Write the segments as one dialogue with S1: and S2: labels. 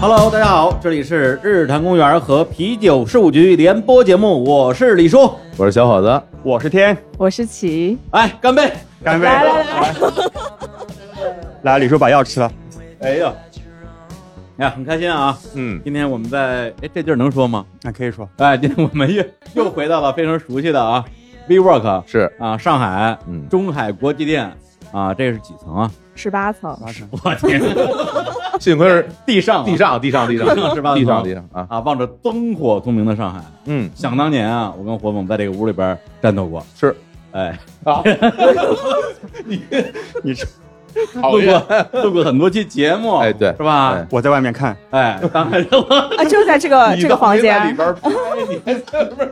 S1: Hello，大家好，这里是日坛公园和啤酒事务局联播节目，我是李叔，
S2: 我是小伙子，
S3: 我是天，
S4: 我是齐，
S1: 哎，干杯！
S3: 干杯！
S4: 来来来，
S3: 来，李叔把药吃了。
S1: 哎呀，哎呀，很开心啊！
S3: 嗯，
S1: 今天我们在哎这地儿能说吗？
S3: 那可以说，
S1: 哎，今天我们 又又回到了非常熟悉的啊，WeWork
S2: 是
S1: 啊，上海
S2: 嗯
S1: 中海国际店啊，这是几 层啊？
S4: 十八层，
S1: 我天，
S2: 幸亏是
S1: 地上啊
S2: 地上地上地上
S1: 是吧
S2: 地上地上啊，
S1: 啊，望着灯火通明的上海，
S2: 嗯，
S1: 想当年啊，我跟火总在这个屋里边战斗过，
S2: 是
S1: 哎，
S2: 啊，
S3: 你吃
S2: 好
S1: 录过录过很多期节目，
S2: 哎对
S1: 是吧
S2: 哎？
S3: 我在外面看，
S1: 哎，当然
S4: 啊，就在这个这个房间，啊
S2: 边拍，哎你还在里边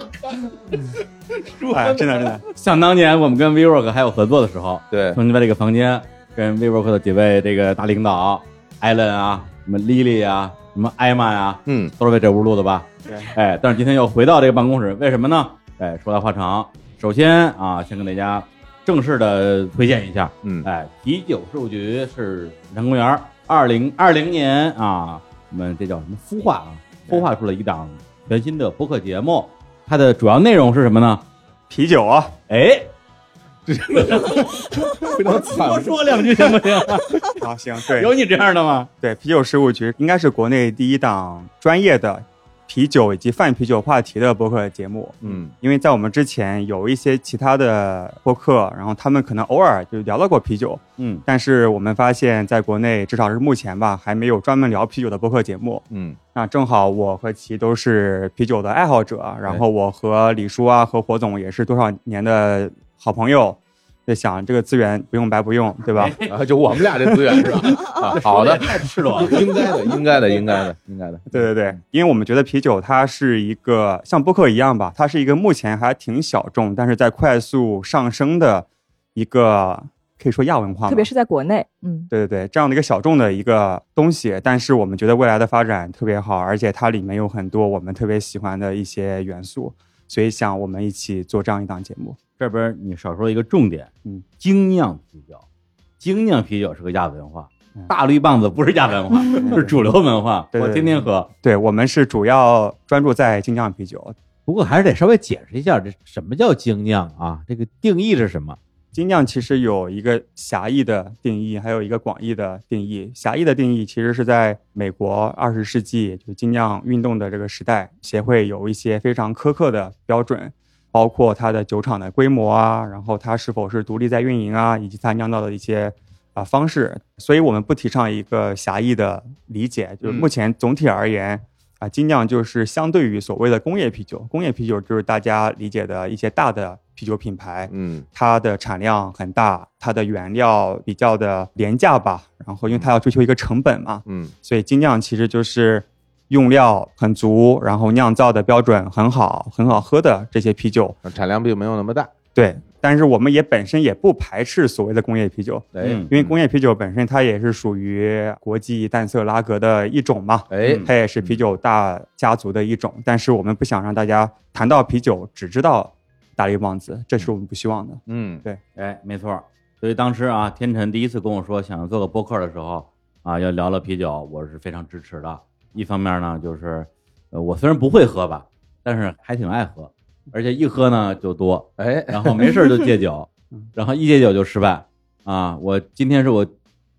S3: 哎，真的真的，
S1: 想当年我们跟 WeWork 还有合作的时候，
S2: 对
S1: 曾经在这个房间跟 WeWork 的几位这个大领导，艾伦啊，什么 Lily 啊，什么艾玛呀，
S2: 嗯，
S1: 都是在这屋录的吧？
S3: 对
S1: 哎，但是今天又回到这个办公室，为什么呢？哎，说来话长，首先啊，先跟大家正式的推荐一下，
S2: 嗯
S1: 哎，啤酒事务局是日坛公园二零二零年啊，我们这叫什么孵化啊？孵化出了一档全新的播客节目，它的主要内容是什么呢？
S3: 啤酒啊，
S1: 哎，
S2: 非常
S1: 多
S2: 惨，
S1: 说两句行不行？
S3: 好啊行，对
S1: 有你这样的吗？
S3: 对，啤酒事务局应该是国内第一档专业的啤酒以及泛啤酒话题的播客节目。
S2: 嗯
S3: 因为在我们之前有一些其他的播客，然后他们可能偶尔就聊到过啤酒，
S1: 嗯
S3: 但是我们发现，在国内至少是目前吧，还没有专门聊啤酒的播客节目。
S2: 嗯
S3: 那正好我和齐都是啤酒的爱好者，然后我和李叔啊和火总也是多少年的好朋友，就想这个资源不用白不用，对吧？
S2: 啊，就我们俩这资源是 吧？啊，好的，嗯
S1: 太赤裸了。
S2: 应该的，应该的，应该的，应该的，
S3: 对对对，因为我们觉得啤酒它是一个像播客一样吧，它是一个目前还挺小众，但是在快速上升的一个可以说亚文化吧，
S4: 特别是在国内，嗯，
S3: 对对对，这样的一个小众的一个东西，但是我们觉得未来的发展特别好，而且它里面有很多我们特别喜欢的一些元素，所以想我们一起做这样一档节目。
S1: 这边你少说一个重点，
S3: 嗯，
S1: 精酿啤酒，精酿啤酒是个亚文化
S3: 嗯，
S1: 大绿棒子不是亚文化，是主流文化。
S3: 对对
S1: 我天天喝，
S3: 对我们是主要专注在精酿啤酒，
S5: 不过还是得稍微解释一下，这什么叫精酿啊？这个定义是什么？
S3: 精酿其实有一个狭义的定义，还有一个广义的定义。狭义的定义其实是在美国二十世纪就是精酿运动的这个时代，协会有一些非常苛刻的标准，包括它的酒厂的规模啊，然后它是否是独立在运营啊，以及它酿造的一些啊、方式。所以我们不提倡一个狭义的理解，就是目前总体而言。啊，精酿就是相对于所谓的工业啤酒，工业啤酒就是大家理解的一些大的啤酒品牌，
S2: 嗯
S3: 它的产量很大，它的原料比较的廉价吧，然后因为它要追求一个成本嘛，
S2: 嗯
S3: 所以精酿其实就是用料很足，然后酿造的标准很好，很好喝的这些啤酒。
S2: 产量并没有那么大，
S3: 对，但是我们也本身也不排斥所谓的工业啤酒，
S2: 哎，
S1: 嗯
S3: 因为工业啤酒本身它也是属于国际淡色拉格的一种嘛，嗯
S2: 哎
S3: 它也是啤酒大家族的一种。但是我们不想让大家谈到啤酒只知道大力棒子，这是我们不希望的。
S2: 嗯
S1: 哎，没错。所以当时啊，天辰第一次跟我说想要做个播客的时候啊，要聊聊啤酒，我是非常支持的。一方面呢，就是呃，我虽然不会喝吧，但是还挺爱喝，而且一喝呢就多，
S2: 哎，，
S1: 然后没事儿就 戒酒
S3: 嗯，
S1: 然后一戒酒就失败啊！我今天是我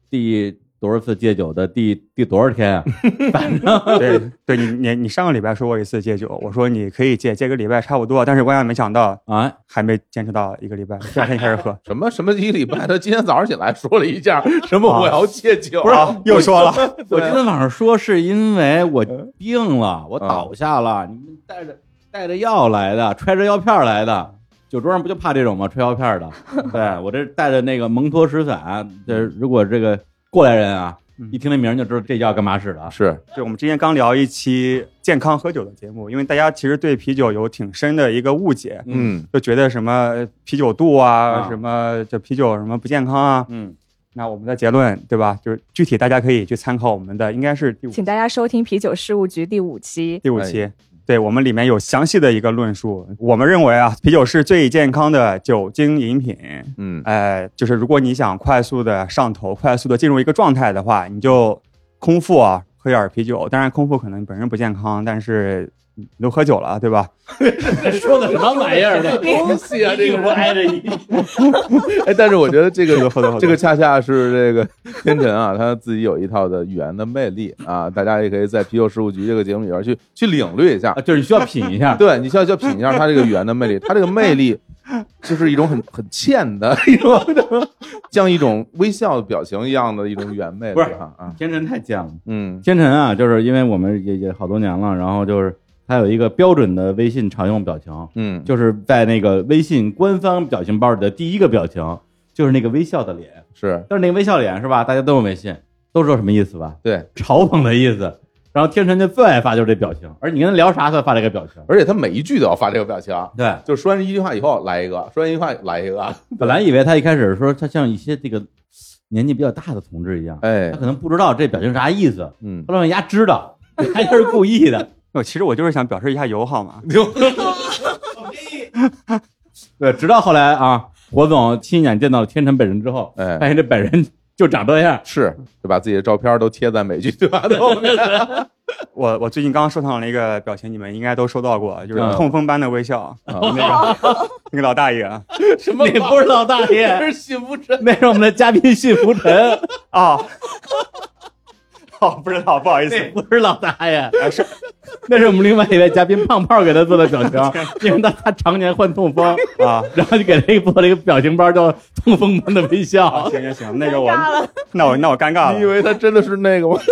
S1: 第多少次戒酒的第第多少天啊？
S3: 对，对你你你上个礼拜说过一次戒酒，我说你可以戒，戒个礼拜差不多，但是万万没想到
S1: 啊，
S3: 还没坚持到一个礼拜，第二天开始 喝
S2: 什么什么一礼拜，他今天早上起来说了一下什么我要戒酒，啊
S3: 不是、又 说了，
S1: 我今天晚上说是因为我病了，我倒下了，你们带着带着药来的，揣着药片儿来的。酒桌上不就怕这种吗？揣药片儿 的，对我这带着那个蒙脱石散，这如果这个过来人啊，
S3: 嗯
S1: 一听这名儿就知道这药干嘛使的啊。
S2: 是
S3: 对，我们之前刚聊一期健康喝酒的节目，因为大家其实对啤酒有挺深的一个误解，
S1: 嗯
S2: 嗯
S3: 就觉得什么啤酒肚啊，
S1: 啊
S3: 什么这啤酒什么不健康啊，
S1: 嗯，
S3: 那我们的结论对吧？就是具体大家可以去参考我们的，应该是第五
S4: 请大家收听啤酒事务局第五期。
S3: 第五
S2: 哎
S3: 期。对我们里面有详细的一个论述，我们认为啊，啤酒是最健康的酒精饮品。
S2: 嗯，
S3: 呃，就是如果你想快速的上头、快速的进入一个状态的话，你就空腹啊喝点儿啤酒。当然，空腹可能本身不健康，但是你都喝酒了，对吧？
S1: 说的什么玩意儿 呢？
S2: 东西啊，这个
S1: 不挨着一，
S2: 哎，但是我觉得这
S3: 喝
S2: 个
S3: 酒喝酒喝
S2: 这
S3: 酒
S2: 个恰恰是这个天辰啊，他自己有一套的语言的魅力 啊，大家也可以在啤酒事务局这个节目里边去去领略一下
S1: 啊，。就是你需要品一下。
S2: 对你需要需要品一下他这个语言的魅力，他这个魅力就是一种很 很欠的一种，像一种微笑的表情一样的一种语言魅力
S1: 不是
S2: 啊啊，
S1: 天辰太贱了，
S2: 嗯
S1: 天辰啊，就是因为我们也也好多年了，然后就是他有一个标准的微信常用表情，
S2: 嗯，
S1: 就是在那个微信官方表情包里的第一个表情，就是那个微笑的脸。
S2: 是
S1: 但是那个微笑脸是吧？大家都用微信，都知道什么意思吧？
S2: 对，
S1: 嘲讽的意思。然后天辰就最爱发就是这表情，而你跟他聊啥，他就发这个表情。
S2: 而且他每一句都要发这个表情，啊
S1: 对，
S2: 就说完一句话以后来一个，说完一句话来一个，啊
S1: 本来以为他一开始说他像一些这个年纪比较大的同志一样，
S2: 哎
S1: 他，可能不知道这表情啥意思，
S2: 嗯，
S1: 后来人家知道，他就是故意 的。
S3: 呃，其实我就是想表示一下友好嘛。
S1: 对，直到后来啊，火总亲眼见到天辰本人之后，
S2: 哎
S1: 发现这本人就长这样。
S2: 是就把自己的照片都贴在每句对话的后面，
S3: 我我最近刚收藏了一个表情，你们应该都收到过，就是
S1: 嗯
S3: 痛风般的微笑，
S2: 啊
S3: 那个那个老大爷啊
S2: 什么
S1: 你不是老大 爷，
S2: 是信不真，
S1: 那是我们的嘉宾信福 臣，
S3: 哦， 哦，不知道，不好意思，
S1: 那不是老大爷，
S3: 啊是
S1: 那是我们另外一位嘉宾胖胖给他做的表 情，因为他他常年患痛 风，
S3: 啊。
S1: 然后就给他做了一个表情包，叫“痛风般的微
S3: 啊，
S1: 笑
S3: 行行行，那个我
S4: 尴尬了，
S3: 那我那我尴尬
S2: 你以
S3: 了，
S2: 为他真的是那个吗？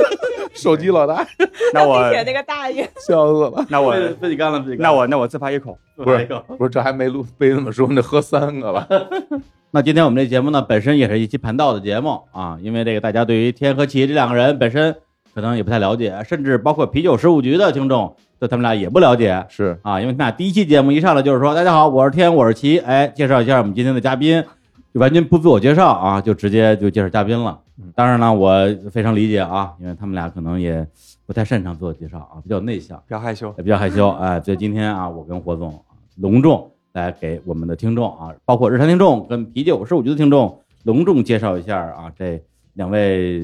S2: 手机老大，
S3: 那我
S4: 并且那个大爷，
S2: 笑死了。
S3: 那”。我
S1: 自己干了，自己
S3: 那我那我自拍一口，
S1: 不
S2: 是不是，这还没录，被那么说，那喝三个吧。
S1: 那今天我们这节目呢，本身也是一期盘道的节目啊，因为这个大家对于天和奇这两个人本身可能也不太了解，甚至包括啤酒事务局的听众对他们俩也不了解
S2: 是，
S1: 啊，因为他们俩第一期节目一上来就是说，大家好，我是天，我是奇，哎，介绍一下我们今天的嘉宾，就完全不自我介绍啊，就直接就介绍嘉宾了。当然呢，我非常理解啊，因为他们俩可能也不太擅长自我介绍啊，比较内向。
S3: 不要害羞。
S1: 也比较害羞，哎，所以今天啊，我跟火总啊隆重来给我们的听众啊，包括日常听众跟啤酒十五局的听众，隆重介绍一下啊，这两位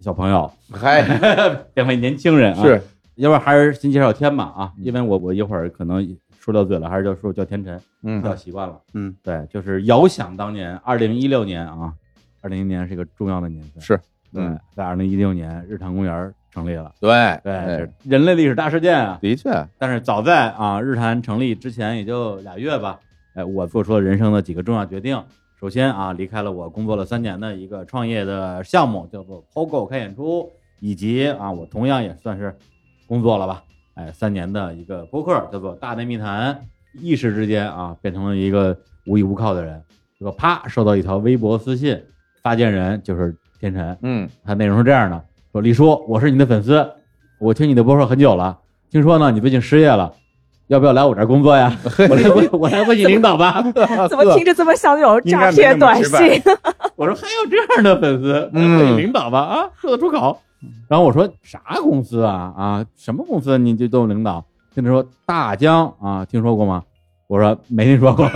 S1: 小朋友， 哎
S2: 嗨，
S1: 两位年轻人啊，
S2: 是，
S1: 要不然还是先介绍天吧啊，
S2: 嗯
S1: 因为我我一会儿可能说到嘴了，还是叫说叫天辰，比较
S2: 嗯，
S1: 习惯了，
S3: 嗯，
S1: 对，就是遥想当年，二零一六年啊，二零一年是一个重要的年份，
S2: 是，
S1: 对
S2: 嗯，
S1: 在二零一六年，日坛公园成立了，
S2: 对，
S1: 对，
S2: 哎
S1: 这是人类历史大事件啊，
S2: 的确，
S1: 但是早在啊日坛成立之前也就俩月吧，哎，我做出了人生的几个重要决定。首先啊，离开了我工作了三年的一个创业的项目，叫做 POGO 开演出，以及啊，我同样也算是工作了吧，哎，三年的一个播客，叫做《大内密谈》，一时之间啊，变成了一个无依无靠的人。结果啪，收到一条微博私信，发件人就是天辰，
S2: 嗯，
S1: 它内容是这样的：说李叔，我是你的粉丝，我听你的播客很久了，听说呢你最近失业了，要不要来我这儿工作呀？ 我来问，我来问你领导吧。
S4: 怎么听着这么像那种
S3: 应该
S4: 诈
S3: 没那
S4: 骗
S3: 么
S4: 短
S3: 直白
S4: 信？
S1: 我说还有这样的粉丝，
S2: 嗯
S1: 问你领导吧啊，说得出口。然后我说啥公司啊啊，什么公司你就都有领导？跟他说大疆啊，听说过吗？我说没听说过。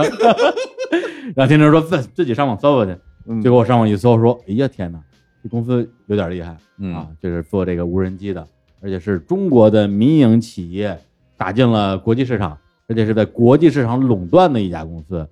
S1: 然后天成说自自己上网搜搜去，
S2: 嗯
S1: 结果我上网一搜说，哎呀天哪，这公司有点厉害。啊
S2: 嗯，，
S1: 就是做这个无人机的，而且是中国的民营企业打进了国际市场，而且是在国际市场垄断的一家公司。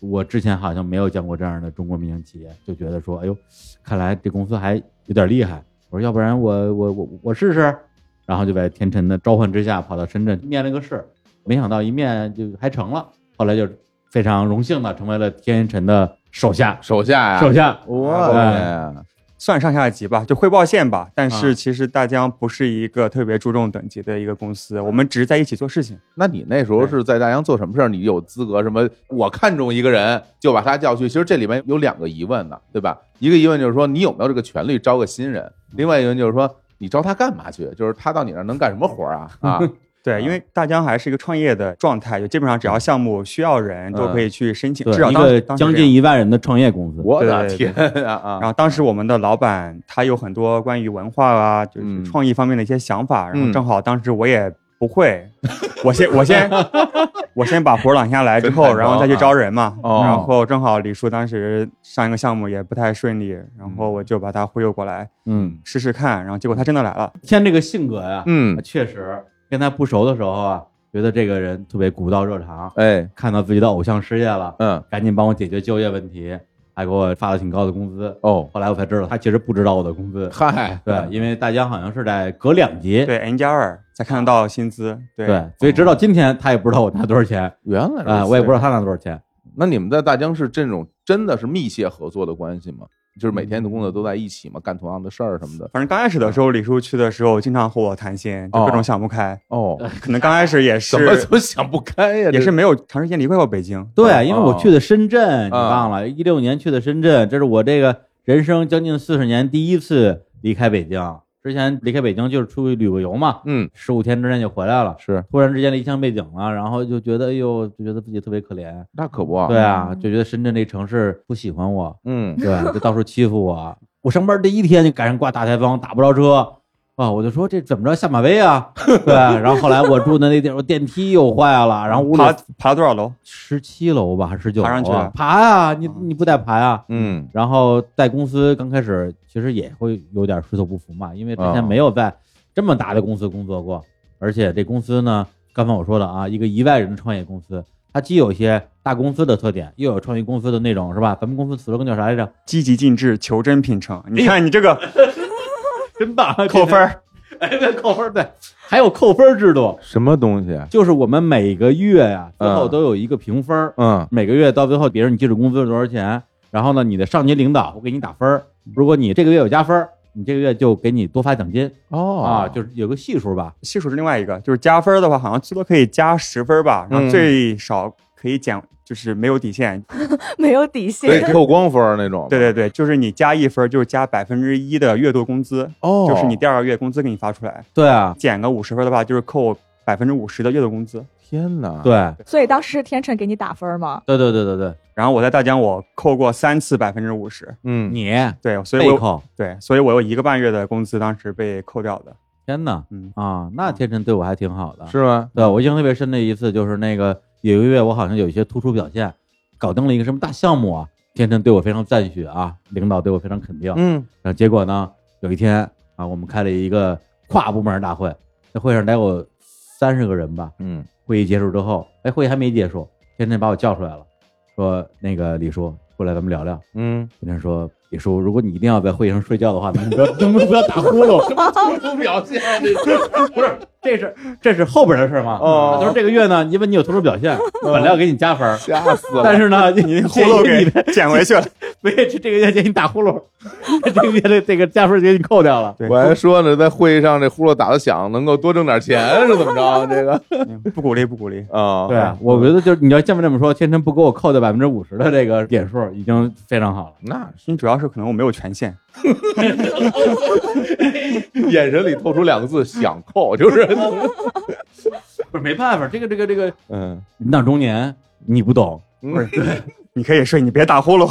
S1: 我之前好像没有见过这样的中国民营企业，就觉得说，哎呦，看来这公司还有点厉害。我说，要不然我我我我试试，然后就在天辰的召唤之下跑到深圳面了个试，没想到一面就还成了，后来就非常荣幸的成为了天辰的手下，
S2: 手下呀，
S1: 手下，
S2: 哇，
S3: 算上下级吧，就汇报线吧。但
S1: 啊
S3: 是其实大疆不是一个特别注重等级的一个公司，我们只是在一起做事情。
S2: 那你那时候是在大洋做什么事儿？你有资格什么？我看中一个人就把他叫去，其实这里面有两个疑问呢，对吧？一个疑问就是说你有没有这个权 利招个新人，另外一个就是说你招他干嘛去？就是他到你那儿能干什么活儿啊？啊，
S1: 啊
S3: 对，因为大疆还是一个创业的状态，就基本上只要项目需要人都可以去申请，
S1: 对
S3: 至少
S1: 一
S3: 当
S1: 个
S3: 当
S1: 将
S3: 时这样
S1: 近一万人的创业公司，
S2: 我的
S3: 对
S2: 天
S3: 对
S2: 啊啊！
S3: 然后当时我们的老板他有很多关于文化啊，就是
S2: 嗯
S3: 创意方面的一些想法，然
S2: 嗯
S3: 后正好当时我也不会， 我先我先 我先把活儿揽下来之后，
S2: 真太
S3: 然后再去
S2: 棒啊
S3: 招人嘛。
S2: 哦
S3: 然后正好李叔当时上一个项目也不太顺利，然后我就把他忽悠过来
S2: 嗯
S3: 试试看，然后结果他真的来了。
S1: 天这个性格呀，啊
S2: 嗯，
S1: 确实跟他不熟的时候啊，觉得这个人特别古道热肠，
S2: 哎
S1: 看到自己的偶像失业了，
S2: 嗯
S1: 赶紧帮我解决就业问题，还给我发了挺高的工资。
S2: 哦
S1: 后来我才知道，他其实不知道我的工 资。
S2: 嗨
S1: 对，因为大疆好像是在隔两级，
S3: 对 N 加二才看得到薪资，对
S1: 对，所以直到今天他也不知道我拿多少钱
S2: 原来如此
S1: 啊，我也不知道。他拿多少钱。
S2: 那你们在大疆是这种真的是密切合作的关系吗？就是每天的工作都在一起吗？干同样的事儿什么的？
S1: 嗯
S3: 反正刚开始的时候，李叔去的时候经常和我谈心，就各
S2: 哦
S3: 种想不开，
S2: 哦，
S3: 可能刚开始也
S2: 怎么
S3: 是
S2: 都想不开呀？
S3: 也
S2: 这
S3: 是没有长时间离开过北京，
S1: 对，因为我
S2: 哦
S1: 去的深圳，你
S2: 啊
S1: 忘了，一六年去的深圳，这是我这个人生将近四十年第一次离开北京。之前离开北京就是出去旅个游嘛，
S2: 嗯
S1: 十五天之内就回来了。
S2: 是
S1: 突然之间离乡背井了，然后就觉得，哎呦，就觉得自己特别可怜。
S2: 那可不啊。
S1: 对啊，就觉得深圳这城市不喜欢我，
S2: 嗯
S1: 对，就到处欺负我。我上班第一天就赶上刮大台风，打不着车啊，我就说这怎么着下马威 啊？对，然后后来我住的那地儿电梯又坏了，然后屋里
S3: 爬爬了多少楼？
S1: 十七楼吧，还是十九楼
S3: 爬上去
S1: 啊
S3: 啊？
S1: 爬啊，你你不得爬啊？
S2: 嗯
S1: 然后在公司刚开始，其实也会有点水土不服嘛，因为之前
S2: 啊
S1: 没有在这么大的公司工作过，而且这公司呢，刚才我说的啊，一个一万人的创业公司，它既有一些大公司的特点，又有创业公司的那种是吧？咱们公司 slogan 叫啥来着？
S3: 积极进智，求真品诚。你看你这个
S1: 真棒，啊
S3: 扣分，儿，
S1: 哎，对，扣分儿，对，还有扣分儿制度，
S2: 什么东西啊？
S1: 就是我们每个月呀、最后
S2: 嗯
S1: 都有一个评分儿，
S2: 嗯
S1: 每个月到最后，别人你基础工资是多少钱，然后呢，你的上级领导会给你打分儿，如果你这个月有加分儿，你这个月就给你多发奖金、
S2: 哦
S1: 啊，就是有个系数吧。
S3: 系数是另外一个，就是加分儿的话，好像最多可以加十分儿吧，然
S2: 嗯
S3: 后最少可以减，就是没有底线。
S4: 没有底
S2: 可以
S4: 线。
S2: 扣光分儿那种。
S3: 对对对，就是你加一分儿就是加百分之一的月度工资，
S2: 哦，
S3: 就是你第二个月工资给你发出来。
S1: 对啊，
S3: 减个五十分儿的话，就是扣百分之五十的月度工资。
S2: 天哪！
S1: 啊对，
S4: 所以当时是天成给你打分吗？
S1: 对对对对对，
S3: 然后我在大疆我扣过三次百分之五十，
S2: 嗯，
S1: 你
S3: 对，所以
S1: 被
S3: 我
S1: 扣，
S3: 对，所以我有一个半月的工资当时被扣掉的。
S1: 天哪
S3: 嗯，
S1: 啊！那天辰对我还挺好的，
S2: 是吗？
S1: 对我印象特别深的一次就是那个有一个月我好像有一些突出表现，搞定了一个什么大项目啊，天辰对我非常赞许啊，领导对我非常肯定，
S2: 嗯
S1: 然后结果呢，有一天啊，我们开了一个跨部门大会，那会上得有三十个人吧。
S2: 嗯
S1: 会议结束之后，哎，会议还没结束，天天把我叫出来了，说那个李叔过来咱们聊聊。
S2: 嗯，
S1: 天天说李叔，如果你一定要在会议上睡觉的话，能不能能不能不要打 呼噜？
S2: 突出表现啊这
S1: 不是，这是这是后边的事儿吗？
S2: 哦
S1: 他说这个月呢，因为你有突出表现，本来要给你加分儿，
S2: 吓死了。
S1: 但是呢，你
S3: 呼 噜
S1: 建议你
S3: 给捡回去了。
S1: 没这这个月建议你打呼噜，这个月的这个加分儿给你扣掉了。
S3: 对
S2: 我还说呢，在会议上这呼噜打的响，能够多挣点钱是怎么着？啊这 个
S3: 不鼓励，不鼓励。
S2: 啊，
S1: 对，我觉得就是你要这么这么说，天辰不给我扣的百分之五十的这个点数，已经非常好了。
S2: 那
S3: 因为主要是可能我没有权限，
S2: 眼神里透出两个字“想扣”，就是
S1: 不是没办法，这个这个这个
S2: 嗯，
S1: 人到中年你不懂，
S2: 嗯
S3: 不是，你可以睡，你别打呼噜。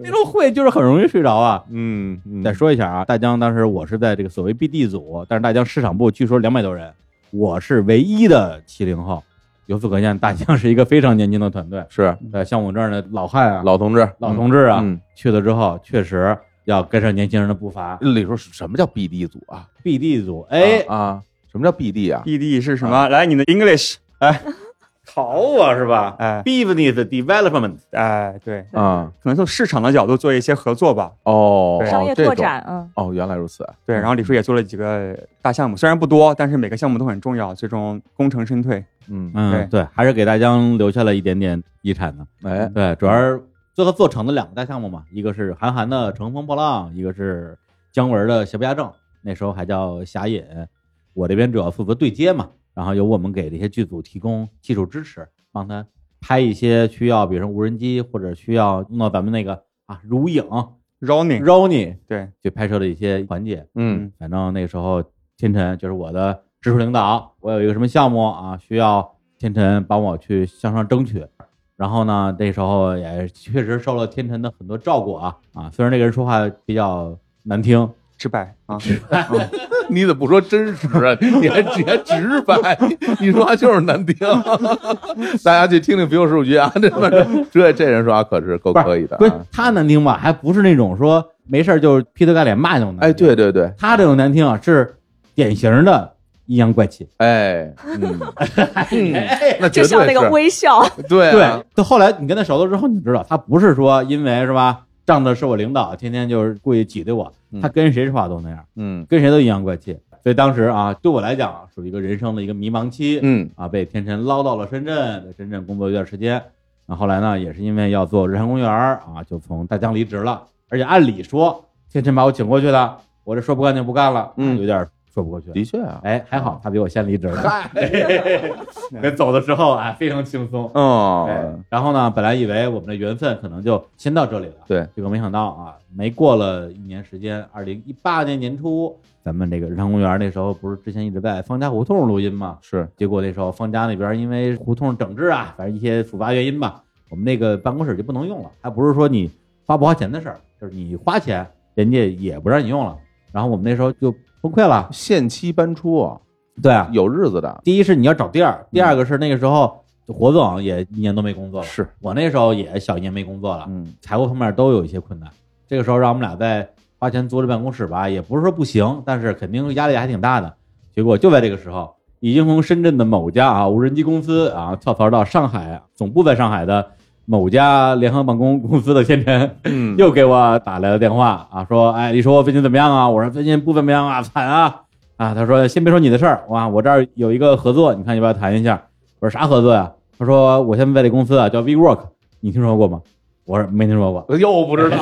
S1: 那种会就是很容易睡着啊。
S2: 嗯嗯
S1: 再说一下啊，大疆当时我是在这个所谓 BD 组，但是大疆市场部据说两百多人，我是唯一的七零后。由此可见，大疆是一个非常年轻的团队。
S2: 是
S1: 呃，像我这样的老汉啊、
S2: 嗯老同志，
S1: 老同志啊，
S2: 嗯
S1: 去了之后确实要跟上年轻人的步伐。
S2: 嗯，李叔什么叫 BD 组啊？
S1: BD 组，哎，
S2: 啊啊，什么叫 BD 啊？
S3: BD 是什么？来，你的 English，哎
S1: 考我啊是吧
S3: 哎
S1: Business Development。
S3: 哎，对，
S2: 啊
S3: 可能从市场的角度做一些合作吧。
S2: 哦，
S3: 对
S4: 商业
S2: 这
S4: 拓
S2: 种
S4: 展，嗯，
S2: 哦，原来如此，
S3: 对，然后李叔也做了几个大项目，虽然不多，但是每个项目都很重要，最终功成身退。
S2: 嗯，
S1: 嗯，对，还是给大疆留下了一点点遗产的。
S2: 哎，
S1: 对，主要是最后做成的两个大项目嘛，一个是韩寒的《乘风破浪》，一个是姜文的《邪不压正》，那时候还叫侠隐。我这边主要负责对接嘛，然后由我们给这些剧组提供技术支持，帮他拍一些需要，比如说无人机或者需要弄到咱们那个啊如影
S3: Running，
S1: Rony
S3: 对，
S1: 去拍摄的一些环节。
S2: 嗯
S1: 反正那时候天辰就是我的直属领导，我有一个什么项目啊，需要天辰帮我去向上争取。然后呢，那时候也确实受了天辰的很多照顾啊啊，虽然这个人说话比较难听，
S3: 直白啊，
S2: 你怎么不说真实啊？你还你还直白，你说话就是难听。 大家去听听 biu 数据啊，这这这人说话可是够
S1: 不是
S2: 可以的
S1: 不是
S2: 啊。
S1: 他难听吧，还不是那种说没事儿就劈头盖脸骂那种难听。
S2: 哎，对，对对，
S1: 他这种难听啊，是典型的阴阳怪气。
S2: 哎，嗯，
S1: 哎
S2: 那
S4: 就
S2: 绝
S4: 像
S2: 对
S4: 那个
S2: 是，
S4: 微笑，
S2: 对啊
S1: 对，到后来你跟他熟了之后，你知道他不是说因为是吧，仗着是我领导，天天就是故意挤兑我
S2: 嗯，
S1: 他跟谁说话都那样，
S2: 嗯
S1: 跟谁都阴阳怪气。所以当时啊，对我来讲啊属于一个人生的一个迷茫期，
S2: 嗯
S1: 啊，被天辰捞到了深圳，在深圳工作一段时间。然后后来呢，也是因为要做日坛公园儿啊，就从大疆离职了。而且按理说，天辰把我请过去的，我这说不干就不干了，
S2: 嗯
S1: 有点说不过去。
S2: 的确啊，
S1: 哎，还好他比我先离职 了。跟走的时候啊，非常轻
S2: 嗯
S1: 松。哎
S2: 哦，，
S1: 然后呢，本来以为我们的缘分可能就先到这里了，
S2: 对，
S1: 结果没想到啊，没过了一年时间，二零一八年年初，咱们这个日常公园那时候不是之前一直在方家胡同录音吗？
S2: 是，
S1: 结果那时候方家那边因为胡同整治啊，反正一些复杂原因吧，我们那个办公室就不能用了。还不是说你花不花钱的事儿，就是你花钱，人家也不让你用了。然后我们那时候就崩溃了。
S2: 限期搬出啊，
S1: 对啊，
S2: 有日子的，
S1: 第一是你要找地儿，第二个是那个时候火总也一年都没工作了，
S2: 是，
S1: 我那时候也小一年没工作了，
S2: 嗯
S1: 财务方面都有一些困难。这个时候让我们俩在花钱租了办公室吧，也不是说不行，但是肯定压力还挺大的。结果就在这个时候，已经从深圳的某家啊无人机公司啊跳槽到上海总部在上海的某家联合办公公司的天辰，
S2: 嗯，
S1: 又给我打来了电话啊，说，哎，你说我最近怎么样啊？我说最近不怎么样啊，惨啊啊！他说先别说你的事儿，哇，我这儿有一个合作，你看要不要谈一下？我说啥合作呀、他说我现在在这公司啊，叫 WeWork，你听说过吗？我说没听说过。
S2: 又不知道，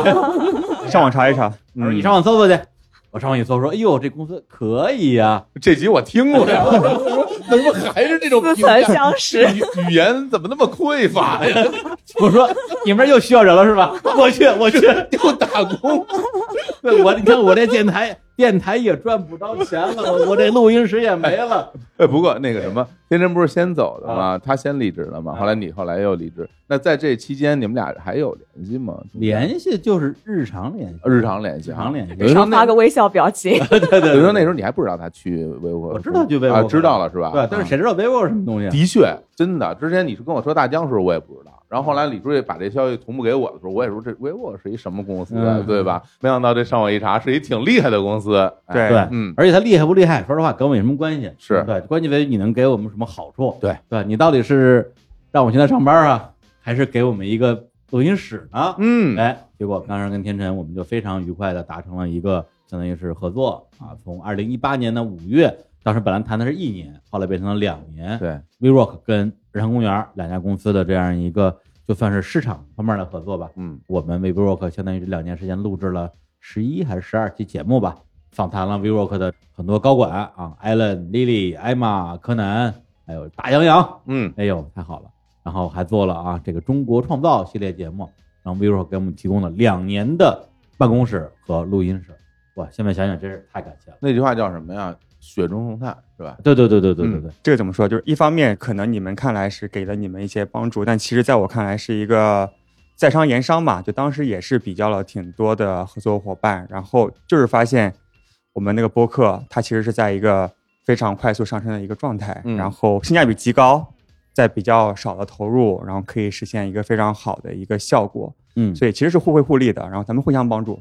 S3: 上网查一查。嗯
S1: 他说你上网搜搜去。我上网一搜，说，哎呦，这公司可以呀、
S2: 这集我听过呀，怎么还是这种
S4: 似
S2: 评价
S4: 曾相识。
S2: 语语言怎么那么匮乏 呀？
S1: 我说你们这儿又需要人了是吧？我去，我去，
S2: 又打工，
S1: 对我你看我这电台，电台也赚不着钱了，我我这录音室也没 了。
S2: 哎，不过那个什么，天真不是先走的吗？他先离职了吗？
S1: 啊
S2: 后来你后来又离职，那在这期间你们俩还有联系吗？
S1: 联系就是日常联系，
S2: 日常联系
S1: 日
S2: 啊，
S1: 常联系。
S2: 有人说
S4: 常
S2: 那
S4: 发个微笑表情，
S1: 对对
S2: 有人说那时候你还不知道他去维吾尔，
S1: 我知道去维吾尔
S2: 啊，知道了是吧？
S1: 对，但是谁知道 vivo 是什么东西啊？
S2: 的确，真的，之前你是跟我说大疆时候，我也不知道。然后后来李书记把这消息同步给我的时候，我也说这维沃是一什么公司啊，
S1: 嗯
S2: 对吧？没想到这上网一查，是一挺厉害的公司。哎
S3: 对
S1: 对，
S2: 嗯，
S1: 而且它厉害不厉害，说实话跟我没什么关系。
S2: 是
S1: 对，关键在于你能给我们什么好处。
S2: 对，
S1: 对你到底是让我现在上班啊，还是给我们一个录音室呢？
S2: 嗯，
S1: 哎，结果当时跟天辰，我们就非常愉快的达成了一个相当于是合作啊，从二零一八年的五月，当时本来谈的是一年，后来变成了两年。
S2: 对，
S1: ，WeWork 跟日常公园两家公司的这样一个就算是市场方面的合作吧。
S2: 嗯，
S1: 我们为 WeWork 相当于这两年时间录制了十一还是十二期节目吧，访谈了 WeWork 的很多高管啊，Allen、Lily、艾玛、柯南，还有大洋洋，
S2: 嗯，
S1: 哎呦，太好了！然后还做了啊这个中国创造系列节目，然后 WeWork 给我们提供了两年的办公室和录音室，哇，现在想想真是太感谢了。
S2: 那句话叫什么呀？雪中送炭是吧？
S1: 对对对对对对对，
S3: 嗯这个怎么说？就是一方面可能你们看来是给了你们一些帮助，但其实在我看来是一个在商言商嘛，就当时也是比较了挺多的合作伙伴，然后就是发现我们那个播客它其实是在一个非常快速上升的一个状态，
S2: 嗯
S3: 然后性价比极高，在比较少的投入，然后可以实现一个非常好的一个效果，
S1: 嗯，
S3: 所以嗯其实是互惠互利的，然后咱们互相帮助。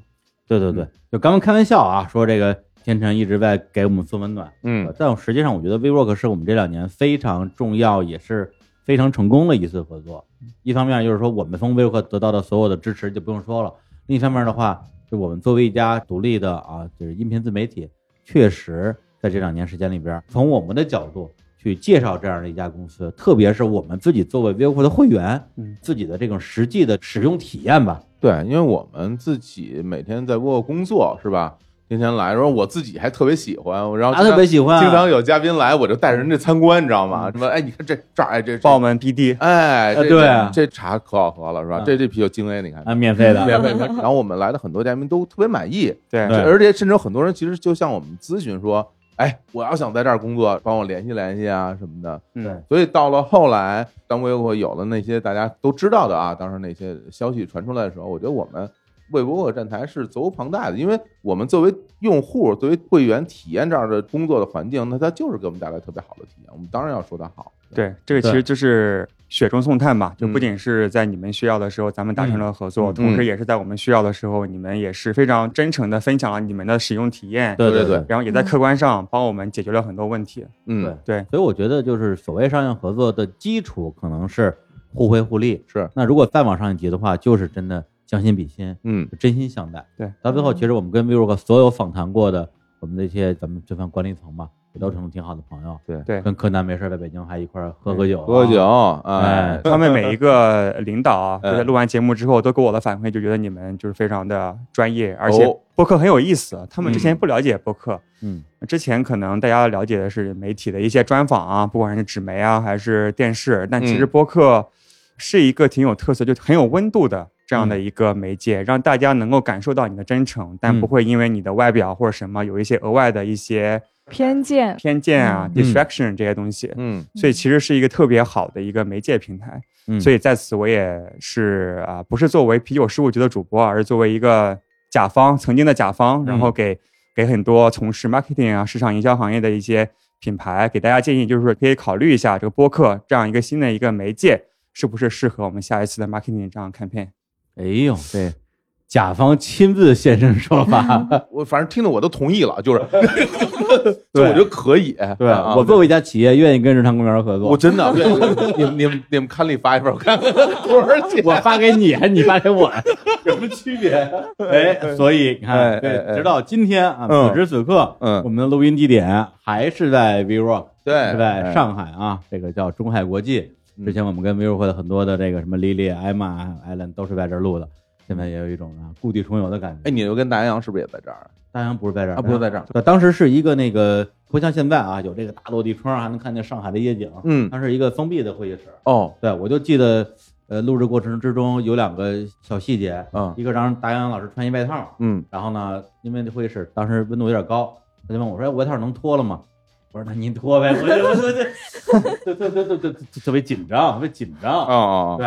S1: 对对对，就刚刚开玩笑啊，说这个天成一直在给我们送温暖，
S2: 嗯
S1: 呃但实际上，我觉得 WeWork 是我们这两年非常重要，也是非常成功的一次合作。一方面就是说，我们从 WeWork 得到的所有的支持就不用说了；另一方面的话，就我们作为一家独立的啊，就是音频自媒体，确实在这两年时间里边，从我们的角度去介绍这样的一家公司，特别是我们自己作为 WeWork 的会员，
S3: 嗯
S1: 自己的这种实际的使用体验吧。
S2: 对，因为我们自己每天在播工作是吧？天天来，然后我自己还特别喜欢，然后
S1: 他特别喜欢啊，嗯
S2: 经常有嘉宾来，我就带着人家参观，你知道吗？什么？哎，你看这这儿，哎这
S3: 帮我
S2: 这，
S3: 们 BD，
S2: 哎，这
S1: 呃对啊
S2: 这这茶可好喝了是吧？
S1: 嗯
S2: 这这啤酒精 A，你看
S1: 啊，免费的，
S2: 嗯免费。然后我们来的很多嘉宾都特别满意，
S3: 对
S1: 对
S2: 而且甚至有很多人其实就向我们咨询说，哎，我要想在这儿工作，帮我联系联系啊什么的。
S6: 对
S3: 嗯，
S2: 所以到了后来，当微博有了那些大家都知道的啊，当时那些消息传出来的时候，我觉得我们微博客站台是责无旁贷的，因为我们作为用户、作为会员体验这样的工作的环境，那它就是给我们带来特别好的体验，我们当然要说它好。
S3: 对，这个其
S6: 对
S3: 实就是雪中送炭吧，就
S2: 嗯
S3: 不仅是在你们需要的时候咱们达成了合作，
S6: 嗯
S3: 同时也是在我们需要的时候，你们也是非常真诚的分享了你们的使用体验，
S6: 对
S2: 对
S6: 对，
S3: 然后也在客观上帮我们解决了很多问题。
S2: 嗯，
S3: 对
S1: 所以我觉得就是所谓商业合作的基础可能是互惠互利。
S2: 是，
S1: 那如果再往上一级的话，就是真的将心比心，
S2: 嗯，
S1: 真心相待。
S3: 对，
S1: 到最后其实我们跟 Vivo 所有访谈过的我们这些咱们这番管理层吧，也都成了挺好的朋友。
S2: 对
S3: 对
S1: 跟柯南没事儿在北京还一块儿喝喝酒啊，
S2: 喝酒，哎
S1: 哎，
S3: 他们每一个领导啊，
S2: 嗯
S3: 就在录完节目之后都给我的反馈，就觉得你们就是非常的专业，而且播客很有意思。他们之前不了解播客，
S1: 哦嗯，
S3: 之前可能大家了解的是媒体的一些专访啊，不管是纸媒啊还是电视，但其实
S2: 嗯
S3: 播客是一个挺有特色，就很有温度的。这样的一个媒介，让大家能够感受到你的真诚，但
S1: 嗯
S3: 不会因为你的外表或者什么有一些额外的一些
S4: 偏见，
S3: 偏见啊、
S1: 嗯
S3: distraction 这些东西。
S2: 嗯，
S3: 所以其实是一个特别好的一个媒介平台。
S1: 嗯
S3: 所以在此我也是啊、不是作为啤酒事务局的主播，而是作为一个甲方，曾经的甲方，然后给、给很多从事 marketing 啊、市场营销行业的一些品牌，给大家建议，就是说可以考虑一下这个播客这样一个新的一个媒介，是不是适合我们下一次的 marketing 这样 campaign。
S1: 哎呦，对，甲方亲自现身说法。
S2: 我嗯反正听得我都同意 了，就是，就我觉得可以。
S1: 对
S2: 啊
S1: 我作为一家企业，愿意跟日常公园合作，
S2: 我真的，你们你们你们看里发一份，我看 看多少 钱。
S1: 我发给你，还是你发给我，有什么区别？ 哎，所以你
S2: 哎
S1: 看，
S2: 哎哎
S1: 对，直到今天啊，
S2: 嗯
S1: 此时此刻，
S2: 嗯
S1: 我们的录音地点还是在 V Rock，
S2: 对
S1: 是
S2: 哎嗯
S1: 在上海啊，这个叫中海国际。之前我们跟 V Rock 的很多的这个什么 Lily、艾玛、艾伦都是在这儿录的，现在也有一种啊故地重游的感
S2: 哎，
S1: 觉。
S2: 你又跟南阳是不是也在这儿？
S1: 当然不是在这儿，
S2: 啊，不是在这儿。
S1: 对，当时是一个那个不像现在啊，有这个大落地窗，还能看见上海的夜景。
S2: 嗯，
S1: 它是一个封闭的会议室。
S2: 哦，
S1: 对，我就记得，呃，录制过程之中有两个小细节，
S2: 嗯
S1: 一个让达阳老师穿一外套，
S2: 嗯，
S1: 然后呢，因为那会议室当时温度有点高，他就问我说：“哎，我外套能脱了吗？”我说：“那您脱呗。”我就我就就就就就就就特别紧张，特别紧张。
S2: 哦哦，
S1: 对，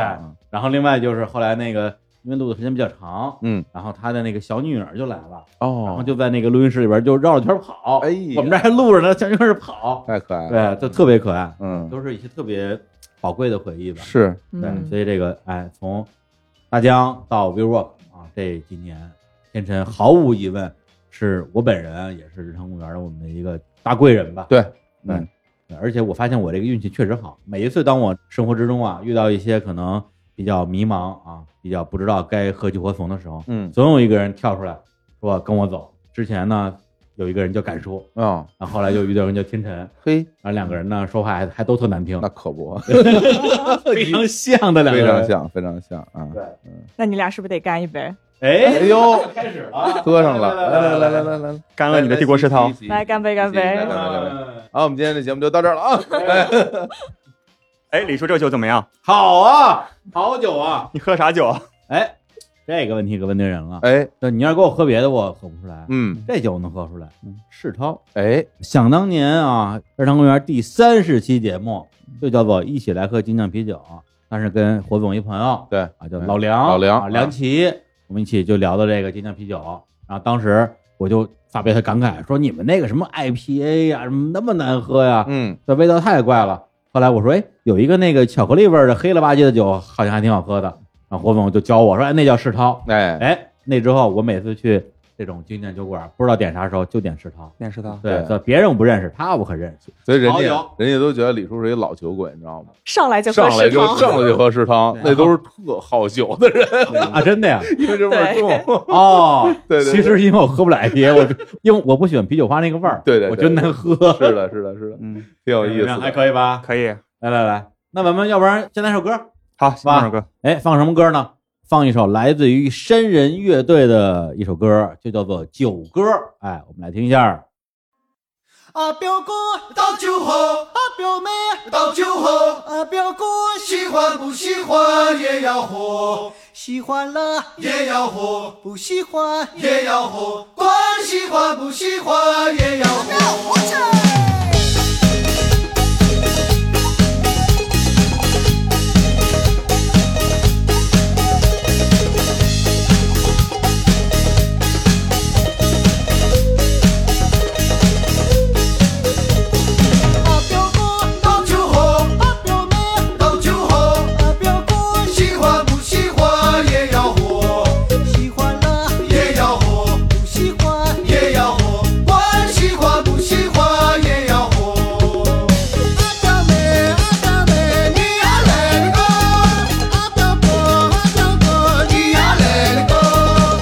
S1: 然后另外就是后来那个，因为录的时间比较长，
S2: 嗯，
S1: 然后他的那个小女儿就来了。然后
S2: 哦，
S1: 就在那个录音室里边就绕着圈跑，
S2: 哎呀
S1: 我们这儿还录着呢，小女孩跑，
S2: 太可爱了。
S1: 对，就特别可爱，
S2: 嗯，
S1: 都是一些特别宝贵的回忆吧。
S2: 是，
S1: 对，
S4: 嗯
S1: 所以这个哎，从大疆到 v i v o k 啊，这几年天辰毫无疑问是我本人也是日常公园的我们的一个大贵人吧。
S2: 对，
S1: 对
S2: 嗯
S1: 对，而且我发现我这个运气确实好，每一次当我生活之中啊遇到一些可能比较迷茫啊，比较不知道该何去何从的时候，
S2: 嗯，
S1: 总有一个人跳出来说跟我走。之前呢，有一个人叫敢叔，
S2: 哦，
S1: 然后后来又遇到人叫天辰，然
S2: 嘿，
S1: 后两个人呢说话还还都特难 听
S2: 那，可不，
S1: 非 常像的两个
S2: 非常
S1: 人。
S2: 像，非常像啊。
S4: 那你俩是不是得干一杯？
S1: 哎
S2: 哎，呦，
S1: 开始了，
S2: 喝上了，来来来来来来，
S3: 干了你的帝国食堂，
S4: 来干杯，干杯！
S2: 嗯来来来来，好，我们今天这节目就到这儿了啊。
S3: 哎，李叔这个酒怎么样？
S1: 好啊，好酒啊！
S3: 你喝啥酒？
S1: 哎，这个问题可问对人了。
S2: 哎，
S1: 那你要是给我喝别的，我喝不出来。
S2: 嗯，
S1: 这酒我能喝出来。世涛，
S2: 哎，
S1: 想当年啊，日常公园第三十期节目就叫做“一起来喝精酿啤酒”，当时跟火总一朋友，
S2: 对
S1: 啊，叫老梁，
S2: 老梁
S1: 啊、
S2: 啊
S1: 梁琦，我们一起就聊到这个精酿啤酒。然后当时我就发表他感慨说：“你们那个什么 IPA 呀、什么那么难喝呀，
S2: 嗯，
S1: 这味道太怪了。”后来我说：“哎，有一个那个巧克力味儿的黑了吧唧的酒，好像还挺好喝的。”然后火总就教我说：“哎，那叫世涛。”
S2: 哎，
S1: 哎，那之后我每次去这种精酿酒馆，不知道点啥时候就点世涛。
S3: 面食 堂。
S1: 对
S2: 对，
S1: 所以别人我不认识，他我可认识。
S2: 所以人家
S1: 好酒
S2: 人家都觉得李叔是一老酒鬼，你知道吗？
S4: 上来就喝
S2: 上来
S4: 食
S2: 就
S4: 堂，
S2: 上来就喝食堂，那都是特好酒的人，
S1: 啊，真 的呀？
S2: 因为这味儿重。
S1: 哦，
S2: 对对对
S1: 其实因为我喝不来啤，我因为我不喜欢啤酒花那个味儿，
S2: 对对对
S1: 我觉得难喝，
S2: 是的，是的，是的，
S3: 嗯，
S2: 挺 有意思的。
S1: 还可以吧？
S3: 可以。
S1: 来来来，那咱们要不然先来首歌，
S3: 好，放首歌。
S1: 哎，放什么歌呢？放一首来自于山人乐队的一首歌，就叫做《酒歌》。哎，我们来听一下。
S7: 啊，表哥倒酒喝，啊，表妹倒酒喝，啊，表哥喜欢不喜欢也要喝，喜
S8: 喜欢了
S7: 也要喝，
S8: 不喜欢
S7: 也要喝，管喜欢不喜欢也要喝。
S8: 啊，表哥
S7: 倒酒喝，
S8: 啊，表妹
S7: 倒酒喝，
S8: 啊，表哥
S7: 喜欢不喜欢也要喝，
S8: 喜欢了
S7: 也要喝，
S8: 不喜欢
S7: 也要喝，管喜欢不喜欢也要喝。
S8: 阿表妹阿表妹
S7: 你呀来了个，
S8: 阿表哥阿表哥
S7: 你呀来了个，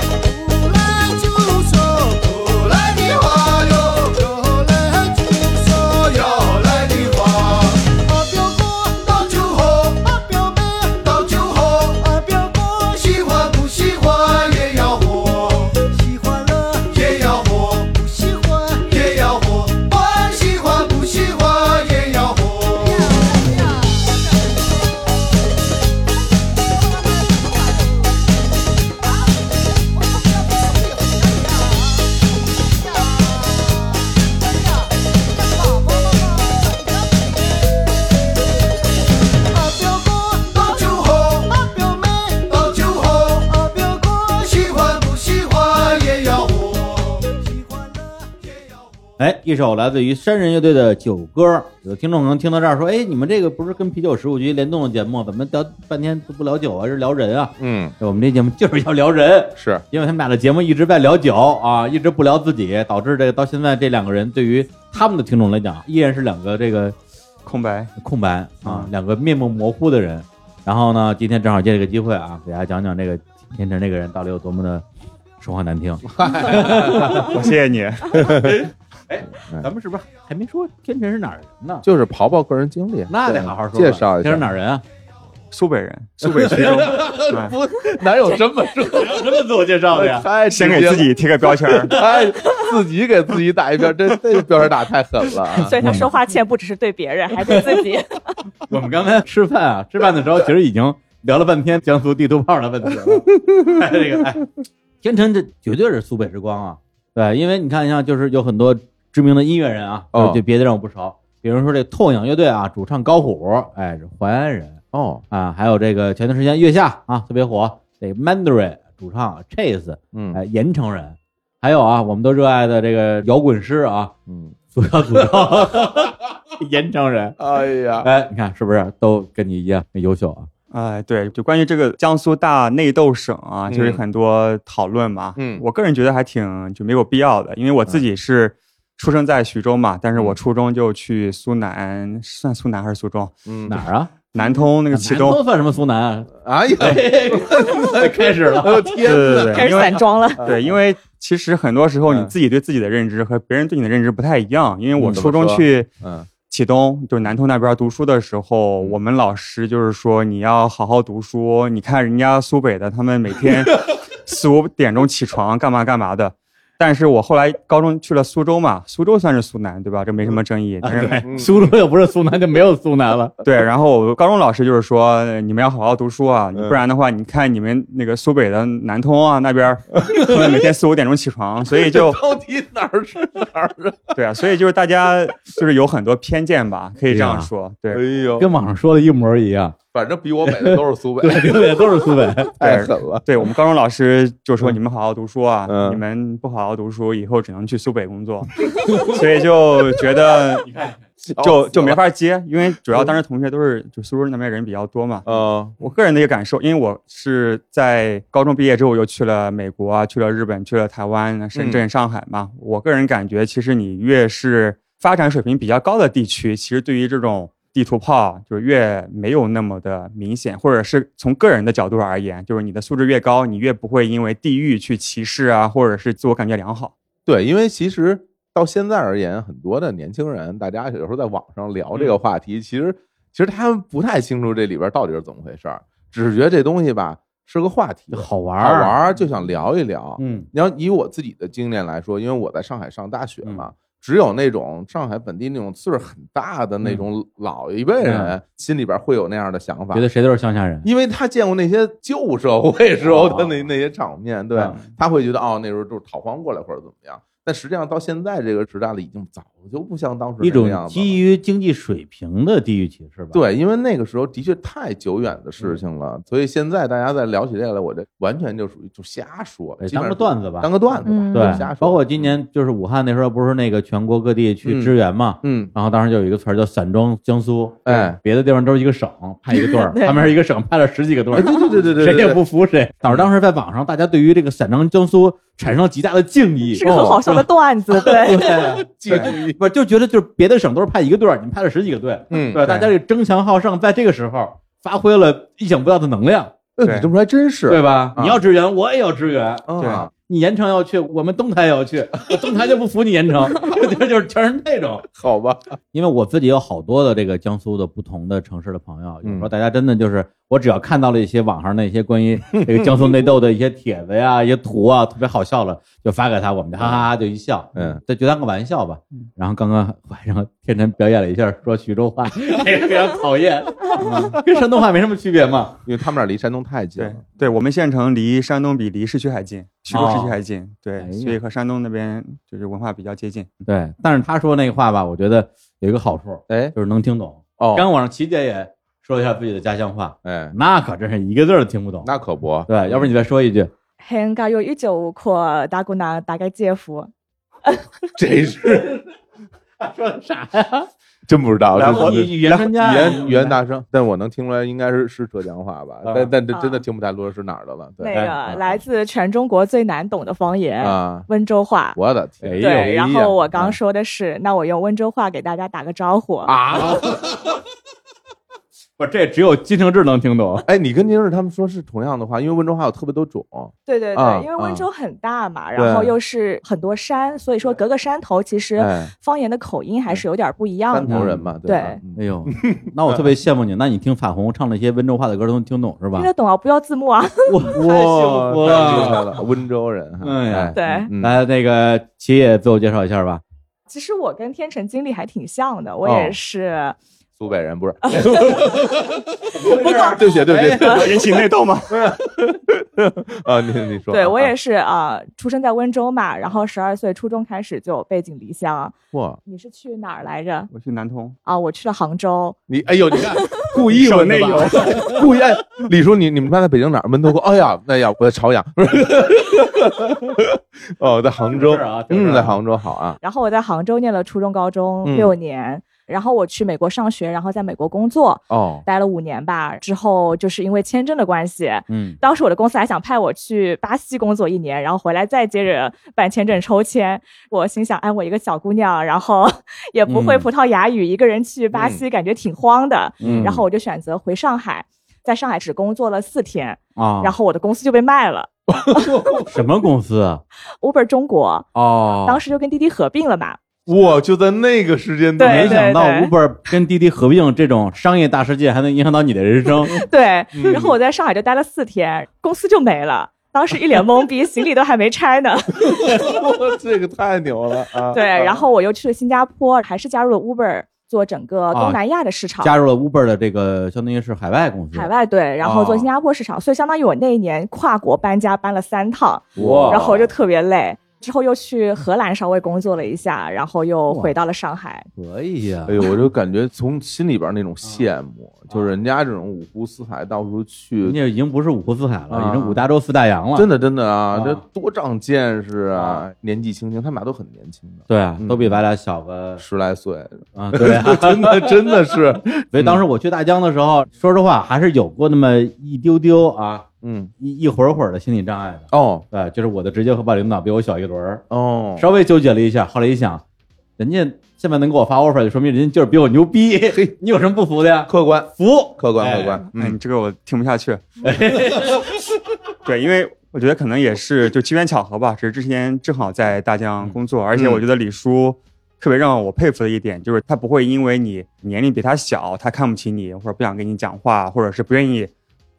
S8: 不来就说
S7: 不来的话哟，
S8: 不来就说
S7: 要来的话。
S8: 啊，表哥
S7: 倒酒喝，
S8: 啊，表妹
S7: 倒酒喝，
S8: 啊，表哥
S7: 喜欢不喜欢也要喝，
S8: 喜欢了
S7: 也要喝，
S8: 不喜欢
S7: 也要喝，管喜欢不喜欢也要喝。
S8: 啊，表哥
S7: 倒酒喝，
S8: 啊，表妹
S7: 倒酒喝，
S8: 啊，表哥
S7: 喜欢不喜欢也要喝。
S8: 喜欢了
S1: 哎，一首来自于山人乐队的《酒歌》，有听众可能听到这儿说：“哎，你们这个不是跟啤酒十五局联动的节目，怎么聊半天都不聊酒啊？是聊人啊
S2: 嗯，？”
S1: 我们这节目就是要聊人，
S2: 是
S1: 因为他们俩的节目一直在聊酒啊，一直不聊自己，导致这个到现在这两个人对于他们的听众来讲，依然是两个这个
S3: 空白。
S1: 空白啊，两个面目模糊的人。然后呢，今天正好借这个机会啊，给大家讲讲这个天成这个人到底有多么的说话难听。
S3: 我谢谢你。
S1: 咱们是不是还没说天成是哪儿人呢？
S2: 就是刨刨个人经历，
S1: 那得好好说吧。
S2: 介绍一
S1: 天
S2: 下
S1: 成 哪儿人啊？
S3: 苏北人，苏北区 中。对，
S1: 哎
S2: 哪有这么 说？
S1: 什么自我介绍的呀？
S2: 太直
S3: 先
S2: 接
S3: 给
S2: 了。
S3: 自己贴个标签儿
S2: 太自己给自己打一标，这这标准打太狠了 啊。
S4: 所以他说话欠不只是对别人，还对 自己。
S1: 我们刚才吃饭啊，吃饭的时候其实已经聊了半天江苏地图炮的问题了。 哎，这个哎，天成这绝对是苏北之光啊！对，因为你看，像就是有很多知名的音乐人啊，
S2: 哦
S1: 就别的人我不熟，比如说这痛仰乐队啊，主唱高虎，哎，是淮安人
S2: 哦，
S1: 啊，还有这个前段时间月下啊特别火，这 Mandarin 主唱 Chase，
S2: 嗯
S1: 哎，盐城人，还有啊，我们都热爱的这个摇滚师啊，
S2: 嗯，
S1: 祖高祖 高，盐城人。
S2: 哎呀，
S1: 哎，你看是不是都跟你一样优秀啊？
S3: 哎，对，就关于这个江苏大内斗省啊，就是
S2: 嗯
S3: 很多讨论嘛。
S2: 嗯
S3: 我个人觉得还挺就没有必要的，因为我自己是出生在徐州嘛，但是我初中就去苏南，算苏南还是苏中？
S2: 嗯，
S1: 哪儿啊？
S3: 南通那个祁
S1: 南
S3: 东。
S1: 通算什么苏南啊？
S2: 哎呀，
S1: 开始了，
S2: 哎呦天
S3: 对
S2: 哪，
S3: 对对，
S4: 开始
S3: 因为
S4: 散装了，
S3: 对，因为其实很多时候你
S2: 呃嗯
S3: 自己对自己的认知和别人对你的认知不太一样。因为我
S2: 嗯怎
S3: 初
S2: 么
S3: 中
S2: 说
S3: 去
S2: 嗯
S3: 启东，就是南通那边读书的时候，我们老师就是说你要好好读书。你看人家苏北的，他们每 天四五点钟起床，干嘛干嘛的。但是我后来高中去了苏州嘛，苏州算是苏南对吧？这没什么争议。但是
S2: 嗯哦
S1: 苏州又不是苏南，就没有苏南了。
S3: 对，然后我高中老师就是说，呃你们要好好读书啊，你
S2: 嗯
S3: 不然的话，你看你们那个苏北的南通啊那边儿，他们每天四五点钟起床，所以就
S2: 到底哪儿是哪儿啊？
S3: 对啊，所以就是大家就是有很多偏见吧，可以这样说。
S2: 哎
S3: 对，
S2: 呦，
S1: 跟网上说的一模一 样，
S2: 反正比我美的都是苏北，
S1: 对对，都是苏北。
S2: 太狠了。
S3: 对我们高中老师就说你们好好读书啊，
S2: 嗯
S3: 你们不好好读书，以后只能去苏北工作， 所以就觉得就就没法接，因为主要当时同学都是就苏州那边人比较多嘛。
S2: 嗯
S3: 我个人的一个感受，因为我是在高中毕业之后，我又去了美国啊，去了日本，去了台湾、
S1: 嗯
S3: 深圳、上海嘛。我个人感觉，其实你越是发展水平比较高的地区，其实对于这种地图炮啊就是越没有那么的明显，或者是从个人的角度而言，就是你的素质越高，你越不会因为地域去歧视啊，或者是自我感觉良好。
S2: 对，因为其实到现在而言，很多的年轻人，大家有时候在网上聊这
S1: 嗯
S2: 个话题，其实其实他们不太清楚这里边到底是怎么回事儿，只是觉得这东西吧是个话题，
S1: 好玩
S2: 好
S1: 儿啊
S2: 玩啊儿就想聊一聊。
S1: 嗯嗯
S2: 你要以我自己的经验来说，因为我在上海上大学嘛，只有那种上海本地那种岁数很大的
S1: 嗯
S2: 那种老一辈人，心里边会有那样的想法
S1: 觉，得谁都是乡下人，
S2: 因为他见过那些旧社会时候
S1: 哦
S2: 的那那些场面，
S1: 嗯
S2: 对，他会觉得哦，那时候就是逃荒过来或者怎么样。但实际上到现在这个时代了，已经早就不像当时
S1: 一
S2: 那个
S1: 种
S2: 样子了
S1: 基于经济水平的地域歧视吧。，
S2: 对，因为那个时候的确太久远的
S1: 嗯
S2: 事情了，所以现在大家在聊起这个来，我这完全就属于就瞎说，基
S1: 哎
S2: 本
S1: 当
S2: 上
S1: 个段子吧
S2: 当。个段子吧，
S4: 嗯
S2: 就
S1: 对
S2: 瞎说。，
S1: 包括今年就是武汉那时候不是那个全国各地去支援嘛，
S2: 嗯，
S1: 然后当时就有一个词儿叫“散装江苏”，
S2: 哎，
S1: 别的地方都是一个省派一个 队儿，
S4: 对
S1: 他们是一个省派了十几个队
S2: 哎
S1: 儿，
S2: 对对对对对，对
S1: 谁也不服谁，导致当时在网上大家对于这个“散装江苏”产生了极大的敬意
S4: 是。个很好笑的段子， 对，
S1: 对，
S2: 对
S1: 不就觉得就是别的省都是派一个队儿，你们派了十几个队，
S2: 嗯，
S1: 对，大家这个争强好胜，在这个时候发挥了意想不到的能量，
S2: 哎你这么说还真是，
S1: 对吧？
S2: 啊
S1: 你要支援，我也要支援。
S2: 啊，
S1: 你盐城要去，我们东台也要去，我东台就不服你盐城， 就就是全是那种。
S2: 好吧，
S1: 因为我自己有好多的这个江苏的不同的城市的朋友，有时候
S2: 嗯
S1: 大家真的就是，我只要看到了一些网上那些关于这个江苏内斗的一些帖子呀、一些图啊，特别好笑了，就发给他，我们就哈哈哈就一笑，
S2: 嗯，
S1: 这就当个玩笑吧。然后刚刚晚上天辰表演了一下说徐州话， 这个非常讨 厌，跟山东话没什么区别嘛。
S2: 因为他们俩离山东太近
S3: 对
S2: 了，
S3: 对，我们县城离山东比离市区还近，徐州市区
S1: 哦
S3: 还近，对，
S1: 哎呀
S3: 所以和山东那边就是文化比较 接近。
S1: 对，但是他说那个话吧，我觉得有一个好处，
S2: 哎，
S1: 就是能听懂。
S2: 哦，
S1: 刚网上琪姐也说一下自己的家乡话，
S2: 哎，
S1: 那可真是一个字儿都听不懂。
S2: 那可不，
S1: 对，要不然你再说一句，
S4: 很高有一九可打工那大概姐夫，
S2: 这是
S1: 说的啥呀？
S2: 真不知道，
S1: 然
S2: 这
S1: 后
S2: 这
S1: 语言专家，
S2: 语言语言大声，但我能听出来应该是是浙江话吧，
S1: 啊哎
S2: 但但这真的
S4: 啊
S2: 听不太出来是哪儿的了。
S4: 那
S2: 对哎
S4: 个来自全中国最难懂的方言
S2: 啊，
S4: 温州话。
S2: 我的天
S1: 哎呦
S4: 对，然后我刚
S2: 嗯
S4: 说的是，那我用温州话给大家打个招呼。
S2: 啊！
S1: 不是，这只有金承志能听 懂。
S2: 哎，你跟宁日他们说是同样的话，因为温州话有特别多种。
S4: 对对
S2: 啊
S4: 对，因为
S2: 啊
S4: 温州很大嘛，然后
S2: 对
S4: 又是很多山，所以说隔个山头，其实
S2: 哎，
S4: 方言的口音还是有点不一
S2: 山
S4: 样
S2: 头
S4: 的。
S2: 人嘛，吧
S4: 对？
S2: 嗯
S1: 哎呦， 那我特别羡慕你。那你听法红唱那些温州话的歌都能听懂是吧
S4: 听？得懂啊，不要字幕啊。
S1: 哇，太幸福
S2: 太厉害
S1: 了！
S2: 了，温州人哈。
S1: 哎呀
S2: 哎
S4: 对
S2: 嗯
S1: 来，那个琪也自我介绍一下吧。
S4: 其实我跟天成经历还挺像的，我
S2: 哦
S4: 也是，
S2: 苏北 人不是？
S4: 不过
S2: 对不起，对不
S1: 哎
S2: 起
S3: 引起内斗吗？
S2: 啊，你你说，
S4: 对我也
S2: 是
S4: 是啊、呃出生在温州嘛，然后十二岁初中开始就背井离乡。
S2: 哇，
S4: 你是去哪儿来着？
S3: 我去南通，
S4: 啊，我去了杭州，
S2: 你哎呦，你 看故意问的吧？ 故意哎，李叔，你你们家在北京哪儿？门头沟？哎呀，哎呀，我在朝阳， 不是？哦，在杭州
S1: 这儿啊这儿啊
S2: 嗯，在杭州好啊，
S4: 然后我在杭州念了初中、高
S2: 嗯
S4: 中六年，然后我去美国上学，然后在美国工作，
S2: 哦，
S4: 待了五年吧。之后就是因为签证的关系，
S1: 嗯，
S4: 当时我的公司还想派我去巴西工作一年，然后回来再接着办签证抽签。我心想，哎，我一个小姑娘，然后也不会
S1: 嗯
S4: 葡萄牙语，一个人去巴西感觉挺慌的。
S1: 嗯
S4: 然后我就选择回上海，在上海只工作了四天，
S1: 啊，
S4: 然后我的公司就被卖了
S1: 什么公司啊？
S4: ，Uber 中国，
S1: 哦
S4: 当，时就跟滴滴合并了嘛。
S2: 哇，就在那个时间段，
S4: 对
S1: 没想到
S4: 对
S1: Uber 跟滴滴合并这种商业大事件，还能影响到你的人生。
S4: 对，
S1: 嗯
S4: 然后我在上海就待了四天，公司就没了。当时一脸懵逼，行李都还没 拆呢。
S2: 哇这个太牛了啊！
S4: 对，
S2: 啊
S4: 然后我又去了新加坡，还是加入了 Uber，做整个
S1: 啊
S4: 东南亚的市场。
S1: 加入了 Uber 的这个，相当于是海外公司。
S4: 海外队，然后
S2: 哦
S4: 做新加坡市场，所以相当于我那一年跨国搬家搬了三趟，
S2: 哦
S1: 哇
S4: 然后我就特别累。之后又去荷兰稍微工作了一下，然后又回到了上海。
S1: 可以呀
S2: 哎，呦，我就感觉从心里边
S4: 嗯
S2: 那种羡慕，就是人家这种五湖四海到处去
S1: 人，家已经不是五湖四海了，
S2: 啊
S1: 已经五大洲四大洋了。
S2: 真的真的啊
S1: 啊，
S4: 嗯
S2: 这多长见识啊！年纪轻轻，他们俩都很年轻的，
S1: 对啊
S2: 嗯，
S1: 都比咱俩小个
S2: 十来岁，
S1: 啊，对啊。
S2: 真的真的是，
S1: 所以当时我去大疆的时候，说实话还是有过那么一丢丢啊，
S2: 嗯，
S1: 一一会儿会儿的心理障碍的。
S2: 哦
S1: 对，就是我的直接汇报领导比我小一轮儿，
S2: 哦，
S1: 稍微纠结了一下，后来一想，人家现在能给我发 offer，就说明人家就是比我牛逼。嘿，你有什么不服的呀？
S2: 客观
S1: 服，
S2: 客观
S1: 哎
S2: 客观，
S3: 哎，
S2: 嗯
S3: 你这个我听不下去。对，因为我觉得可能也是就机缘巧合吧，只是之前正好在大疆工作，而且我觉得李叔特别让我佩服的一点就是他不会因为你年龄比他小，他看不起你，或者不想跟你讲话，或者是不愿意，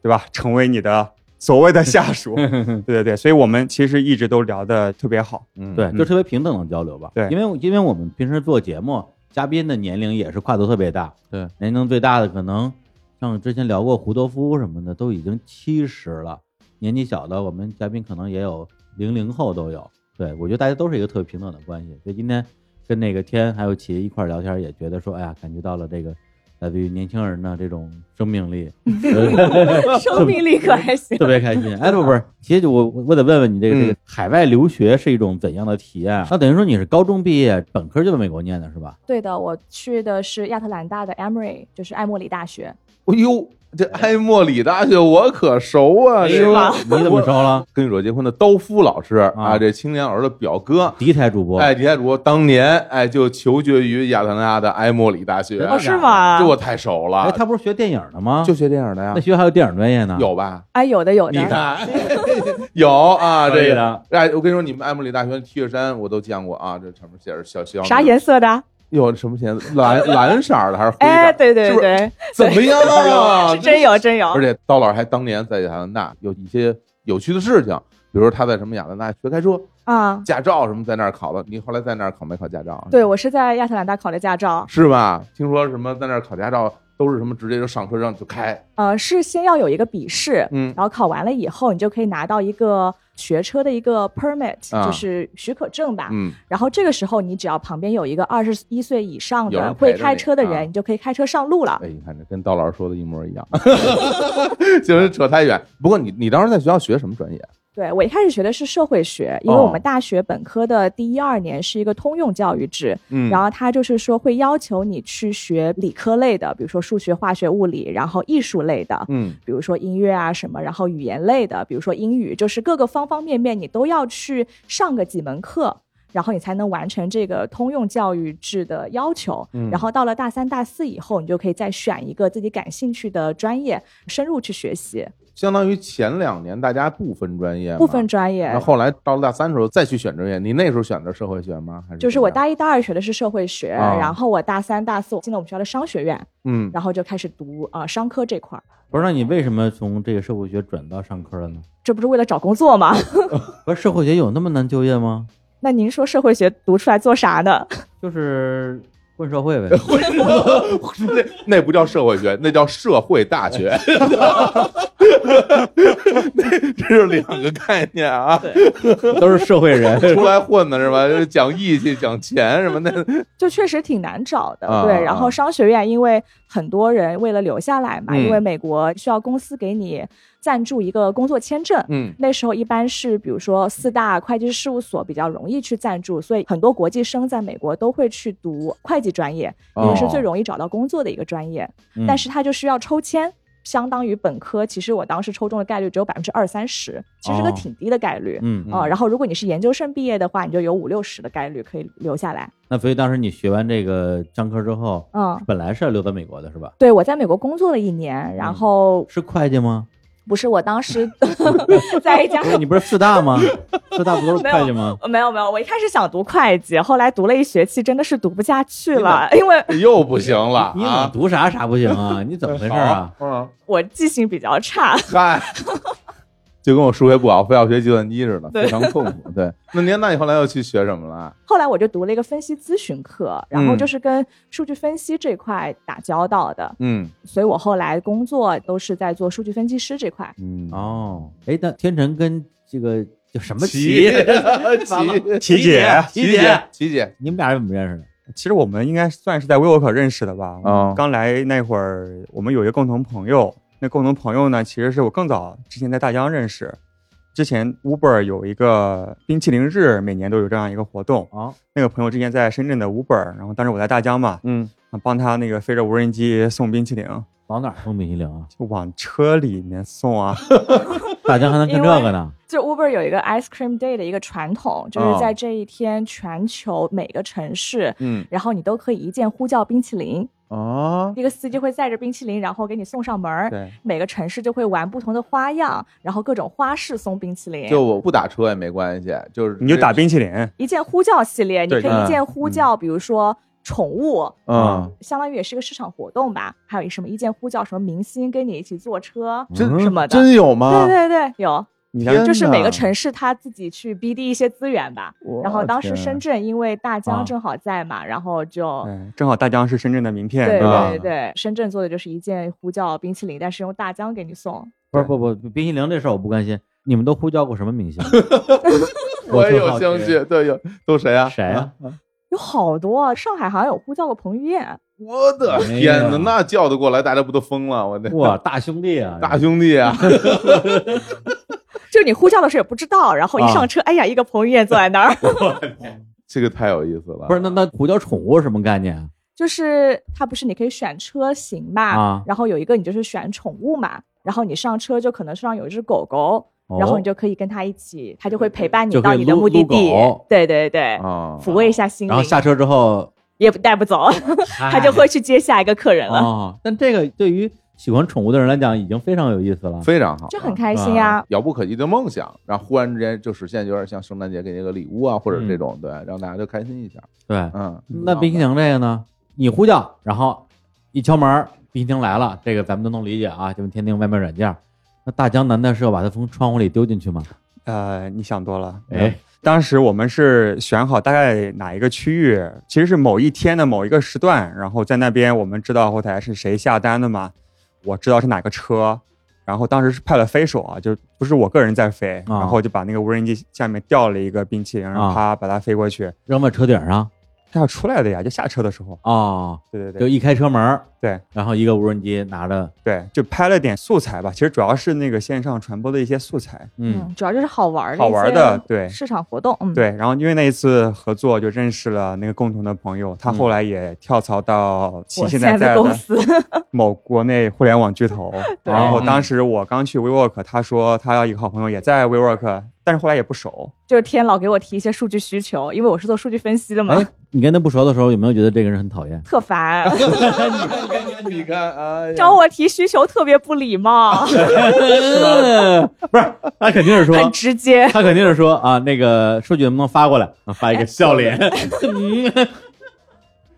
S3: 对吧？成为你的所谓的下 属。对对对，所以我们其实一直都聊得特别好。
S2: 嗯，
S1: 对，
S3: 嗯
S1: 就特别平等的交流吧。
S3: 对
S1: 因为因为我们平时做节目，嘉宾的年龄也是跨度特别大。
S2: 对，
S1: 年龄最大的可能像之前聊过胡德夫什么的，都已经七十了。年纪小的，我们嘉宾可能也有零零后都有。对，我觉得大家都是一个特别平等的关系。所以今天跟那个天还有琪一块儿聊天，也觉得说，哎呀，感觉到了这个来自于年轻人的这种生命 力，
S4: 生命力可还行
S1: 特。别开心。哎，不不是，其实我我我得问问你，这个、
S2: 嗯
S1: 这个海外留学是一种怎样的体验？啊那等于说你是高中毕业，本科就在美国念的是吧？
S4: 对的，我去的是亚特兰大的 Emory，就是艾默里大学。
S2: 哎呦，这埃默里大学我可熟啊！
S1: 哎
S2: 这
S1: 呦
S2: 个，
S1: 你怎么着了？
S2: 跟你说结婚的刀夫老师
S1: 啊
S2: 啊，这青年老师的表哥，
S1: 第一台主播，
S2: 哎，李台主当年哎就求学于亚特兰大的埃默里大学，
S1: 哦
S4: 是啊吗
S2: 这？啊我太熟
S1: 哎，
S2: 了，
S1: 他不是学电影的吗？
S2: 就学这样的呀
S1: 那，学校还有电影专业呢？啊
S2: 有吧？
S4: 哎，有的有
S2: 你
S4: 的，
S2: 看，有啊，
S1: 可以
S2: 这
S1: 的
S2: 个，哎，我跟你说，你们埃默里大学的 T 恤衫我都见过啊，这上面写着小小
S4: 啥？颜色的？
S2: 有什么颜色？蓝蓝色儿的还是灰色？
S4: 哎，对对
S2: 是不是
S4: 对，
S2: 怎么样啊？
S4: 是真有真有
S2: 而。且刀老师还当年在亚特兰大有一些有趣的事情，比如说他在什么亚特兰大学开车，
S4: 啊，
S2: 驾照什么在那儿考了。你后来在那儿考没考驾照？
S4: 对，我是在亚特兰大考的驾照，
S2: 是吧？听说什么在那儿考驾照都是什么直接就上车让就开，
S4: 呃，是先要有一个笔试，
S2: 嗯
S4: 然后考完了以后，你就可以拿到一个学车的一个 permit，、
S2: 啊
S4: 就是许可证吧。
S2: 嗯，
S4: 然后这个时候，你只要旁边有一个二十一岁以上
S2: 有人
S4: 的
S2: 陪着
S4: 会开
S2: 你
S4: 车的人，
S2: 啊
S4: 你就可以开车上路了。
S2: 哎，你看这跟刀老师说的一模一样，就是扯太远。不过你你当时在学校学什么专业？
S4: 对我一开始学的是社会学，因为
S2: 哦
S4: 我们大学本科的第一二年是一个通用教育制，
S2: 嗯
S4: 然后他就是说会要求你去学理科类的，比如说数学、化学、物理，然后艺术类的，
S2: 嗯
S4: 比如说音乐啊什么，然后语言类的，比如说英语，就是各个方方面面你都要去上个几门课，然后你才能完成这个通用教育制的要求。
S2: 嗯
S4: 然后到了大三、大四以后，你就可以再选一个自己感兴趣的专业，深入去学习
S2: 相当于前两年大家不分专业嘛，
S4: 部分专业
S2: 嗯那。后来到了大三的时候再去选专业，你那时候选的社会学吗？还是
S4: 就是我
S2: 怎么样
S4: 大一、大二学的是社会学，
S2: 啊
S4: 然后我大三、大四我进了我们学校的商学院，
S2: 嗯，
S4: 然后就开始读啊、呃商科这块儿。
S1: 不是，那你为什么从这个社会学转到上科了呢？
S4: 这不是为了找工作吗？
S1: 不是社会学有那么难就业吗？
S4: 那您说社会学读出来做啥呢？
S1: 就是混社 会呗。
S2: 那那不叫社会学，那叫社会大学，那这是两个概念啊。
S1: 都是社会人。
S2: 出来混的是吧？就是讲义气、讲钱什么的，
S4: 就确实挺难找的，
S1: 嗯
S2: 啊
S4: 对。然后商学院，因为很多人为了留下来嘛，
S2: 嗯
S4: 因为美国需要公司给你赞助一个工作签证。
S2: 嗯
S4: 那时候一般是，比如说四大会计事务所比较容易去赞助，所以很多国际生在美国都会去读会计专业，
S2: 哦
S4: 因为是最容易找到工作的一个专业。
S1: 嗯
S4: 但是它就需要抽签，相当于本科，其实我当时抽中的概率只有百分之二三十，其实是个
S1: 哦
S4: 挺低的概率。
S1: 嗯，
S4: 哦，然后如果你是研究生毕业的话，你就有五六十的概率可以留下来。
S1: 那所以当时你学完这个商科之后，
S4: 嗯，
S1: 本来是要留在美国的是吧？
S4: 对我在美国工作了一年，然后
S1: 是会计吗？
S4: 不是我当时 在一家
S1: 哎不是，你不是四大 吗？四大不都是会计吗？
S4: 没有没有，我一开始想读会计，后来读了一学期，真的是读不下去了，因为
S2: 又不行了
S1: 你老
S2: 啊！
S1: 读啥啥不行 啊？你怎么回事啊？
S2: 嗯，
S4: 我记性比较差。
S2: 嗨，就跟我数学不好，非要学计算机似的，
S4: 对
S2: 非常痛苦。对，那您那你后来又去学什么了？啊
S4: 后来我就读了一个分析咨询课，然后
S2: 嗯
S4: 就是跟数据分析这块打交道的，
S2: 嗯
S4: 所以我后来工作都是在做数据分析师这块。
S2: 嗯，
S1: 哦，哎，那天辰跟这个叫什么
S2: 琪
S1: 琪？
S2: 琪
S3: 琪姐，
S1: 琪姐，
S2: 琪姐
S1: 你们俩是怎么认识的？
S3: 其实我们应该算是在 WeWork 认识的吧。
S2: 哦
S3: 刚来那会儿，我们有一个共同朋友，那共同朋友呢，其实是我更早之前在大疆认识。之前 Uber 有一个冰淇淋日，每年都有这样一个活动。
S1: 哦，
S3: 那个朋友之前在深圳的 Uber，然后当时我在大疆嘛，
S2: 嗯，
S3: 帮他那个飞着无人机送冰淇淋，
S1: 往哪儿送冰淇淋啊？
S3: 就往车里面送啊。
S1: 大家还能看这个呢？
S4: 就 Uber 有一个 Ice Cream Day 的一个传统，就是在这一天，全球每个城市，
S2: 嗯，
S4: 然后你都可以一键呼叫冰淇淋，
S2: 啊，
S4: 一个司机会载着冰淇淋，然后给你送上门儿。
S3: 对，
S4: 每个城市就会玩不同的花样，然后各种花式送冰淇淋。
S2: 就我不打车也没关系，就是
S3: 你就打冰淇淋。
S4: 一键呼叫系列，你
S3: 对
S4: 可以一键呼叫，比如说。宠物，嗯
S2: 啊，
S4: 相当于也是个市场活动吧。还有一什么一见呼叫什么明星跟你一起坐车
S2: 真
S4: 什么的，
S2: 真有吗？
S4: 对对对，有，
S2: 你
S4: 就是每个城市他自己去 BD 一些资源吧。然后当时深圳因为大
S3: 啊
S4: 疆正好在嘛，然后就。
S3: 对，嗯正好大疆是深圳的名片，
S4: 对
S3: 对吧？
S2: 吧
S4: 对对，深圳做的就是一件呼叫冰淇淋，但是用大疆给你送。
S1: 不是不不，冰淇淋这事儿我不关心。你们都呼叫过什么明 星？
S2: 我也
S1: 特
S2: 有
S1: 好
S2: 兴
S1: 奇
S2: 趣，对，有都谁啊？
S1: 谁啊？
S4: 有好多啊，上海好像有呼叫过彭于晏，
S2: 我的
S1: 哎
S2: 天哪，
S1: 呀
S2: 那叫得过来，大家不都疯了？我的
S1: 哇，大兄弟 啊！
S2: 大兄弟啊！
S4: 就是你呼叫的时候也不知道，然后一
S1: 啊
S4: 上车，哎呀，一个彭于晏坐在 那儿，
S2: 这个太有意思了。
S1: 不是那那呼叫宠物什么概念啊？
S4: 就是它不是你可以选车型嘛，
S1: 啊
S4: 然后有一个你就是选宠物嘛，然后你上车就可能车上有一只狗狗，
S1: 哦
S4: 然后你就可以跟它一起，它就会陪伴你
S1: 就可
S4: 到
S1: 以
S4: 你的
S1: 撸
S4: 目的
S1: 撸
S4: 地
S1: 狗。哦
S4: 对对对，
S2: 啊，
S4: 抚慰一下心灵，
S1: 然后下车之后，
S4: 也不带不 走，它
S1: 他
S4: 就会去接下一个客人了，
S1: 哦。但这个对于喜欢宠物的人来讲，已经非常有意思了。
S2: 非常好，啊
S4: 就很开心呀、
S2: 遥不可及的梦想，然后忽然之间就实现，有点像圣诞节给你个礼物啊，或者这种，对，让大家就开心一下。
S1: 对，
S2: 嗯，
S1: 那冰淇淋这个呢？你呼叫，然后一敲门，冰淇淋来了，这个咱们都能理解啊，就是天津外卖软件。那大江难道是要把它从窗户里丢进去吗？
S3: 呃，你想多了。
S1: 哎，
S3: 当时我们是选好大概哪一个区域，其实是某一天的某一个时段，然后在那边我们知道后台是谁下单的嘛，我知道是哪个车，然后当时是派了飞手啊，就不是我个人在飞，
S1: 啊
S3: 然后就把那个无人机下面吊了一个冰淇淋，然后
S1: 啊
S3: 啪把它飞过去，
S1: 扔在车顶上
S3: 它要出来的呀，就下车的时候，
S1: 哦，
S3: 对对对，
S1: 就一开车门，
S3: 对，
S1: 然后一个无人机拿着，
S3: 对，就拍了点素材吧。其实主要是那个线上传播的一些素材。
S1: 嗯，
S4: 主要就是好玩儿的
S3: 好
S4: 一
S3: 玩
S4: 些
S3: 的对
S4: 市场活动，嗯，
S3: 对，然后因为那一次合作，就认识了那个共同的朋友，他后来也跳槽到其
S4: 我
S3: 现
S4: 现
S3: 在在
S4: 的公
S3: 的
S4: 司，
S3: 某国内互联网巨头。
S4: 对
S3: 然后当时我刚去 WeWork，他说他要一个好朋友也在 WeWork，但是后来也不熟。
S4: 就是天老给我提一些数据需求，因为我是做数据分析的嘛，
S1: 哎，你跟他不熟的时候，有没有觉得这个人很讨厌？
S4: 特烦。
S2: 你看，哎呀，
S4: 找我提需求特别不礼貌，
S1: 不是，他肯定是说，
S4: 很 直 接。
S1: 他肯定是说啊，那个数据能不能发过来？啊发一个笑脸，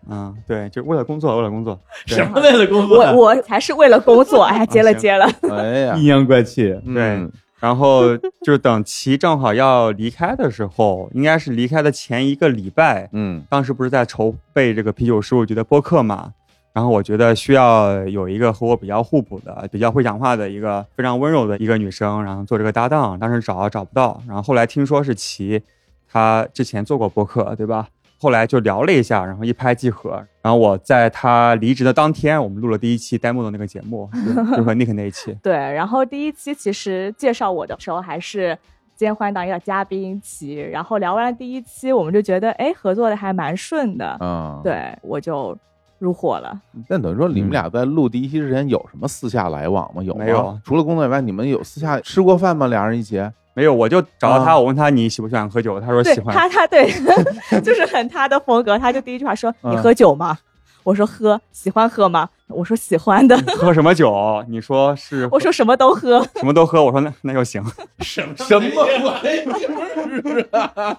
S3: 嗯，对，就为了工作，为了工作。
S1: 什么类的工作
S4: 我
S1: 呀？
S4: 我才是为了工作，哎，接了接了，
S2: 哎呀，
S1: 阴阳怪气，
S3: 对
S2: 嗯，
S3: 然后就等齐正好要离开的时候，应该是离开的前一个礼拜，
S2: 嗯，
S3: 当时不是在筹备这个啤酒十五局的播客嘛，然后我觉得需要有一个和我比较互补的、比较会讲话的一个非常温柔的一个女生，然后做这个搭档。当时找啊找不到，然后后来听说是齐，她之前做过播客，对吧？后来就聊了一下，然后一拍即合。然后我在她离职的当天，我们录了第一期 demo 的那个节目，就就和 Nick 那一期。
S4: 对。然后第一期其实介绍我的时候还是。今天欢迎到一个嘉宾齐，然后聊完了第一期，我们就觉得哎，合作的还蛮顺的，
S2: 啊，。
S4: 对我就入伙了。
S2: 但等于说，你们俩在录第一期之前有什么私下来往吗？有吗
S3: 没有
S2: 除了工作以外，你们有私下吃过饭吗？俩人一起？
S3: 没有，我就找到她，
S2: 啊
S3: 我问她你喜不喜欢喝酒，她说
S4: 哦对
S3: 喜欢。
S4: 他，他对， 就是很他的风格。他就第一句话说：“
S2: 嗯
S4: 你喝酒吗？”我说：“喝。”喜欢喝吗？我说：“喜欢的。
S3: 喝什么酒？你说是？
S4: 我说：“什么都喝。
S3: 什么都喝。我说那那就行。
S2: 什么玩意儿？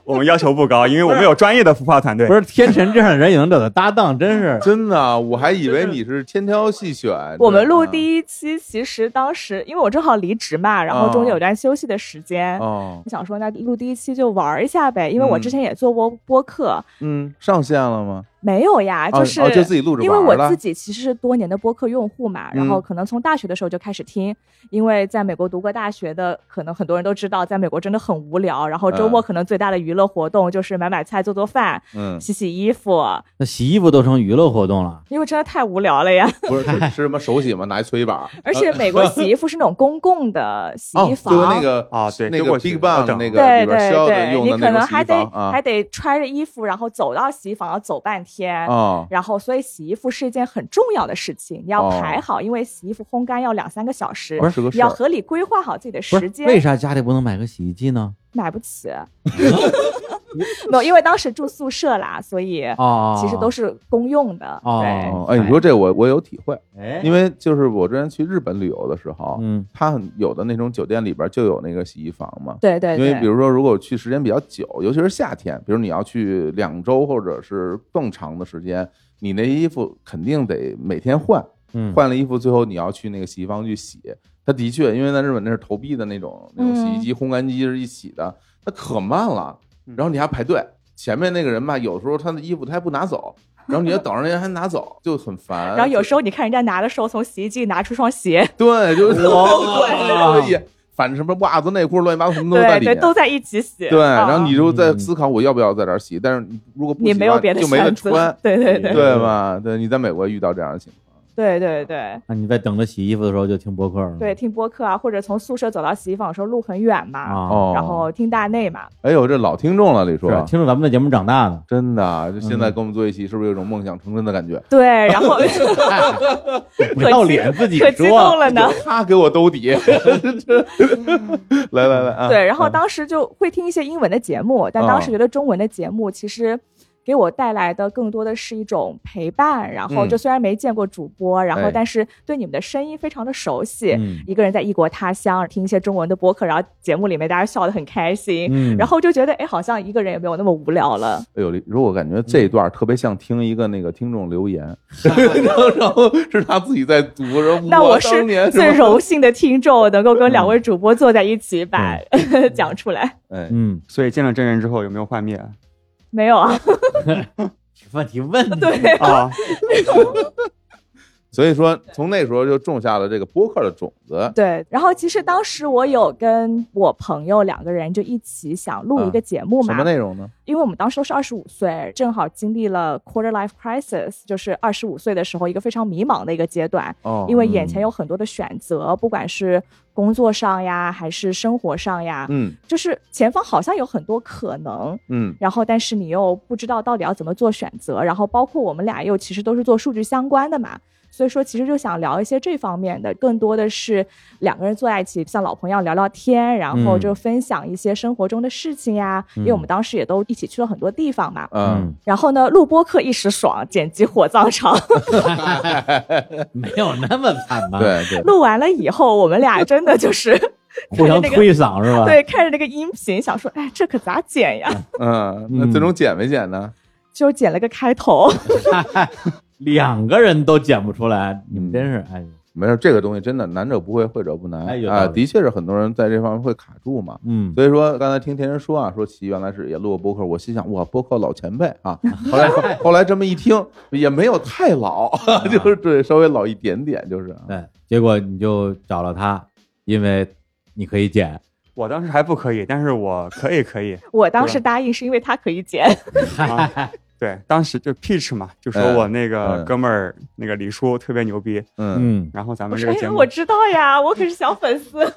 S3: 我们要求不高，因为我们有专业的孵化团队。
S1: 不是天神这样的人也能找到搭档，真是
S2: 真的啊，我还以为你是千挑细选。
S4: 我们录
S2: 一
S4: 第一期，其实当时因为我正好离职嘛，然后中间有段休息的时间，
S2: 哦，
S4: 我想说那录第一期就玩一下呗，因为我之前也做过播客，
S2: 嗯，上线了吗？
S4: 没有呀，
S2: 啊
S4: 哎是、
S2: 哦就自己录着
S4: 因为
S2: 玩
S4: 我
S2: 了 嗯
S4: 自己其实是多年的播客用户嘛，然后可能从大学的时候就开始听，因为在美国读过大学的，可能很多人都知道，在美国真的很无聊，然后周
S2: 嗯
S4: 末可能最大的娱乐活动就是买买菜、做做饭、
S2: 嗯，
S4: 洗洗衣服，
S1: 那洗衣服都成娱乐活动了。
S4: 因为真的太无聊了呀。
S2: 不是是 是什么手洗吗？拿一搓衣板儿。
S4: 而且美国洗衣服是那种公共的洗
S2: 哦，
S4: 衣
S2: 就
S4: 房，
S2: 跟那个
S3: 啊对
S2: 那
S3: 丢
S2: 个
S3: 过去
S2: Big
S3: 我
S2: Bang
S3: 懂
S2: 那个
S4: 对
S2: 里边
S4: 对
S2: 需要的
S4: 对，
S2: 用的
S4: 你可
S2: 那
S4: 能
S2: 种洗
S4: 还
S2: 衣
S4: 得、
S2: 房啊
S4: 还得揣着衣服，然后走到洗衣房要走半天。
S2: 啊，
S4: 然后，所以洗衣服是一件很重要的事情，你要排好，因为洗衣服烘干要两三个小时，
S2: 哦不是是个
S4: 你
S2: 事
S4: 要
S2: 儿。
S4: 合理规划好自己的
S1: 不
S4: 时
S1: 是
S4: 间。
S1: 为啥家里不能买个洗衣机呢？
S4: 买不起？没有，因为当时住宿舍啦，所以
S1: 哦，
S4: 其实都是公用的。
S1: 哦
S4: 对，
S2: 哦，哎，你说这我我有体会，
S1: 哎，
S2: 因为就是我之前去日本旅游的时候，
S1: 嗯
S2: 它很有的那种酒店里边就有那个洗衣房嘛。
S4: 对对
S2: 因为比
S4: 对，
S2: 如说，如果去时间比较久，尤其是夏天，比如你要去两周或者是更长的时间，你那衣服肯定得每天换，
S1: 嗯
S2: 换了衣服最后你要去那个洗衣房去洗。它的确，因为在日本那是投币的那种
S4: 嗯
S2: 那种洗衣机、烘干机是一起的，它可慢了，然后你还排队。前面那个人吧，有时候他的衣服他还不拿走，然后你要等着人家还拿走， 就很烦。
S4: 然后有时候你看人家拿的时候，从洗衣机拿出 双鞋，
S2: 对，就是
S1: 哇
S2: 对，反正什么袜子、内裤、乱七八糟什么都在
S4: 对
S2: 里
S4: 对，
S2: 面。
S4: 都在一起洗。
S2: 对，然后
S4: 嗯
S2: 你就在思考我要不要在这儿洗，但是你如果不
S4: 你
S2: 洗
S4: 没
S2: 吧
S4: 有别的
S2: 就没得
S4: 选择
S2: 穿，嗯
S4: 对对对
S2: 对吧？对，你在美国遇到这样的情况，
S4: 对对对
S1: 那你在等着洗衣服的时候就听播客了，
S4: 对，听播客啊，或者从宿舍走到洗衣房的时候路很远嘛，
S1: 啊，
S2: 哦，
S4: 然后听大内嘛，
S2: 哎呦，这老听众了，李叔，
S1: 是听嗯着咱们的节目长大 的，
S2: 真的，就啊现在跟我们坐一起，是不是有种梦想成真的感觉？
S4: 对，然后
S1: 不要哎脸自己
S4: 可激动
S1: 说，啊
S4: 了呢。
S2: 他给我兜 底，这来来来啊！
S4: 对，然后
S1: 嗯
S4: 当时就会听一些英文的节目，但当
S1: 哦
S4: 时觉得中文的节目其实给我带来的更多的是一种陪伴。然后
S2: 嗯
S4: 就虽然没见过主播，然后
S2: 哎
S4: 但是对你们的声音非常的熟悉。
S1: 嗯
S4: 一个人在异国他乡听一些中文的播客，然后节目里面大家笑得很开心，
S1: 嗯，
S4: 然后就觉得哎，好像一个人也没有那么无聊了。
S2: 哎呦，如果我感觉这一段特别像听一个那个听众留 言，然后然后是他自己在读，然后
S4: 那
S2: 我
S4: 我
S2: 当年
S4: 是
S2: 什么
S4: 最荣幸的听众，能够跟两位主播坐在一起，把
S2: 嗯
S4: 讲出来。
S2: 哎，
S1: 嗯，
S3: 所以见了真人之后有没有幻灭
S4: 没 有啊，
S1: 问题问题，
S4: 对
S3: 啊？
S2: 所以说从那时候就种下了这个播客的种子。
S4: 对，然后其实当时我有跟我朋友两个人就一起想录一个节目
S2: 嗯什
S4: 嘛，
S2: 么内容呢？
S4: 因为我们当时都是二十五岁，正好经历了 quarter life crisis，就是二十五岁的时候一个非常迷茫的一个阶段，
S2: 哦，
S4: 因为眼前有很多的选择，不管是工作上呀，还是生活上呀，
S2: 嗯
S4: 就是前方好像有很多可能，
S2: 嗯
S4: 然后但是你又不知道到底要怎么做选择，然后包括我们俩又其实都是做数据相关的嘛，所以说其实就想聊一些这方面的，更多的是两个人坐在一起像老朋友聊聊天，然后就分享一些生活中的事情呀，因为我们当时也都一起去了很多地方嘛。
S2: 嗯，
S4: 然后呢，录播课一时爽，剪辑火葬场。
S1: 没有那么惨吧？，
S2: 对对，
S4: 录完了以后，我们俩真的就是
S1: 互相推搡是吧？，
S4: 对看着那个音频，想说，哎，这可咋剪呀？啊
S2: 嗯，那最终剪没剪呢？
S4: 就剪了个开头。
S1: 两个人都剪不出来，你们真是哎，
S2: 没事，这个东西真的难者不会，会者不难
S1: 哎有道
S2: 啊，
S1: 理
S2: 的确是很多人在这方面会卡住嘛。
S1: 嗯，
S2: 所以说，刚才听天人说啊，说齐原来是也录过播客，我心想哇，播客老前辈 啊。后来后来这么一听，也没有太老， 就是对，稍微老一点点，就是啊
S1: 啊对，结果你就找了他，因为你可以剪，
S3: 我当时还不可以，但是我可以可以。
S4: 我当时答应是因为他可以剪，
S3: 啊、对，当时就 Peach 嘛，就说
S2: 嗯
S3: 我那个
S2: 嗯
S3: 哥们儿、那个李叔特别牛逼，
S2: 嗯
S1: 嗯，
S3: 然后咱
S4: 我
S3: 们这
S4: 说
S3: 个
S4: 哎
S3: 节
S4: 呀，
S3: 目，
S4: 我知道呀， 我可是小粉丝。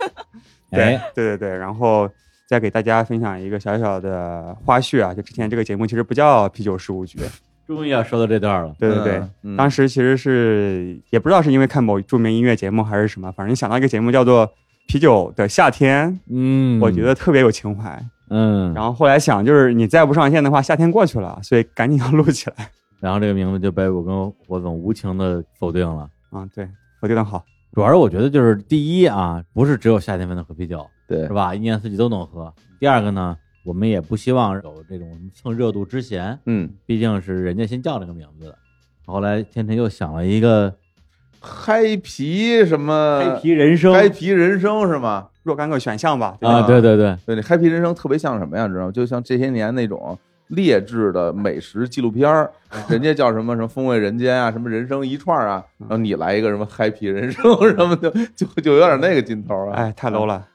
S3: 对
S1: 哎，
S3: 对对对，然后再给大家分享一个小小的花絮啊，就之前这个节目其实不叫啤酒事务局，
S1: 终于要说到这段了，
S3: 对对对。
S2: 嗯，
S3: 当
S2: 时
S3: 时其实是也不知道是因为看某著名音乐节目还是什么，反正想到一个节目叫做《啤酒的夏天》，
S1: 嗯，
S3: 我觉得，特别有情怀。
S1: 嗯，
S3: 然后后来想，就是你再不上线的话，夏天过去了，所以赶紧要录起来
S1: 然后这个名字就被我跟火总无情的否定了。
S3: 啊！对，我觉得好，
S1: 主要是我觉得就是第一啊，不是只有夏天才能喝啤酒，
S2: 对
S1: 是吧？一年四季都能喝。第二个呢，我们也不希望有这种蹭热度之嫌，
S2: 嗯，
S1: 毕竟是人家先叫这个名字的。后来天辰又想了一个
S2: 嗨皮什么
S1: 开皮人生
S2: 嗨皮人生是吗？
S3: 若干个选项吧。对吧
S1: 啊，对对对，
S2: 对，那《嗨皮人生》特别像什么呀？知道吗？就像这些年那种劣质的美食纪录 片儿，人家叫什么什么风味人间啊，什么人生一串儿啊，
S1: 嗯
S2: 然后你来一个什么嗨皮人生什么的，就就有点那个劲头啊。
S3: 哎，太 low 了。
S1: 啊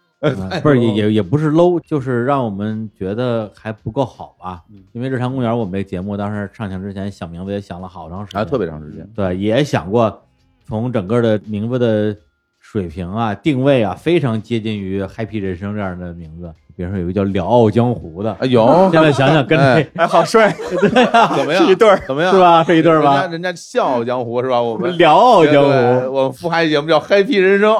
S1: 不是也也也不是 low，就是让我们觉得还不够好吧？因为日常公园我们这节目当时上线之前想名字也想了好长时间，
S2: 啊，特别长时间。
S1: 对，也想过从整个的名字的水平啊、定位啊，非常接近于《Happy 人生》这样的名字。比如说有一个叫《聊傲江湖》的
S2: 啊，，有
S1: 现在想想跟这啊
S2: 哎
S3: 哎，好帅，
S2: 怎么样？
S3: 是一对儿
S2: 怎么样？
S1: 是？吧？是一对儿
S2: 人家
S1: 吧？
S2: 人家笑傲江湖是吧？我们
S1: 聊傲
S2: 对
S1: 江
S2: 对
S1: 湖，
S2: 我们复拍节目叫《嗨皮人生》，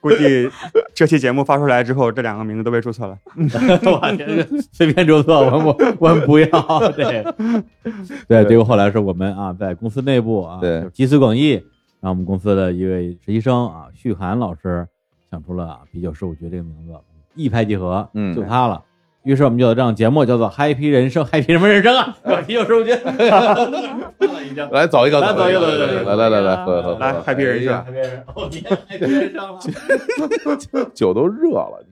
S3: 估计这期节目发出来之后，这两个名字都被注册了。
S1: 我天，随便注册，我我我们不要对 对，结果后来是我们啊，在公司内部啊，
S2: 对
S1: 就集思广益，让我们公司的一位实习生啊，旭涵老师想出了啊“啤酒十五局”这个名字，一拍即合，
S2: 嗯
S1: 就他了。于是我们就有这档节目叫做《嗨皮人生》，嗨皮什么人生啊？对吧啤酒十五局，已经。
S2: 来走一个，
S1: 来
S2: 走
S1: 走一个
S2: 个，
S1: 走一个
S2: 来来来来，喝喝喝
S3: 来嗨皮人生
S2: 哎呀
S1: 嗨皮人，哦，你嗨皮人生了。啊
S2: 酒都热了，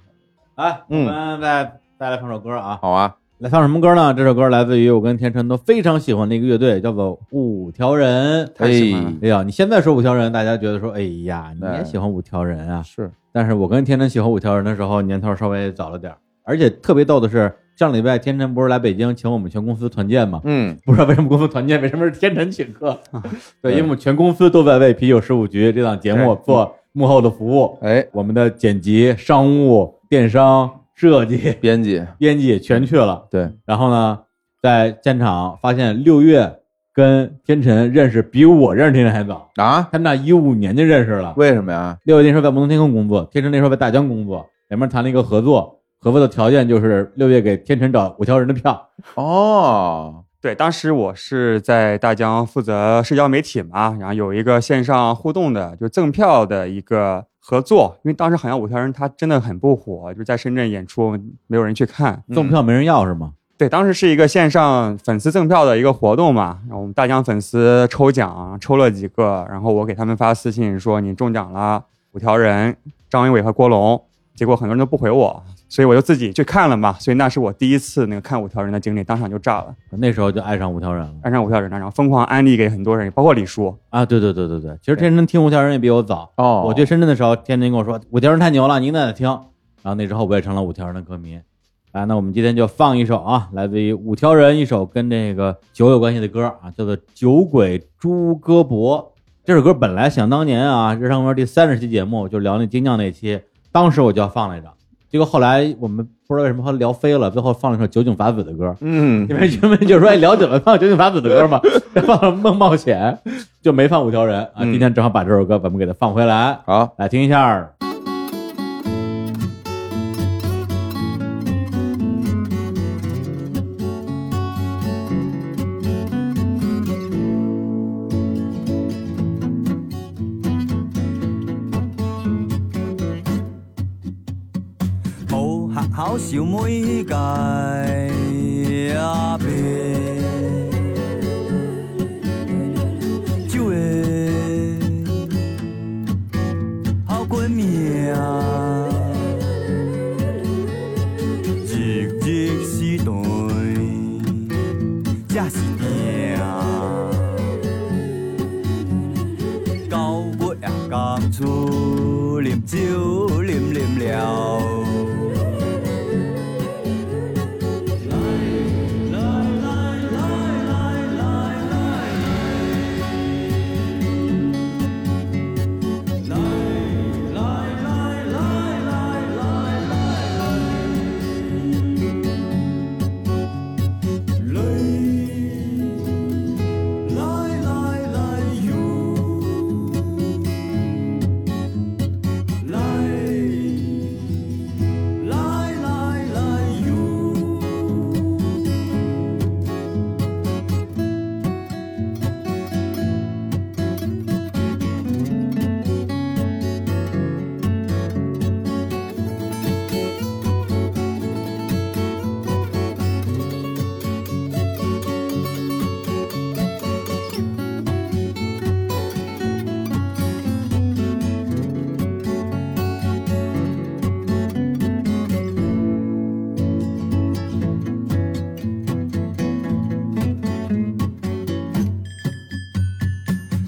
S1: 来，我
S2: 嗯
S1: 们再再来放首歌啊。
S2: 好啊，
S1: 来放什么歌呢？这首歌来自于我跟天成都非常喜欢的一个乐队，叫做五条人。
S2: 太喜欢了
S1: 哎呀，你现在说五条人，大家觉得说，哎呀，你也喜欢五条人啊？
S2: 是
S1: 但是我跟天成喜欢五条人的时候，年头稍微早了点儿而且特别逗的是，上礼拜天成不是来北京请我们全公司团建 吗？
S2: 嗯，
S1: 不知道为什么公司团建，为什么是天成请客？对，
S2: 对
S1: 因为我们全公司都在为《啤酒十五局》这档节目做幕后的服务，
S2: 哎，
S1: 我们的剪辑、商务、电商、设计、
S2: 编辑
S1: 编辑全去了。
S2: 对，
S1: 然后呢，在现场发现六月跟天辰认识比我认识天辰还早，
S2: 啊，
S1: 他们俩一五年就认识了。
S2: 为什么呀？
S1: 六月那时候在摩登天空工作，天辰那时候在大疆工作，两边谈了一个合作，合作的条件就是六月给天辰找五条人的票。
S2: 哦，
S3: 对，当时我是在大疆负责社交媒体嘛，然后有一个线上互动的，就赠票的一个合作。因为当时好像五条人他真的很不火，就是在深圳演出没有人去看。
S1: 赠票没人要是吗？
S3: 对，当时是一个线上粉丝赠票的一个活动嘛，然后我们大疆粉丝抽奖，抽了几个，然后我给他们发私信说你中奖了，五条人、张云伟和郭龙，结果很多人都不回我，所以我就自己去看了嘛，所以那是我第一次那个看五条人的经历，当场就炸了，
S1: 那时候就爱上五条人了
S3: 爱上五条人了，然后疯狂安利给很多人，包括李叔，
S1: 啊！对对对对对，其实天辰听五条人也比我早。
S2: 哦，
S1: 我去深圳的时候，天辰跟我说五条人太牛了，您得得听。然后那之后我也成了五条人的歌迷。来，那我们今天就放一首啊，来自于五条人一首跟这个酒有关系的歌啊，叫做《酒鬼朱哥伯》。这首歌本来想当年啊，《日常公园》第三十期节目就聊那精酿那期，当时我就要放来着，结果后来我们不知道为什么后来聊飞了，最后放了 一首酒井法子的歌。
S2: 嗯
S1: 因为人们就说哎了解了放酒井法子的歌嘛， 放了梦冒险，就没放五条人啊。
S2: 嗯
S1: 今天正好把这首歌咱们给它放回来，
S2: 好，
S1: 来听一下。
S9: 无学校小妹介阿伯，酒诶好过命，日日是代，才是命。到尾也甘出啉酒，啉啉了。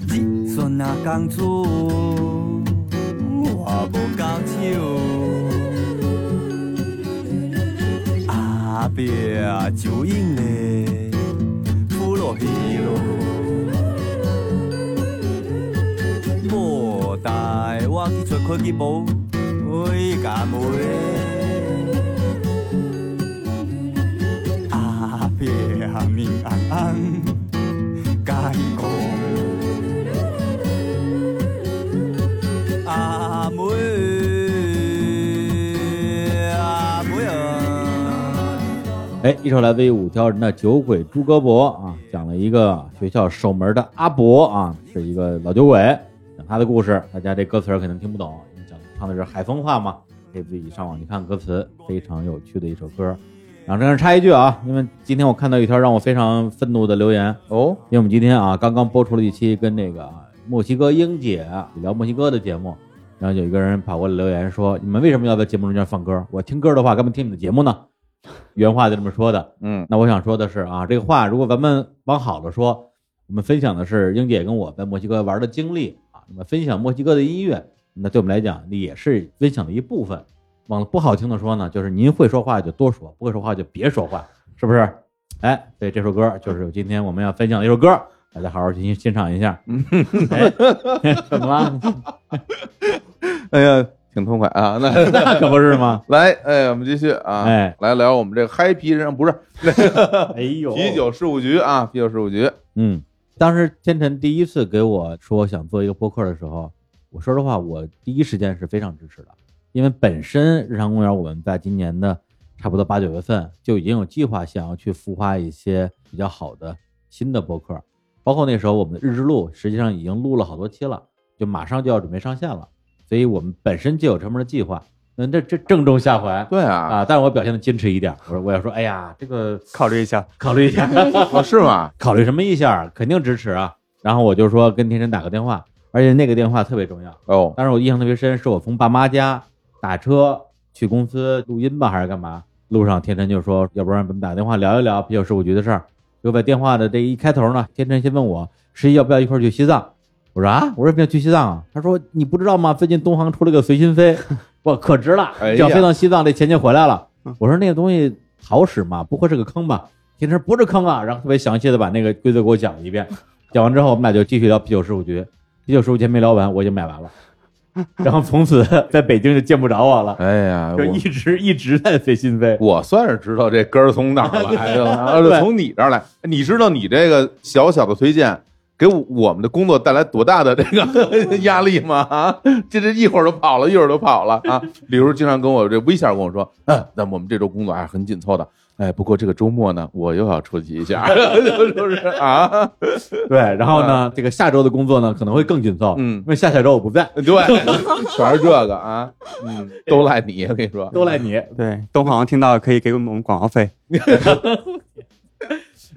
S9: 日算啊工资，我无交手。阿伯啊酒瘾嘞，扑落去咯。无带我去找会计部，哎甲妹。阿伯啊面红红，甲伊讲。阿妹，
S1: 哎，一手来威武挑人的酒鬼朱哥伯啊，讲了一个学校守门的阿伯啊，是一个老酒鬼，讲他的故事。大家这歌词儿可能听不懂，因为讲唱的是海风话嘛，可以自己上网去看歌词，非常有趣的一首歌。然后这儿插一句啊，因为今天我看到一条让我非常愤怒的留言，
S2: 哦，
S1: 因为我们今天啊刚刚播出了一期跟那个墨西哥英姐聊墨西哥的节目，然后有一个人跑过来留言说：“你们为什么要在节目中间放歌？我听歌的话，干嘛听你们的节目呢？”原话就这么说的。
S2: 嗯
S1: 那我想说的是啊，这个话如果咱们往好了说，我们分享的是英姐跟我在墨西哥玩的经历啊，你们分享墨西哥的音乐，那对我们来讲也是分享的一部分。往不好听的说呢，就是您会说话就多说，不会说话就别说话，是不是？哎，对，这首歌就是今天我们要分享的一首歌，大家好好去欣赏一下。哎， 怎么了？
S2: 哎呀，挺痛快啊。 那
S1: 那可不是吗？
S2: 来，哎，我们继续啊，
S1: 哎，
S2: 来聊我们这个嗨皮人， 不是
S1: 哎呦
S2: 啤酒事务局啊，啤酒事务局，
S1: 嗯，当时天辰第一次给我说想做一个播客的时候，我说实话，我第一时间是非常支持的，因为本身日常公园我们在今年的差不多八九月份就已经有计划想要去孵化一些比较好的新的播客，包括那时候我们的日志录实际上已经录了好多期了，就马上就要准备上线了，所以我们本身就有这么的计划。那这这正中下怀
S2: 对啊，
S1: 啊！但是我表现的矜持一点，我说我要说，哎呀，这个
S3: 考虑一下。
S1: 考虑一下。
S2: 哦，是吗？
S1: 考虑什么一下，肯定支持啊。然后我就说跟天神打个电话，而且那个电话特别重要。
S2: 哦，
S1: 当时我印象特别深，是我从爸妈家打车去公司录音吧，还是干嘛？路上天辰就说，要不然咱们打个电话聊一聊啤酒事务局的事儿。就在电话的这一开头呢，天辰先问我十一要不要一块儿去西藏。我说啊，我说为什么要去西藏啊？他说你不知道吗？最近东航出了个随心 飞，我可值了
S2: 哎，呀
S1: 只
S2: 嗯
S1: 要飞到西藏，这钱就回来了。我说那个东西好使吗？不会是个坑吧？天辰不是坑啊，然后特别详细的把那个规则给我讲了一 遍。讲完之后，我们俩就继续聊啤酒事务局。啤酒事务局还没聊完，我已经买 完了。然后从此在北京就见不着我了，
S2: 哎呀，
S1: 就一
S2: 我
S1: 直一直在随心飞。
S2: 我算是知道这根儿从哪儿来 的了，然后是从你这儿来。你知道你这个小小的推荐。给我们的工作带来多大的这 个压力吗？啊，这这一会儿就跑了，一会儿就跑了啊！李叔经常跟我这微笑跟我说，嗯，那我们这周工作还是很紧凑的，哎，不过这个周末呢，我又要出去一下， 就是啊，
S1: 对，然后呢，这个下周的工作呢可能会更紧凑，
S2: 嗯
S1: 因为下下周我不在，
S2: 对，全是这个啊，嗯，都赖你，我跟你说，
S1: 都赖你。
S3: 对，东航听到可以给我们广告费。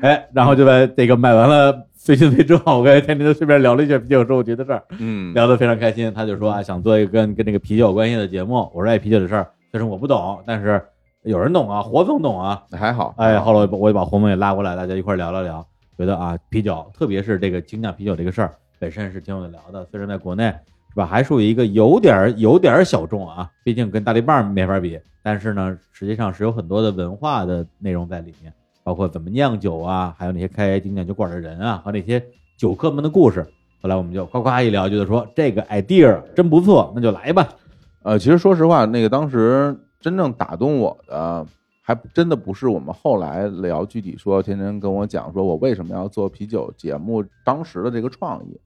S1: 哎，然后就在这个买完了随心飞之后，我跟天天就顺便聊了一下啤酒周我觉得事儿，
S2: 嗯，
S1: 聊得非常开心。他就说啊，想做一个跟跟这个啤酒有关系的节目。我说哎，啤酒的事儿虽然我不懂，但是有人懂啊，活总懂啊。
S2: 还好，
S1: 哎，后来我把我也把活梦也拉过来，大家一块儿聊了聊，觉得啊，啤酒，特别是这个精酿啤酒这个事儿，本身是挺有的聊的。虽然在国内是吧，还属于一个有点儿有点儿小众啊，毕竟跟大力棒没法比，但是呢，实际上是有很多的文化的内容在里面，包括怎么酿酒啊，还有那些开精酿酒馆的人啊，和那些酒客们的故事。后来我们就夸夸一聊，觉得说这个 idea 真不错，那就来吧。
S2: 呃，其实说实话，那个当时真正打动我的，还真的不是我们后来聊具体说，天天跟我讲说我为什么要做啤酒节目当时的这个创意，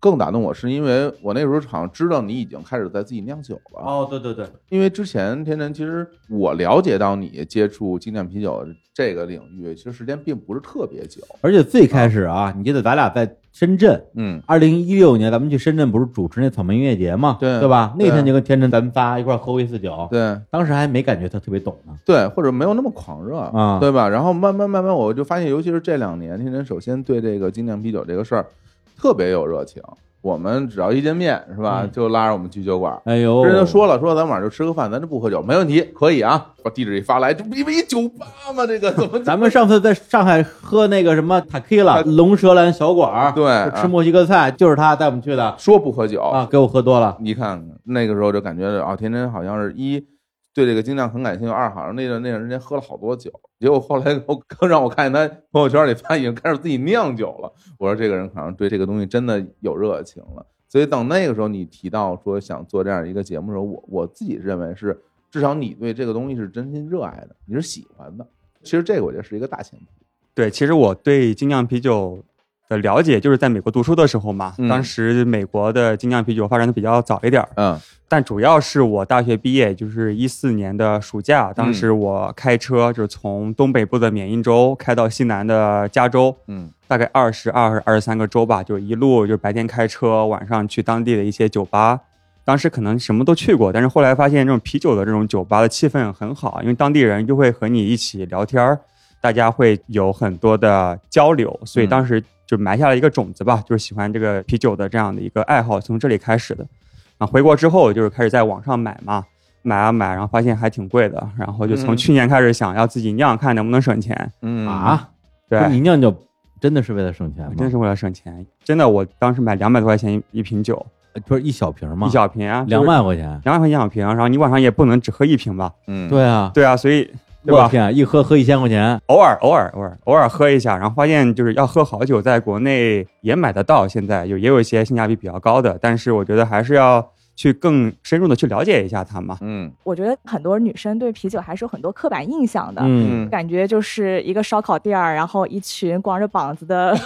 S2: 更打动我是因为我那时候好像知道你已经开始在自己酿酒了。
S1: 哦，对对对，
S2: 因为之前天辰，其实我了解到你接触精酿啤酒这个领域，其实时间并不是特别久。
S1: 而且最开始啊，你记得咱俩在深圳，
S2: 嗯，
S1: 二零一六年咱们去深圳不是主持那草莓音乐节嘛，
S2: 对
S1: 对吧？那
S2: 对
S1: 天就跟天真咱们仨一块儿喝过一次酒，
S2: 对，
S1: 当时还没感觉他特别懂呢。
S2: 对，或者没有那么狂热
S1: 啊
S2: 对吧？然后慢慢慢慢，我就发现，尤其是这两年，天天首先对这个精酿啤酒这个事儿特别有热情。我们只要一见面，是吧，
S1: 嗯
S2: 就拉着我们去酒馆。
S1: 哎呦，
S2: 人家说了，说咱晚上就吃个饭，咱就不喝酒，没问题，可以啊。把地址一发来，这不因为一酒吧吗？这个怎么
S1: 咱们上次在上海喝那个什么塔 K 了，
S2: 塔
S1: 龙舌兰小馆儿，
S2: 啊对
S1: 就吃墨西哥菜，就是他带我们去的
S2: 说不喝酒
S1: 啊，给我喝多了。
S2: 你看看那个时候就感觉啊，天真好像是一对这个精酿很感兴趣，二好像那个那个人家喝了好多酒，结果后来我刚让我看见他朋友圈里他已经开始自己酿酒了。我说这个人好像对这个东西真的有热情了。所以等那个时候你提到说想做这样一个节目的时候，我我自己认为是至少你对这个东西是真心热爱的，你是喜欢的。其实这个我觉得是一个大前提。
S3: 对，其实我对精酿啤酒的了解就是在美国读书的时候嘛，
S2: 嗯
S3: 当时美国的精酿啤酒发展的比较早一点儿，
S2: 嗯
S3: 但主要是我大学毕业，就是一四年的暑假，当时我开车就是从东北部的缅因州开到西南的加州，
S2: 嗯
S3: 大概二十二、二十三个州吧，就一路就白天开车，晚上去当地的一些酒吧。当时可能什么都去过，但是后来发现这种啤酒的这种酒吧的气氛很好，因为当地人就会和你一起聊天儿，大家会有很多的交流，所以
S2: 嗯
S3: 当时就埋下了一个种子吧，就是喜欢这个啤酒的这样的一个爱好，从这里开始的。啊，回国之后就是开始在网上买嘛，买啊买，然后发现还挺贵的，然后就
S2: 嗯
S3: 从去年开始想要自己酿，看能不能省钱。
S2: 嗯，
S1: 啊，
S3: 对，
S1: 不是你酿酒真的是为了省钱吗？
S3: 真是为了省钱，真的，我当时买两百多块钱一一瓶酒，
S1: 呃不是一小瓶吗？
S3: 一小瓶啊，
S1: 两万块钱？
S3: 两万块钱一小瓶，然后你晚上也不能只喝一瓶吧？
S2: 嗯，
S1: 对啊，
S3: 对啊，所以对
S1: 我
S3: 吧？啊
S1: 天啊，一喝喝一千块钱，
S3: 偶尔偶尔偶尔偶尔喝一下，然后发现就是要喝好酒，在国内也买得到，现在有也有一些性价比比较高的，但是我觉得还是要去更深入的去了解一下它嘛。
S2: 嗯
S4: 我觉得很多女生对啤酒还是有很多刻板印象的。
S1: 嗯，
S2: 嗯，
S4: 感觉就是一个烧烤店儿，然后一群光着膀子的，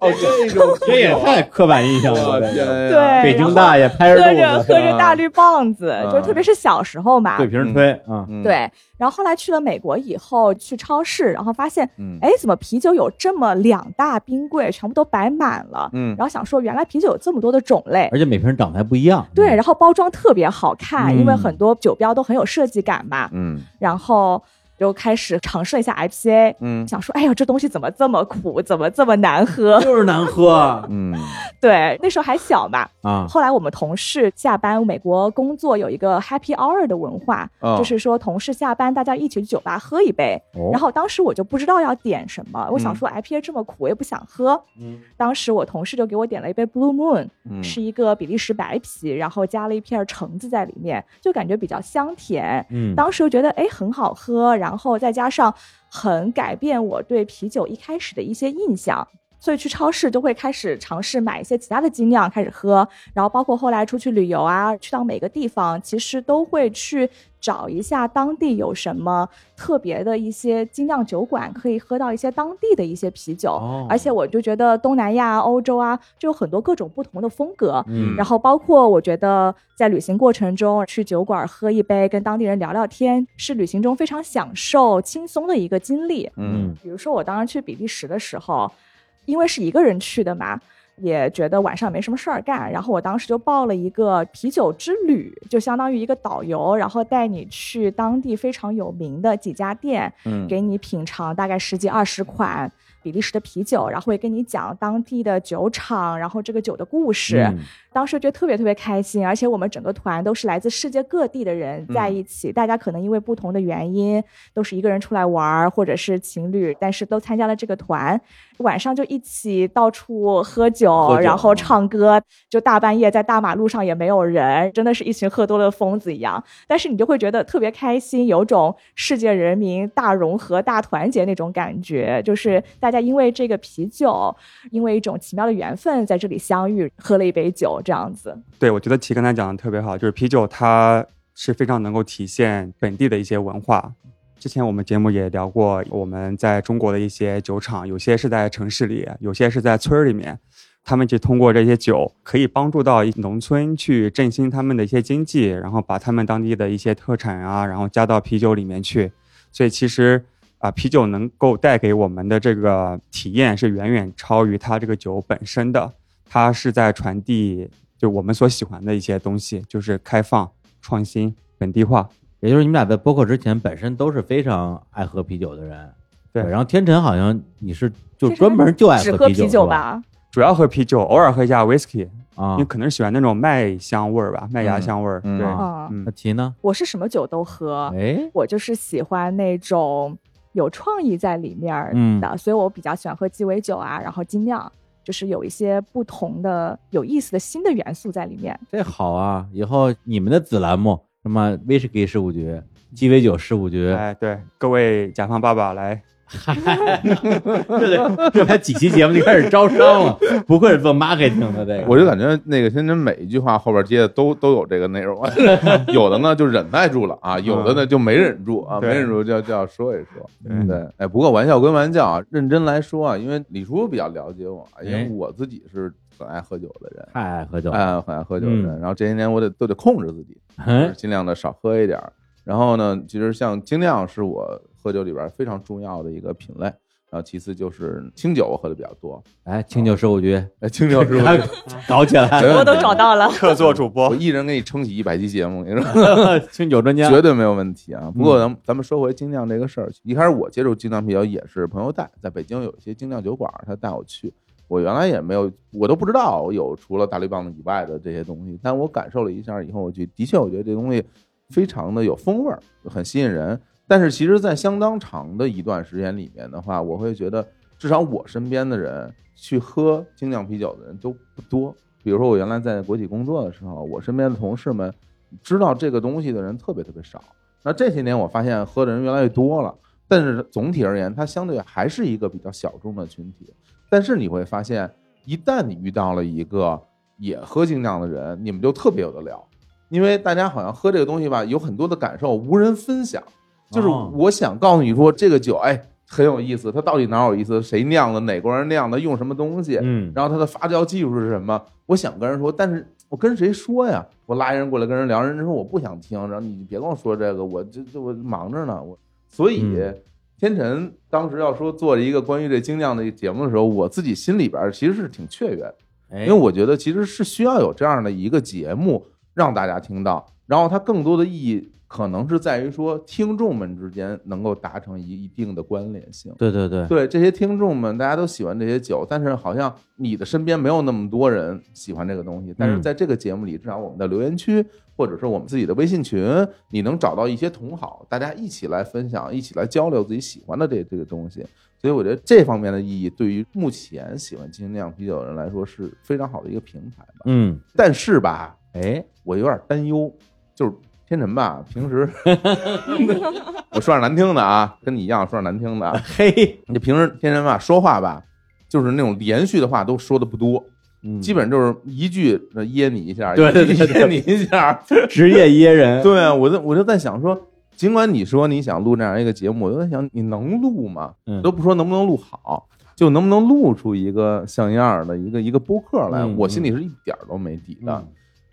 S2: 哦，这种
S1: 这也太刻板印象
S2: 我
S1: 了。
S2: 天啊呀，
S4: 对
S1: 北京大爷拍
S4: 喝
S1: 着
S4: 着
S1: 肚子
S4: 喝着大绿棒子，
S2: 嗯
S4: 就特别是小时候嘛
S1: 对，瓶吹啊，
S2: 嗯，
S4: 对。然后后来去了美国以后，去超市，然后发现，
S2: 嗯
S4: 哎，怎么啤酒有这么两大冰柜，全部都摆满了？
S2: 嗯
S4: 然后想说，原来啤酒有这么多的种类，
S1: 而且每瓶长得还不一样。
S4: 对，然后包装特别好看，因为
S1: 嗯
S4: 很多酒标都很有设计感嘛。
S2: 嗯
S4: 然后就开始尝试了一下 IPA，
S2: 嗯
S4: 想说，哎呦，这东西怎么这么苦，怎么这么难 喝？
S1: 就是难喝啊
S2: 嗯
S4: 对，那时候还小嘛。
S1: 啊，
S4: 后来我们同事下班，美国工作有一个 Happy Hour 的文化，
S2: 哦
S4: 就是说同事下班大家一起去酒吧喝一杯。
S1: 哦
S4: 然后当时我就不知道要点什么，我想说 IPA 这么苦，我也不想喝。
S1: 嗯
S4: 当时我同事就给我点了一杯 Blue Moon，
S2: 嗯
S4: 是一个比利时白啤，然后加了一片橙子在里面，就感觉比较香甜。
S1: 嗯，
S4: 当时就觉得哎很好喝，然后再加上很改变我对啤酒一开始的一些印象，所以去超市就会开始尝试买一些其他的精酿开始喝，然后包括后来出去旅游啊，去到每个地方，其实都会去找一下当地有什么特别的一些精酿酒馆，可以喝到一些当地的一些啤酒。
S1: 哦
S4: 而且我就觉得东南亚、欧洲啊，就有很多各种不同的风格，
S1: 嗯
S4: 然后包括我觉得在旅行过程中去酒馆喝一杯，跟当地人聊聊天，是旅行中非常享受、轻松的一个经历。
S2: 嗯
S1: 嗯
S4: 比如说我当时去比利时的时候，因为是一个人去的嘛。也觉得晚上没什么事儿干，然后我当时就报了一个啤酒之旅，就相当于一个导游，然后带你去当地非常有名的几家店，
S2: 嗯
S4: 给你品尝大概十几二十款比利时的啤酒，然后会跟你讲当地的酒厂，然后这个酒的故事。
S1: 嗯
S4: 当时觉得特别特别开心，而且我们整个团都是来自世界各地的人在一
S2: 嗯
S4: 起，大家可能因为不同的原因，都是一个人出来玩儿，或者是情侣，但是都参加了这个团。晚上就一起到处喝酒，
S2: 喝酒
S4: 然后唱歌，就大半夜在大马路上也没有人，真的是一群喝多了的疯子一样。但是你就会觉得特别开心，有种世界人民大融合、大团结那种感觉，就是大家因为这个啤酒，因为一种奇妙的缘分在这里相遇，喝了一杯酒这样子。
S3: 对，我觉得齐刚才讲的特别好，就是啤酒它是非常能够体现本地的一些文化。之前我们节目也聊过，我们在中国的一些酒厂，有些是在城市里，有些是在村儿里面，他们就通过这些酒可以帮助到农村去振兴他们的一些经济，然后把他们当地的一些特产啊，然后加到啤酒里面去。所以其实啊，啤酒能够带给我们的这个体验是远远超于它这个酒本身的。它是在传递就我们所喜欢的一些东西，就是开放、创新、本地化。
S1: 也就是你们俩在播客之前本身都是非常爱喝啤酒的人，
S3: 对
S1: 然后天辰好像你是就专门就爱
S4: 只喝
S1: 啤酒
S4: 啤
S1: 是酒
S4: 酒？吧，
S3: 主要喝啤酒，偶尔喝一下 whisky，
S1: 啊
S3: 你，可能喜欢那种麦香味儿吧，麦芽香味儿。
S2: 嗯
S3: 对，
S1: 嗯
S4: 啊
S3: 嗯
S1: 那，齐呢？
S4: 我是什么酒都喝，
S1: 哎，
S4: 我就是喜欢那种有创意在里面儿
S1: 嗯
S4: 的，所以我比较喜欢喝鸡尾酒啊，然后精酿，就是有一些不同的、有意思的新的元素在里面。
S1: 这好啊！以后你们的子栏目
S3: 哎
S1: 什么威士忌事务局、鸡尾酒事务局，
S3: 哎，对，各位甲方爸爸来
S1: 这得这才几期节目就开始招商 了，不愧是做 marketing 的这个。
S2: 我就感觉那个天真每一句话后边接的都都有这个内容，啊有的呢就忍耐住了啊，有的呢就没忍住啊，没
S3: 对
S2: 忍住就要就要说一说。
S1: 嗯
S3: 对
S2: 对，哎，不过玩笑归玩笑啊，认真来说啊，因为李叔比较了解我，啊因
S1: 哎
S2: 为我自己是很爱喝酒的人，
S1: 太爱喝酒了，
S2: 哎，很爱喝酒的人。
S1: 嗯
S2: 然后这些年我得都得控制自己，就是
S1: 哎，
S2: 尽量的少喝一点儿。然后呢，其实像精酿是我喝酒里边非常重要的一个品类，然后其次就是清酒我喝的比较多，
S1: 哎，清酒事务局，
S2: 哎，清 酒是我
S1: 哎搞起来，
S4: 我都找到了。
S3: 客座主
S2: 我
S3: 播，
S2: 一人给你撑起一百期节目，你说
S1: 清酒专家，
S2: 绝对没有问题啊。不过咱们咱们说回精酿这个事儿，一开始我接触精酿啤酒也是朋友带，在北京有一些精酿酒馆，他带我去。我原来也没有，我都不知道有除了大绿棒子以外的这些东西，但我感受了一下以后，我就的确我觉得这东西非常的有风味儿，很吸引人。但是其实，在相当长的一段时间里面的话，我会觉得至少我身边的人去喝精酿啤酒的人都不多。比如说我原来在国企工作的时候，我身边的同事们知道这个东西的人特别特别少。那这些年我发现喝的人越来越多了，但是总体而言，它相对还是一个比较小众的群体。但是你会发现，一旦你遇到了一个也喝精酿的人，你们就特别有的聊，因为大家好像喝这个东西吧，有很多的感受无人分享。就是
S1: 哦
S2: 我想告诉你说，这个酒哎很有意思，它到底哪有意思？谁酿的？哪国人酿的？用什么东西？
S1: 嗯，
S2: 然后它的发酵技术是什么？我想跟人说，但是我跟谁说呀？我拉一人过来跟人聊，人家说我不想听，然后你别跟我说这个，我这这我忙着呢，我所以。
S1: 嗯
S2: 天辰当时要说做了一个关于这精酿的一个节目的时候，我自己心里边儿其实是挺雀跃的，
S1: 哎
S2: 因为我觉得其实是需要有这样的一个节目让大家听到，然后它更多的意义可能是在于说听众们之间能够达成一一定的关联性。
S1: 对对对，
S2: 对这些听众们，大家都喜欢这些酒，但是好像你的身边没有那么多人喜欢这个东西。但是在这个节目里，至少我们的留言区或者是我们自己的微信群，你能找到一些同好，大家一起来分享，一起来交流自己喜欢的这这个东西。所以我觉得这方面的意义，对于目前喜欢精酿啤酒的人来说是非常好的一个平台吧。
S1: 嗯，
S2: 但是吧，
S1: 哎，
S2: 我有点担忧，就是天辰吧，平时 我说点难听的啊，跟你一样说点难听的啊，
S1: 嘿，
S2: 你平时天天吧说话吧，就是那种连续的话都说的不多，
S1: 嗯
S2: 基本就是一句呃噎你一下，
S1: 对对对
S2: 一句噎你一下。
S1: 职业噎人，
S2: 对啊，我就我就在想说，尽管你说你想录这样一个节目，我就在想你能录吗？
S1: 嗯
S2: 都不说能不能录好，就能不能录出一个像样儿的一个一个播客来，
S1: 嗯
S2: 我心里是一点儿都没底的。
S1: 嗯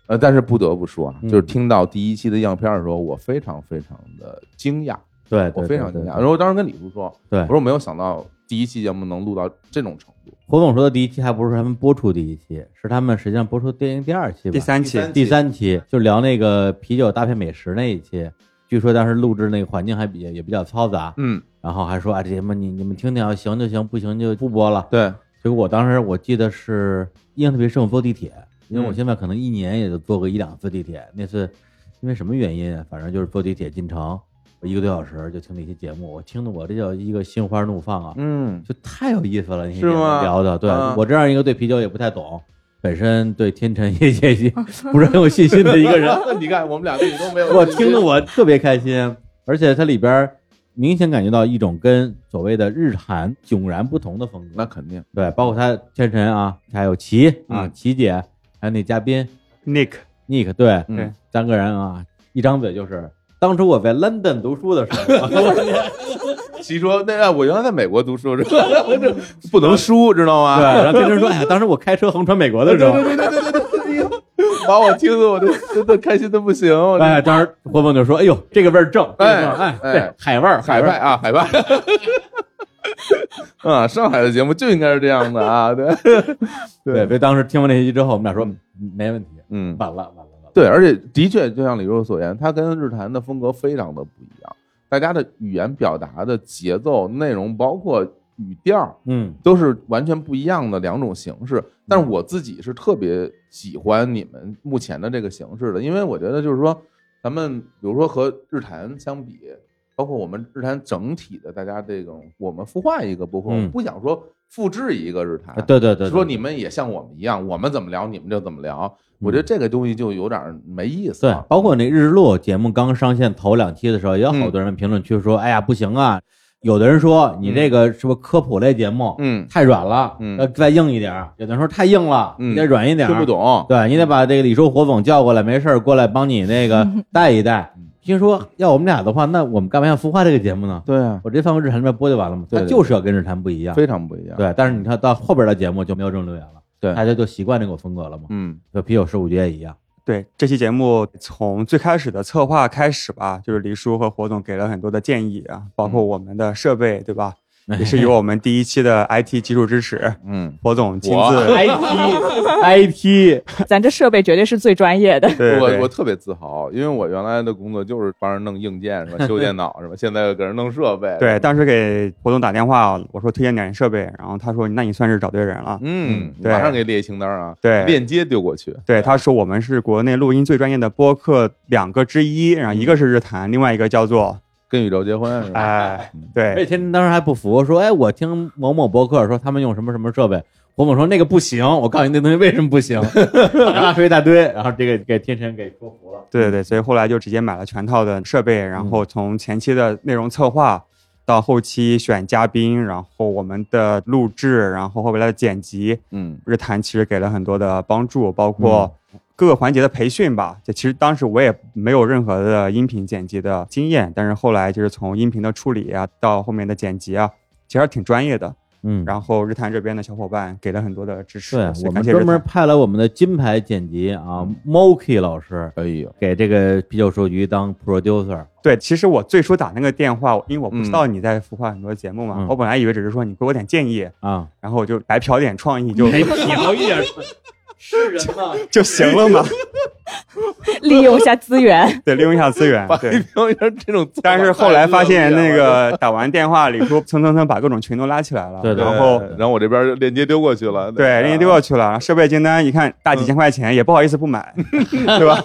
S2: 呃，但是不得不说啊，
S1: 嗯
S2: 就是听到第一期的样片儿的时候，我非常非常的惊讶，
S1: 对，对
S2: 我
S1: 对
S2: 非常
S1: 对
S2: 惊
S1: 对
S2: 讶。然后我当时跟李叔说，
S1: 对
S2: 我说我没有想到第一期节目能录到这种程度。
S1: 胡总说的第一期还不是他们播出第一期，是他们实际上播出电影第二期吧，
S3: 第三期
S2: 第三
S1: 第三期就聊那个啤酒搭配美食那一期。据说当时录制那个环境还比也比较嘈杂，
S2: 嗯，
S1: 然后还说啊，这节目你你们听听啊，行就行，不行就不播了。
S2: 对，
S1: 结果我当时我记得是印象特别深，我坐地铁，因
S2: 嗯
S1: 为我现在可能一年也就坐个一两次地铁。那次因为什么原因，啊反正就是坐地铁进城，我一个多小时就听那些节目，我听的我这叫一个心花怒放啊，
S2: 嗯，
S1: 就太有意思了。那些
S2: 是
S1: 节
S2: 吗
S1: 目聊的，对、
S2: 嗯
S1: 我这样一个对啤酒也不太懂，本身对天辰也也也不是很有信心的一个人，
S2: 你看我们俩自己都没有
S1: 我听得我特别开心，而且它里边儿明显感觉到一种跟所谓的日韩迥然不同的风
S2: 那
S1: 格。
S2: 肯定，
S1: 对，包括他天辰啊，还有齐啊，
S2: 嗯
S1: 齐姐，还有那嘉宾
S3: Nick，
S1: Nick，对，
S2: 嗯，
S1: 三个人啊，一张嘴就是。当初我在 London 读书的时 候，
S2: 其说那哎我原来在美国读书，是吧我这不能输，知道
S1: 对，
S2: 吗？
S1: 然后天辰说：“哎呀，当时我开车横穿美国的时候，
S2: 哎把我听得我都真的开心的不行，我这
S1: 哎，当时霍梦就说：‘哎呦，这个味儿正，
S2: 哎
S1: 这个味儿哎，
S2: 哎
S1: 对，海味儿，
S2: 海
S1: 味
S2: 派
S1: 儿，
S2: 啊， 海派。啊，上海的节目就应该是这样的啊，对，
S1: 对。’所以当时听完那些之后，我们俩说没问题，
S2: 嗯，
S1: 完了，完了，完了。
S2: 对，而且的确，就像李若所言，它跟日坛的风格非常的不一样，大家的语言表达的节奏、内容，包括语调，
S1: 嗯，
S2: 都是完全不一样的两种形式。但是我自己是特别喜欢你们目前的这个形式的，因为我觉得就是说，咱们比如说和日坛相比，包括我们日坛整体的大家这种，我们孵化一个播客，
S1: 嗯
S2: 我不想说复制一个日坛
S1: 啊，对对对，对
S2: 说你们也像我们一样，我们怎么聊你们就怎么聊。我觉得这个东西就有点没意思
S1: 对
S2: 了。，
S1: 包括那日落节目刚上线头两期的时候，也有好多人评论区说：“哎呀，不行啊，有的人说你这个是不是科普类节目
S2: 嗯，
S1: 太软了，
S2: 嗯
S1: 要再硬一点儿；有的人说太硬了，
S2: 嗯
S1: 你得软一点儿。啊
S2: 听不懂，
S1: 对你得把这个李叔火总叫过来，没事儿过来帮你那个
S2: 嗯
S1: 带一带。听说要我们俩的话，那我们干嘛要孵化这个节目呢？
S2: 对啊，
S1: 我直接放回日坛这边播就完了嘛。
S2: 对
S1: 它
S2: 对
S1: 就是要跟日坛不一样。
S2: 非常不一样。，
S1: 对，但是你看到后边的节目就没有这种留言了，
S2: 对
S1: 大家就习惯这种风格了嘛。
S2: 嗯
S1: 就啤酒十五局也一样，
S3: 对这期节目，从最开始的策划开始吧，就是黎叔和火总给了很多的建议啊，包
S2: 嗯
S3: 括我们的设备，对 吧？也是有我们第一期的 IT 技术支持，
S2: 嗯，
S3: 火总亲
S2: 我
S3: 自
S1: IT IT，
S4: 咱这设备绝对是最专业的。
S3: 对
S2: 我我
S3: 对
S2: 特别自豪，因为我原来的工作就是帮人弄硬件是吧，修电脑是吧，现在给人弄设备，
S3: 对，，当时给火总打电话，我说推荐点设备，然后他说那你算是找对人了。
S2: 嗯，
S3: 对
S2: 马上给列清单啊，
S3: 对
S2: 链接丢过去，
S3: 对，他说我们是国内录音最专业的播客两个之一，然后一个是日坛，另外一个叫做
S2: 跟宇宙结婚是吧？
S3: 哎
S2: 嗯，
S1: 而且
S3: 对
S1: 天天当时还不服，说哎，我听某某博客说他们用什么什么设备，我某说那个不行，我告诉你那东西为什么不 行，然后说一大堆，然后这个给天神给说服了。
S3: 对对对，所以后来就直接买了全套的设备，然
S2: 嗯
S3: 后从前期的内容策划到后期选嘉宾，然后我们的录制，然后后来的剪辑，
S2: 嗯
S3: 日坛其实给了很多的帮助，
S1: 嗯
S3: 包括各个环节的培训吧。这其实当时我也没有任何的音频剪辑的经验，但是后来就是从音频的处理啊，到后面的剪辑啊，其实还挺专业的。
S1: 嗯，
S3: 然后日坛这边的小伙伴给了很多的支持，
S1: 对
S3: 所以
S1: 我们
S3: 感谢
S1: 专
S3: 日
S1: 门
S3: 坛
S1: 派了我们的金牌剪辑啊，Moki 老师
S2: 哎呦，
S1: 给这个啤酒数局当 producer，
S3: 对。其实我最初打那个电话，因为我不知
S2: 嗯
S3: 道你在孵化很多节目嘛，
S1: 嗯
S3: 我本来以为只是说你给我点建议，
S1: 啊，
S3: 然后我就白嫖点创意就
S1: 调一点是人吗？
S3: 就行 了嘛，
S4: 利用一下资 源，
S3: 对，利用一下资源
S2: 把，
S3: 对
S2: 一。瓶这种，
S3: 但是后来发现，那个 打完电话，李叔蹭蹭蹭把各种群都拉起来了，
S1: 对对啊
S3: 然
S2: 然
S3: 后
S2: 后然后我这边就链接丢过去了，
S3: 对人家丢过去了，然后设备清单一看大
S1: 嗯
S3: 几千块钱，也不好意思不买，对吧？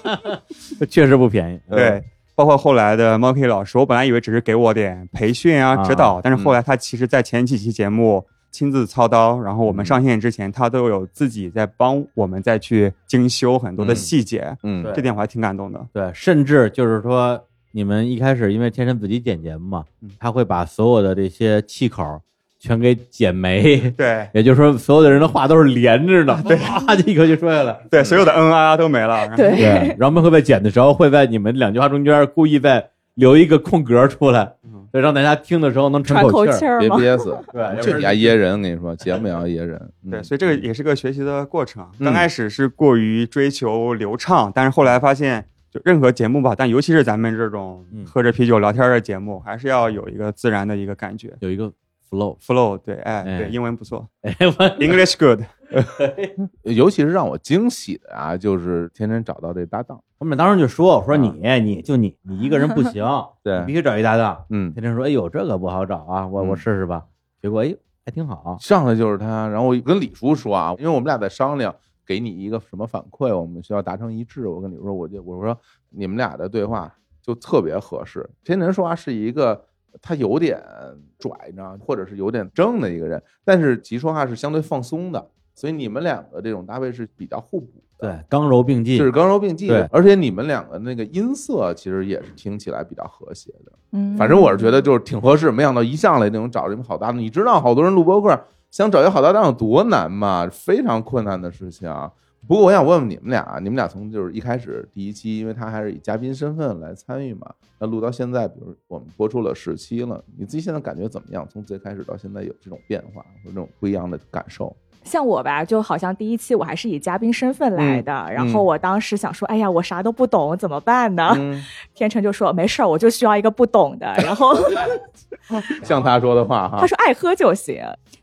S1: 确实不便宜。
S3: 对，包括后来的 Monkey 老师，我本来以为只是给我点培训啊
S1: 啊
S3: 指导，但是后来他其实在前几期节目。亲自操刀，然后我
S1: 嗯
S3: 们上线之前，他都有自己在帮我们再去精修很多的
S2: 嗯
S3: 细节，
S2: 嗯，
S1: 对
S3: 这点我还挺感动的。
S1: 对，甚至就是说，你们一开始因为天神自己剪节目嘛，他会把所有的这些气口全给剪没，
S3: 对
S1: 也就是说，所有的人的话都是连着 的，啪就一口就说下 来。
S3: 对，所有的恩啊都没了。然后
S4: 对，
S1: 对，然后我们会在剪的时候，会在你们两句话中间故意再留一个空格出来，对，让大家听的时候能
S4: 喘
S1: 嗯喘
S4: 口
S1: 气
S4: 气
S1: 儿。
S4: 儿
S2: 别
S4: 嘛。
S2: 憋死，
S1: 对，要不
S2: 这
S1: 然
S2: 你还噎人，我跟你说，节目也要噎人，嗯
S3: 对，所以这个也是个学习的过程。啊
S2: 嗯
S3: 刚开始是过于追求流畅，但是后来发现，就任何节目吧，但尤其是咱们这种
S1: 嗯
S3: 喝着啤酒聊天的节目，还是要有一个自然的一个感觉。
S1: 有一个 flow，
S3: Flow，对，哎，
S1: 哎
S3: 对，英文不错
S1: 哎，我
S3: ，English good，
S2: 尤其是让我惊喜的啊，就是天天找到这搭档，
S1: 我们当时就说，我说你，你就你，你一个人不 行，
S2: 对
S1: 你必须找一搭档。
S2: 嗯，
S1: 天天说，哎呦，这个不好找啊，我我
S2: 嗯
S1: 试试吧。结果哎，还挺好。
S2: 上来就是他，然后我跟李叔说啊，因为我们俩在商量，给你一个什么反馈，我们需要达成一致。我跟李叔说，我就我说你们俩的对话就特别合适。天天说话是一个他有点拽，你知道吗，或者是有点正的一个人，但是其实说话是相对放松的，所以你们两个这种搭配是比较互补的。
S1: 对，刚柔并济，
S2: 就是刚柔并济
S1: 对
S2: 的，而且你们两个那个音色其实也是听起来比较和谐的。
S4: 嗯
S2: 反正我是觉得就是挺合适，没想到一上来那种找这种好搭档，你知道好多人录播客想找一个好搭档有多难吗？非常困难的事情啊。不过我想问问你们俩，啊你们俩从就是一开始第一期，因为他还是以嘉宾身份来参与嘛，那录到现在，比如我们播出了十期了，你自己现在感觉怎么样？从最开始到现在有这种变化，有这种不一样的感受？
S4: 像我吧，就好像第一期我还是以嘉宾身份来的，
S2: 嗯
S4: 然后我当时想说，哎呀，我啥都不懂，怎么办呢？
S2: 嗯，
S4: 天成就说没事儿，我就需要一个不 懂的。然后
S2: 像他说的话哈
S4: 他，说爱喝就行。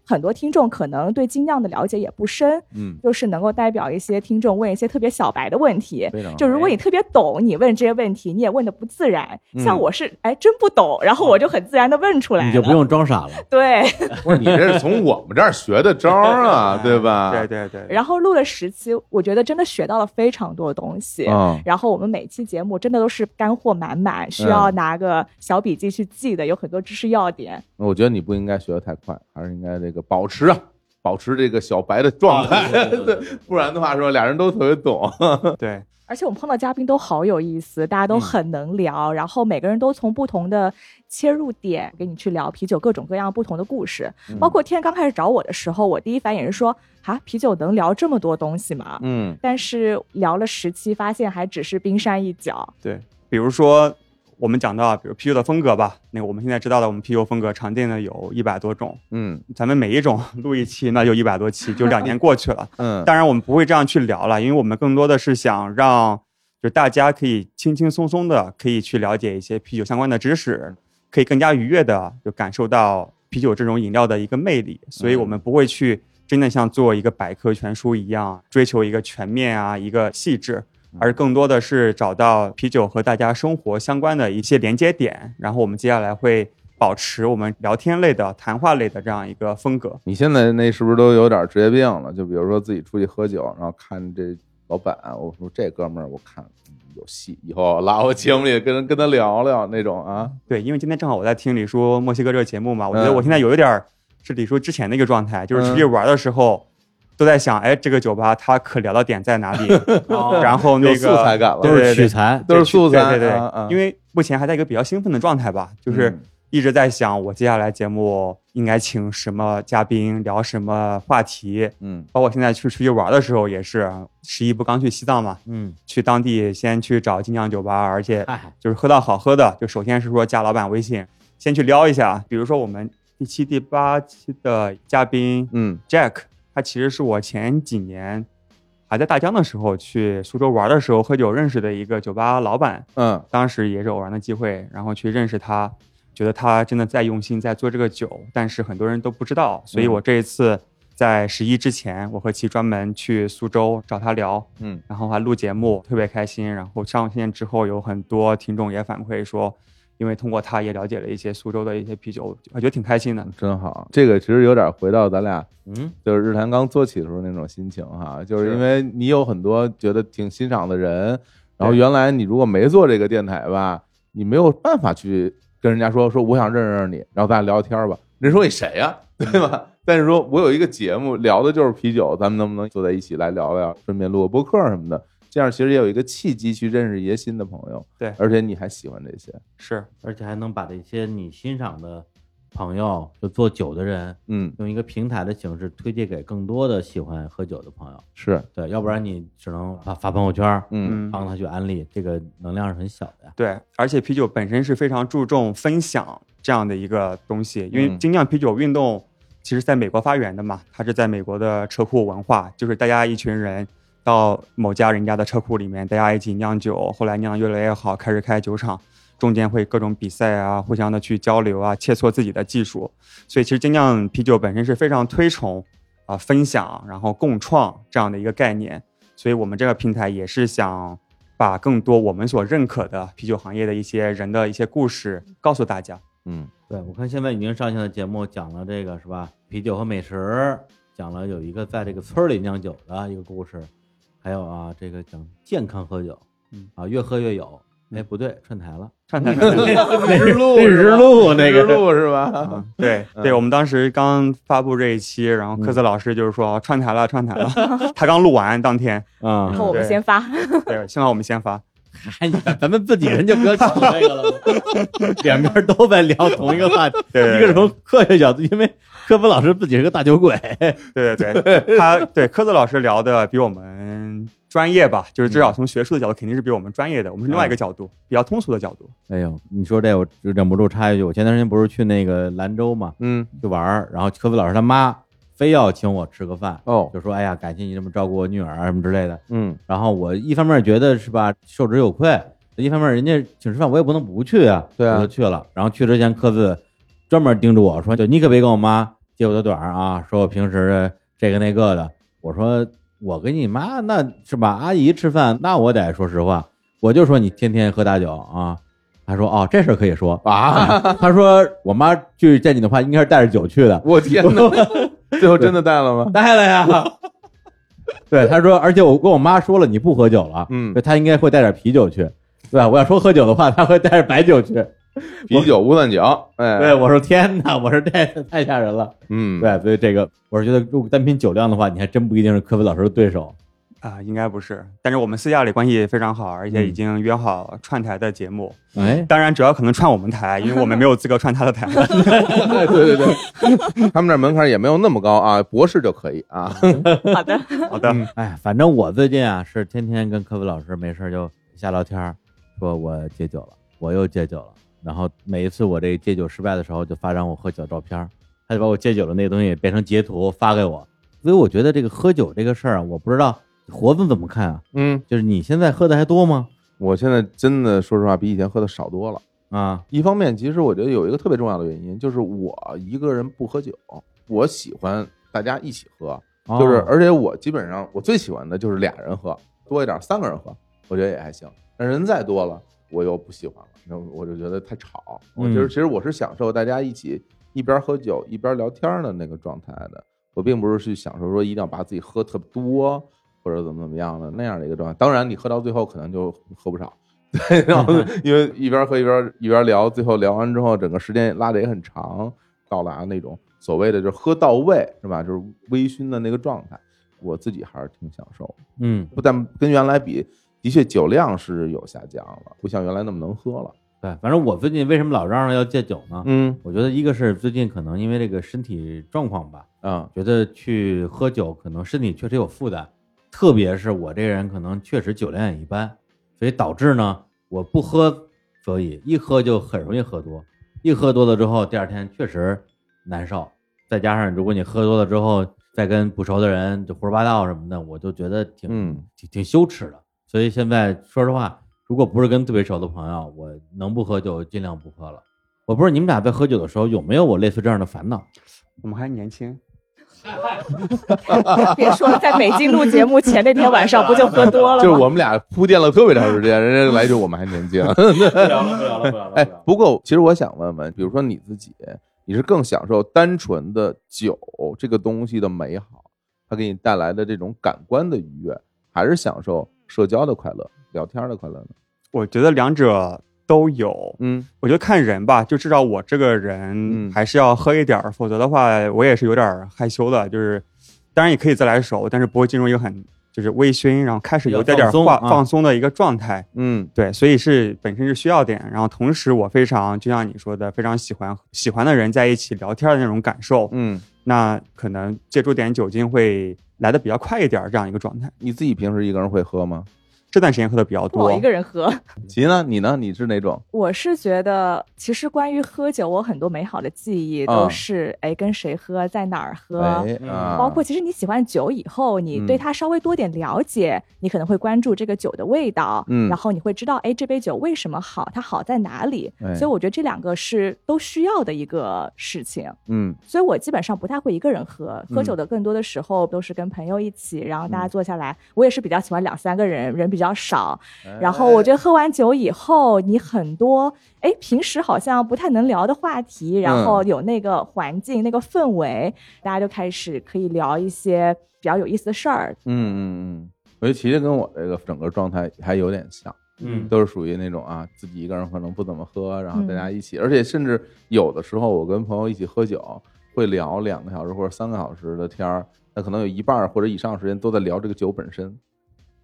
S4: 很多听众可能对精酿的了解也不深，
S2: 嗯，
S4: 就是能够代表一些听众问一些特别小白的问题。
S2: 非常好
S4: 就如果你特别懂，你问这些问题，你也问的不自然。
S2: 嗯
S4: 像我是哎真不懂，然后我就很自然的问出来了。
S1: 你就不用装傻 了。
S4: 对，
S2: 不是你这是从我们这儿学的招儿 啊，对吧？
S3: 对对对。
S4: 然后录了十期，我觉得真的学到了非常多东西。
S2: 嗯，
S4: 然后我们每期节目真的都是干货满满，需要拿个小笔记去记的，有很多知识要点。
S2: 我觉得你不应该学的太快，还是应该这个保持啊，保持这个小白的状态，
S6: 啊对对对
S2: 不然的话说俩人都特 别懂，
S3: 对，
S4: 而且我们碰到嘉宾都好有意思，大家都很能聊，然后每个人都从不同的切入点给你去聊啤酒各种各样不同的故事。包括天刚开始找我的时候，我第一反应是说：“啊，啤酒能聊这么多东西吗？”
S2: 嗯
S4: 但是聊了十期，发现还只是冰山一角。
S3: 对，比如说我们讲到，比如啤酒的风格吧，那个我们现在知道的，我们啤酒风格常见的有一百多种，
S2: 嗯
S3: 咱们每一种 录一期，那就一百多期，就两年过去了。
S2: 嗯，
S3: 当然，我们不会这样去聊了，因为我们更多的是想让就大家可以轻轻松松的可以去了解一些啤酒相关的知识，可以更加愉悦的就感受到啤酒这种饮料的一个魅力。所以我们不会去真的像做一个百科全书一样追求一个全面啊，一个细致。而更多的是找到啤酒和大家生活相关的一些连接点，然后我们接下来会保持我们聊天类的、谈话类的这样一个风格。
S2: 你现在那是不是都有点职业病了？就比如说自己出去喝酒，然后看这老板，啊我说这哥们儿，我看嗯有戏，以后拉我节目里跟跟他聊聊那种啊，
S3: 对，因为今天正好我在听李叔墨西哥这个节目嘛，我觉得
S2: 嗯
S3: 我现在有一点儿是李叔之前的一个状态，就是出去
S2: 嗯
S3: 玩的时候。都在想，哎，这个酒吧它可聊的点在哪 里？然后那
S2: 哦有
S3: 个
S2: 素材感了，
S3: 对
S1: 都
S3: 对
S1: 是
S3: 对
S1: 取材，
S2: 都是素材，
S3: 对对对
S2: 啊啊
S3: 因为目前还在一个比较兴奋的状态吧，就是
S2: 嗯
S3: 一直在想我接下来节目应该请什么嘉宾，聊什么话题。
S2: 嗯
S3: 包括现在去出去玩的时候也是，十一不刚去西藏嘛，
S1: 嗯，
S3: 去当地先去找精酿酒吧，而且
S1: 哎，
S3: 就是喝到好喝的，就首先是说加老板微信，先去撩一下。啊比如说我们第七、第八期的嘉宾
S2: 嗯
S3: Jack，他其实是我前几年还在大疆的时候去苏州玩的时候喝酒认识的一个酒吧老板，
S2: 嗯
S3: 当时也是偶然的机会，然后去认识他，觉得他真的在用心在做这个酒，但是很多人都不知道，所以我这一次在十一之前，我和其专门去苏州找他聊，
S2: 嗯，
S3: 然后还录节目，特别开心。然后上线之后，有很多听众也反馈说，因为通过他也了解了一些苏州的一些啤酒，我觉得挺开心的。
S2: 真好。这个其实有点回到咱俩
S1: 嗯，
S2: 就是日坛刚做起的时候那种心情哈，就是
S3: 是
S2: 因为你有很多觉得挺欣赏的人，然后
S3: 对
S2: 原来你如果没做这个电台吧，你没有办法去跟人家说说我想认识认识你，然后咱俩聊天吧，人说你谁呀、 对吧？但是说我有一个节目聊的就是啤酒，咱们能不能坐在一起来聊聊，顺便录个播客什么的，这样其实也有一个契机去认识一些新的朋友，
S3: 对
S2: 而且你还喜欢这些，
S3: 是
S1: 而且还能把这些你欣赏的朋友，就做酒的人，
S2: 嗯，
S1: 用一个平台的形式推荐给更多的喜欢喝酒的朋友。
S2: 是，
S1: 对，要不然你只能发发朋友圈儿，
S2: 嗯
S1: 帮他去安利，这个能量是很小的呀。
S3: 对，而且啤酒本身是非常注重分享这样的一个东西，因为
S2: 嗯
S3: 精酿啤酒运动其实在美国发源的嘛，它是在美国的车库文化，就是大家一群人到某家人家的车库里面，大家一起酿酒，后来酿得越来越好，开始开酒厂，中间会各种比赛啊，互相的去交流啊，切磋自己的技术，所以其实精酿啤酒本身是非常推崇啊、分享，然后共创这样的一个概念。所以我们这个平台也是想把更多我们所认可的啤酒行业的一些人的一些故事告诉大家。
S2: 嗯
S1: 对，我看现在已经上线的节目讲了这个是吧？啤酒和美食，讲了有一个在这个村儿里酿酒的一个故事，还有啊，这个讲健康喝酒，
S3: 嗯
S1: 啊，越喝越有。哎，不对，串台了，
S3: 串台，
S1: 日露，日露那
S2: 日
S1: 个
S2: 录是吧？
S3: 嗯对对，我们当时刚发布这一期，然后科斯老师就是说串台了， 串台了，他刚录完当天，
S6: 啊
S1: 嗯
S4: 然后我们
S3: 对
S4: 先发，
S3: 对，幸好我们先发。
S1: 哎，咱们自己人就不要 扯这个了， 两边都在聊同一个话题，
S3: 对对对
S1: 一个是从科学角度，因为科本老师自己是个大酒鬼，
S3: 对对对，他对科子老师聊的比我们专业吧，就是至少从学术的角度肯定是比我们专业的，我们是另外一个角度，比较通俗的角度。
S1: 哎呦，你说这我就忍不住插一句，我前段时间不是去那个兰州嘛，
S2: 嗯
S1: 去玩儿，然后科比老师他妈非要请我吃个饭，
S2: 哦
S1: 就说哎呀，感谢你这么照顾我女儿啊什么之类的。
S2: 嗯
S1: 然后我一方面觉得是吧，受之有愧；一方面人家请吃饭，我也不能不去啊，
S2: 对啊
S1: 我就去了。然后去之前，科子专门叮嘱我说：“就你可别跟我妈揭我的短儿啊，说我平时的这个那个的。”我说：“我跟你妈那是吧，阿姨吃饭，那我得说实话，我就说你天天喝大酒啊。”他说：“哦，这事儿可以说。
S2: 啊，”
S1: 他说：“我妈去见你的话，应该是带着酒去的。”
S2: 我天 哪！最后真的带了吗？
S1: 带了呀。 对，他说，而且我跟我妈说了，你不喝酒了，
S2: 嗯
S1: 所以她应该会带点啤酒去，对吧？我要说喝酒的话，她会带着白酒去。
S2: 啤酒无乱讲，哎，
S1: 对，我说天哪，我说这太吓人了。
S2: 嗯，
S1: 对，所以这个我是觉得，如果单凭酒量的话，你还真不一定是科比老师的对手。
S3: 啊、应该不是。但是我们私下里关系非常好，而且已
S1: 嗯
S3: 经约好串台的节目。
S1: 哎，
S3: 当然，主要可能串我们台，因为我们没有资格串他的台。
S2: 对哎对对对， 他们这门槛也没有那么高啊，博士就可以 啊。
S4: 好的，
S3: 好的，
S1: 哎，反正我最近啊是天天跟科比老师没事儿就瞎聊天儿，说我戒酒了，我又戒酒了。然后每一次我这戒酒失败的时候，就发张我喝酒照片儿，他就把我戒酒的那个东西变成截图发给我。所以我觉得这个喝酒这个事儿啊，我不知道活子怎么看啊？
S2: 嗯，
S1: 就是你现在喝的还多吗？
S2: 我现在真的说实话，比以前喝的少多了。
S1: 啊，
S2: 一方面，其实我觉得有一个特别重要的原因，就是我一个人不喝酒，我喜欢大家一起喝，
S1: 哦
S2: 就是而且我基本上我最喜欢的就是俩人喝，多一点三个人喝，我觉得也还行。但人再多了，我又不喜欢了，那我就觉得太吵。我
S1: 嗯
S2: 就是其实我是享受大家一起一边喝酒一边聊天的那个状态的，我并不是去享受说一定要把自己喝特别多或者怎么怎么样的那样的一个状态。当然，你喝到最后可能就喝不少。 对，然后因为一边喝一边一边聊，最后聊完之后，整个时间拉的也很长，到达那种所谓的就是喝到位是吧？就是微醺的那个状态，我自己还是挺享受的。
S1: 嗯，
S2: 不但跟原来比，的确酒量是有下降了，不像原来那么能喝了。
S1: 对，反正我最近为什么老嚷嚷要戒酒呢？
S2: 嗯
S1: 我觉得一个是最近可能因为这个身体状况吧，
S2: 啊
S1: 觉得去喝酒可能身体确实有负担，特别是我这个人可能确实酒量也一般，所以导致呢我不喝，所以一喝就很容易喝多，一喝多了之后第二天确实难受，再加上如果你喝多了之后再跟不熟的人就胡说八道什么的，我就觉得挺、
S2: 嗯
S1: 挺挺羞耻的。所以现在说实话，如果不是跟特别熟的朋友，我能不喝酒尽量不喝了。我不知道你们俩在喝酒的时候有没有我类似这样的烦恼？
S3: 我们还年轻，
S4: 别说了，在北京录节目前那天晚上不就喝多了
S2: 就
S4: 吗？
S2: 是我们俩铺垫了特别长时间，人家来一句我们还年轻。
S1: 不聊了，不聊了，不聊了
S2: 哎，不过其实我想问问，比如说你自己，你是更享受单纯的酒这个东西的美好，它给你带来的这种感官的愉悦，还是享受社交的快乐、聊天的快乐呢？
S3: 我觉得两者都有。
S2: 嗯
S3: 我觉得看人吧，就至少我这个人
S2: 嗯
S3: 还是要喝一点儿，否则的话我也是有点儿害羞的。就是当然也可以自来熟，但是不会进入一个很就是微醺，然后开始有点点儿
S1: 比较
S3: 话
S1: 放松啊
S3: 放松的一个状态。
S2: 嗯
S3: 对，所以是本身是需要点，然后同时我非常就像你说的，非常喜欢喜欢的人在一起聊天的那种感受。
S2: 嗯，
S3: 那可能借助点酒精会来的比较快一点儿这样一个状态。
S2: 你自己平时一个人会喝吗？
S3: 这段时间喝的比较
S4: 我
S3: 多
S4: 一，个人喝，
S2: 琪呢？你呢？你是哪种？
S4: 我是觉得，其实关于喝酒，我很多美好的记忆
S2: 啊
S4: 都是，哎，跟谁喝，在哪儿喝，
S2: 哎
S3: 嗯
S2: 啊，
S4: 包括其实你喜欢酒以后，你
S2: 嗯
S4: 对它稍微多点了解，你可能会关注这个酒的味道，
S2: 嗯
S4: 然后你会知道，哎，这杯酒为什么好，它好在哪里。
S2: 哎
S4: 所以我觉得这两个是都需要的一个事情。
S2: 嗯
S4: 所以我基本上不太会一个人喝，喝
S2: 嗯
S4: 酒的更多的时候都是跟朋友一起，然后大家
S2: 嗯
S4: 坐下来。我也是比较喜欢两三个人，人比较少。
S2: 哎
S4: 然后我觉得喝完酒以后，你很多哎平时好像不太能聊的话题，然后
S2: 嗯
S4: 有那个环境、那个氛围，大家就开始可以聊一些比较有意思的事儿。
S2: 嗯嗯嗯，我觉得琪琪跟我这个整个状态还有点像。
S3: 嗯，
S2: 都是属于那种啊，自己一个人可能不怎么喝，然后大
S4: 嗯
S2: 家一起，而且甚至有的时候我跟朋友一起喝酒，会聊两个小时或者三个小时的天儿，那可能有一半儿或者以上时间都在聊这个酒本身，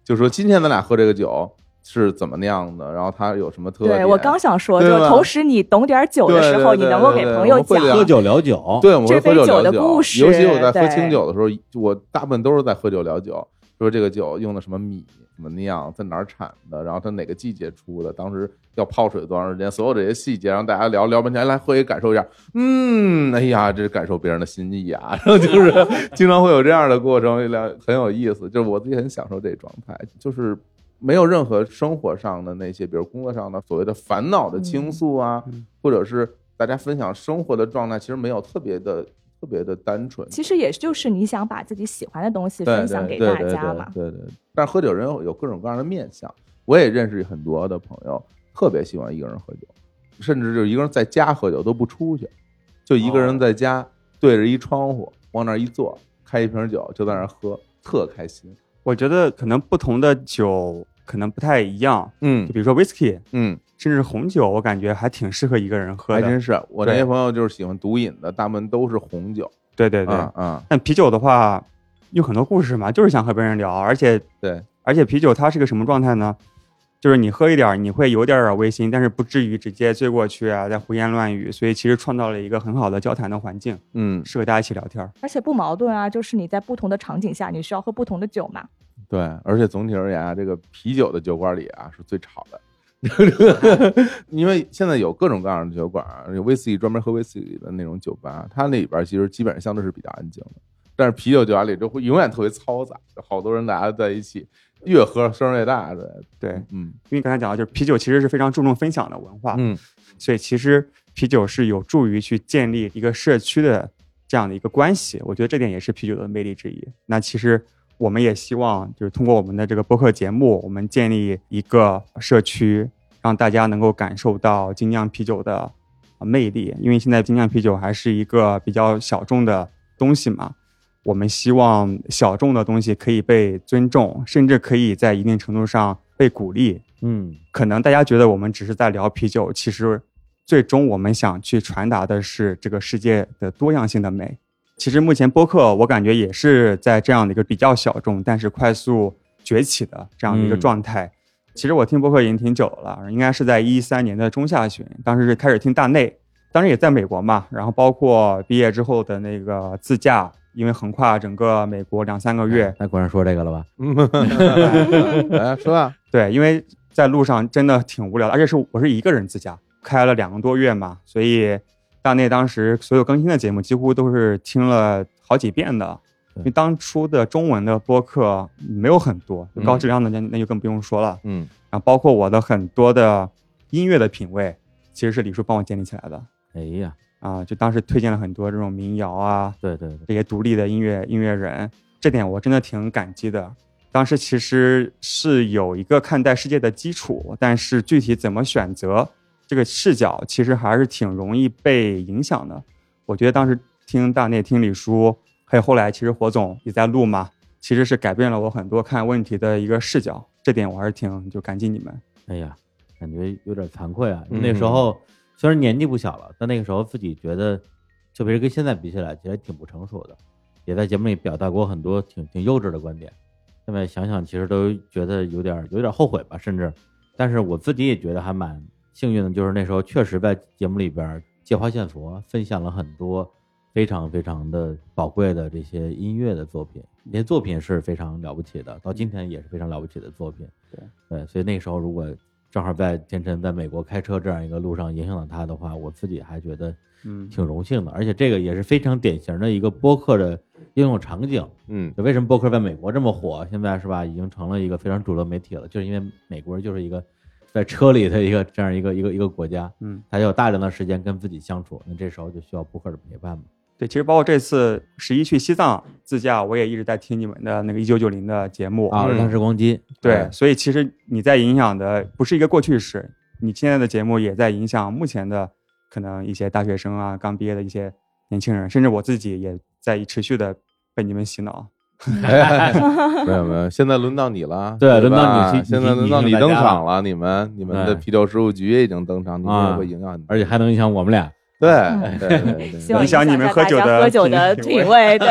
S2: 就说今天咱俩喝这个酒是怎么酿的，然后它有什么特点。
S4: 对我刚想说，
S2: 对
S4: 就
S2: 吧
S4: 同时你懂点儿酒的
S2: 对
S4: 时
S2: 对
S4: 候，
S2: 对
S4: 你能够
S2: 对
S4: 给
S2: 对
S4: 朋
S2: 对
S4: 友
S2: 我会
S4: 讲，
S2: 聊
S1: 喝酒聊酒，
S2: 对，我们会
S4: 这
S2: 喝
S4: 杯
S2: 酒聊
S4: 酒的
S2: 酒，
S4: 故事
S2: 尤其我在喝
S4: 对
S2: 清酒的时候，我大部分都是在喝酒聊酒，说这个酒用的什么米、怎么酿、在哪儿产的，然后它哪个季节出的，当时要泡水多长时间，所有这些细节，让大家聊聊半天，来喝一感受一下。嗯，哎呀，这感受别人的心意啊， 然后 就是经常会有这样的过程，聊很有意思，就是我自己很享受这状态，就是。没有任何生活上的那些，比如工作上的所谓的烦恼的倾诉啊，
S3: 嗯
S2: 或者是大家分享生活的状态，其实没有特别的、特别的单纯。
S4: 其实也就是你想把自己喜欢的东西
S2: 对
S4: 分享
S2: 对
S4: 给
S2: 对
S4: 大
S2: 对
S4: 家嘛。
S2: 对对对。但是喝酒人有有各种各样的面相，我也认识很多的朋友，特别喜欢一个人喝酒，甚至就是一个人在家喝酒都不出去，就一个
S4: 哦
S2: 人在家对着一窗户往那儿一坐，开一瓶酒就在那儿喝，特开心。
S3: 我觉得可能不同的酒可能不太一样。
S2: 嗯
S3: 就比如说 whisky，
S2: 嗯，
S3: 甚至红酒，我感觉还挺适合一个人喝
S2: 还
S3: 的。
S2: 真是。我那
S3: 对
S2: 些朋友就是喜欢毒饮的，大部分都是红酒。
S3: 对对对。
S2: 啊啊，
S3: 但啤酒的话，有很多故事嘛，就是想和别人聊，而且
S2: 对，
S3: 而且啤酒它是个什么状态呢？就是你喝一点儿，你会有点儿微醺，但是不至于直接醉过去啊，在胡言乱语。所以其实创造了一个很好的交谈的环境，
S2: 嗯，
S3: 适合大家一起聊天儿。
S4: 而且不矛盾啊，就是你在不同的场景下，你需要喝不同的酒 嘛。
S2: 对，而且总体而言啊，这个啤酒的酒馆里啊是最吵 的。因为现在有各种各样的酒馆啊，有威士忌专门喝威士忌的那种酒吧，它那里边其实基本上相对是比较安静的。但是啤酒酒吧里就会永远特别嘈杂，好多人大家在一起，越喝声儿越大的。
S3: 对，
S2: 嗯
S3: 因为刚才讲到，就是啤酒其实是非常注重分享的文
S1: 啊
S3: 化，
S2: 嗯，
S3: 所以其实啤酒是有助于去建立一个社区的这样的一个关系。我觉得这点也是啤酒的魅力之一。那其实我们也希望，就是通过我们的这个播客节目，我们建立一个社区，让大家能够感受到精酿啤酒的呃魅力。因为现在精酿啤酒还是一个比较小众的东西嘛。我们希望小众的东西可以被尊重，甚至可以在一定程度上被鼓励。
S1: 嗯，
S3: 可能大家觉得我们只是在聊啤酒，其实最终我们想去传达的是这个世界的多样性的美。其实目前播客，我感觉也是在这样的一个比较小众，但是快速崛起的这样的一个
S1: 嗯
S3: 状态。其实我听播客已经挺久了，应该是在一三年的中下旬，当时是开始听大内，当时也在美国嘛，然后包括毕业之后的那个自驾，因为横跨整个美国两三个 月，
S1: 哎那果然说这个了吧？
S2: 来 说吧，
S3: 对，因为在路上真的挺无聊的，而且是我是一个人自驾，开了两个多月嘛，所以大内当时所有更新的节目几乎都是听了好几遍的。因为当初的中文的播客没有很多，
S2: 嗯
S3: 高质量的那那就更不用说了。
S2: 嗯，
S3: 然后包括我的很多的音乐的品味，其实是李叔帮我建立起来的
S1: 哎呀，
S3: 啊，就当时推荐了很多这种民谣啊，
S1: 对对对，
S3: 这些独立的音乐音乐人，这点我真的挺感激的。当时其实是有一个看待世界的基础，但是具体怎么选择这个视角，其实还是挺容易被影响的。我觉得当时听大内、听李叔，还有后来其实火总也在录嘛，其实是改变了我很多看问题的一个视角。这点我还是挺就感激你们。
S1: 哎呀，感觉有点惭愧啊。
S2: 嗯
S1: 那时候虽然年纪不小了，但那个时候自己觉得，特别是跟现在比起来，其实挺不成熟的，也在节目里表达过很多挺挺幼稚的观点。现在想想，其实都觉得有点有点后悔吧，甚至。但是我自己也觉得还蛮幸运的，就是那时候确实在节目里边借花献佛，分享了很多非常非常的宝贵的这些音乐的作品，那些作品是非常了不起的，到今天也是非常了不起的作品。对，呃所以那时候如果正好在天辰在美国开车这样一个路上影响到他的话，我自己还觉得
S3: 嗯
S1: 挺荣幸的。而且这个也是非常典型的一个播客的应用场景。
S2: 嗯
S1: 就为什么播客在美国这么火？现在是吧，已经成了一个非常主流媒体了，就是因为美国人就是一个在车里的一个这样一个一个一个国家，
S3: 嗯，
S1: 他有大量的时间跟自己相处，那这时候就需要播客的陪伴嘛。
S3: 对，其实包括这次十一去西藏自驾，我也一直在听你们的那个一九九零的节目
S1: 啊，
S2: 嗯
S1: 日常时光机，
S3: 对
S2: 对，
S3: 所以其实你在影响的不是一个过去式，你现在的节目也在影响目前的可能一些大学生啊，刚毕业的一些年轻人，甚至我自己也在持续的被你们洗脑。
S4: 嗯
S2: 哎没有没有，现在轮到你了，
S1: 对
S2: 吧
S1: 轮到你去
S2: 现在
S1: 你
S2: 轮到
S1: 你
S2: 你
S1: 大家
S2: 登
S1: 了
S2: 场了，你们你们的
S1: 对
S2: 啤酒事务局也已经登场，你们也
S1: 啊
S2: 会影响你，
S1: 而且还能影响我们俩。
S2: 对对对对对，
S4: 嗯希望
S3: 影响
S4: 一下
S3: 你们
S4: 大
S3: 喝酒
S4: 家
S3: 的
S4: 喝酒
S3: 品
S4: 的
S3: 品味
S4: 品味，对。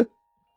S1: 呃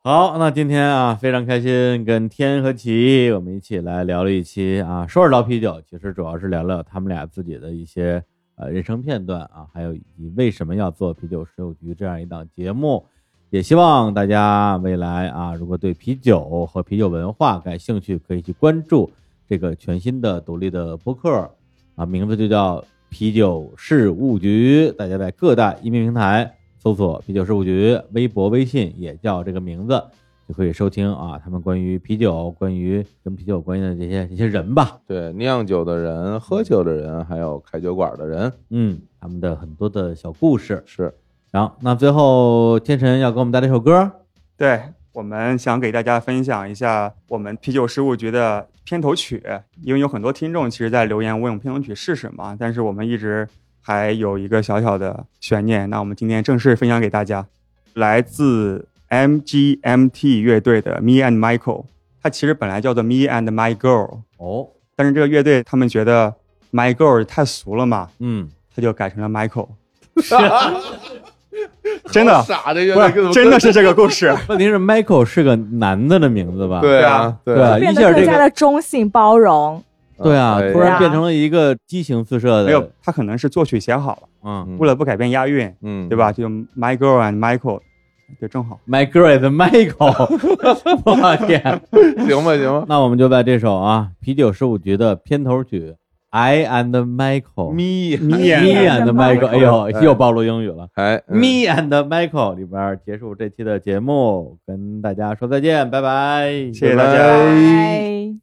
S1: 好，那今天啊，非常开心跟天和奇我们一起来聊了一期啊，说是聊啤酒，其实主要是聊聊他们俩自己的一些呃人生片段啊，还有以及为什么要做啤酒十五局这样一档节目。也希望大家未来啊，如果对啤酒和啤酒文化感兴趣，可以去关注这个全新的独立的播客啊，名字就叫啤酒事务局。大家在各大音频平台搜索“啤酒事务局”，微博、微信也叫这个名字，就可以收听啊，他们关于啤酒、关于跟啤酒有关系的这些这些人吧，
S2: 对，酿酒的人、喝酒的人，还有开酒馆的人，
S1: 嗯，他们的很多的小故事。
S2: 是
S1: 然后，那最后天辰要给我们带来一首歌，
S3: 对我们想给大家分享一下我们啤酒事务局的片头曲，因为有很多听众其实在留言问我们片头曲是什么，但是我们一直还有一个小小的悬念。那我们今天正式分享给大家，来自 MGMT 乐队的《Me and Michael》。它其实本来叫做 Me and My Girl，
S1: 哦，
S3: 但是这个乐队他们觉得 My Girl 太俗了嘛，
S1: 嗯，
S3: 他就改成了 Michael。真的
S2: 傻这乐
S3: 不
S2: 队跟
S3: 是，真的是这个故事。
S1: 问题是 Michael 是个男的的名字吧？
S2: 对啊，
S1: 对
S2: 啊
S1: 啊，，
S4: 变
S1: 一
S4: 得
S1: 下
S4: 更
S1: 这
S4: 加
S1: 个
S4: 的中性包容。
S1: 对啊
S2: 哎，
S1: 突然变成了一个激情四射的，
S3: 没有，他可能是作曲写好了，
S1: 嗯
S3: 为了不改变押韵，
S2: 嗯，
S3: 对？吧？就 My Girl and Michael，就正好。
S1: ，My girl is Michael，我 天！
S2: 行吧，行吧
S1: 那我们就在这首啊《啤酒十五局》的片头曲《I and Michael》
S2: 咪
S3: 咪
S1: Me and Michael，哎呦，
S2: 哎
S1: 又暴露英语了。
S2: 哎，嗯
S1: Me and Michael 里边结束这期的节目，跟大家说再见，拜拜，
S3: 谢谢大家
S2: 拜拜
S4: 拜。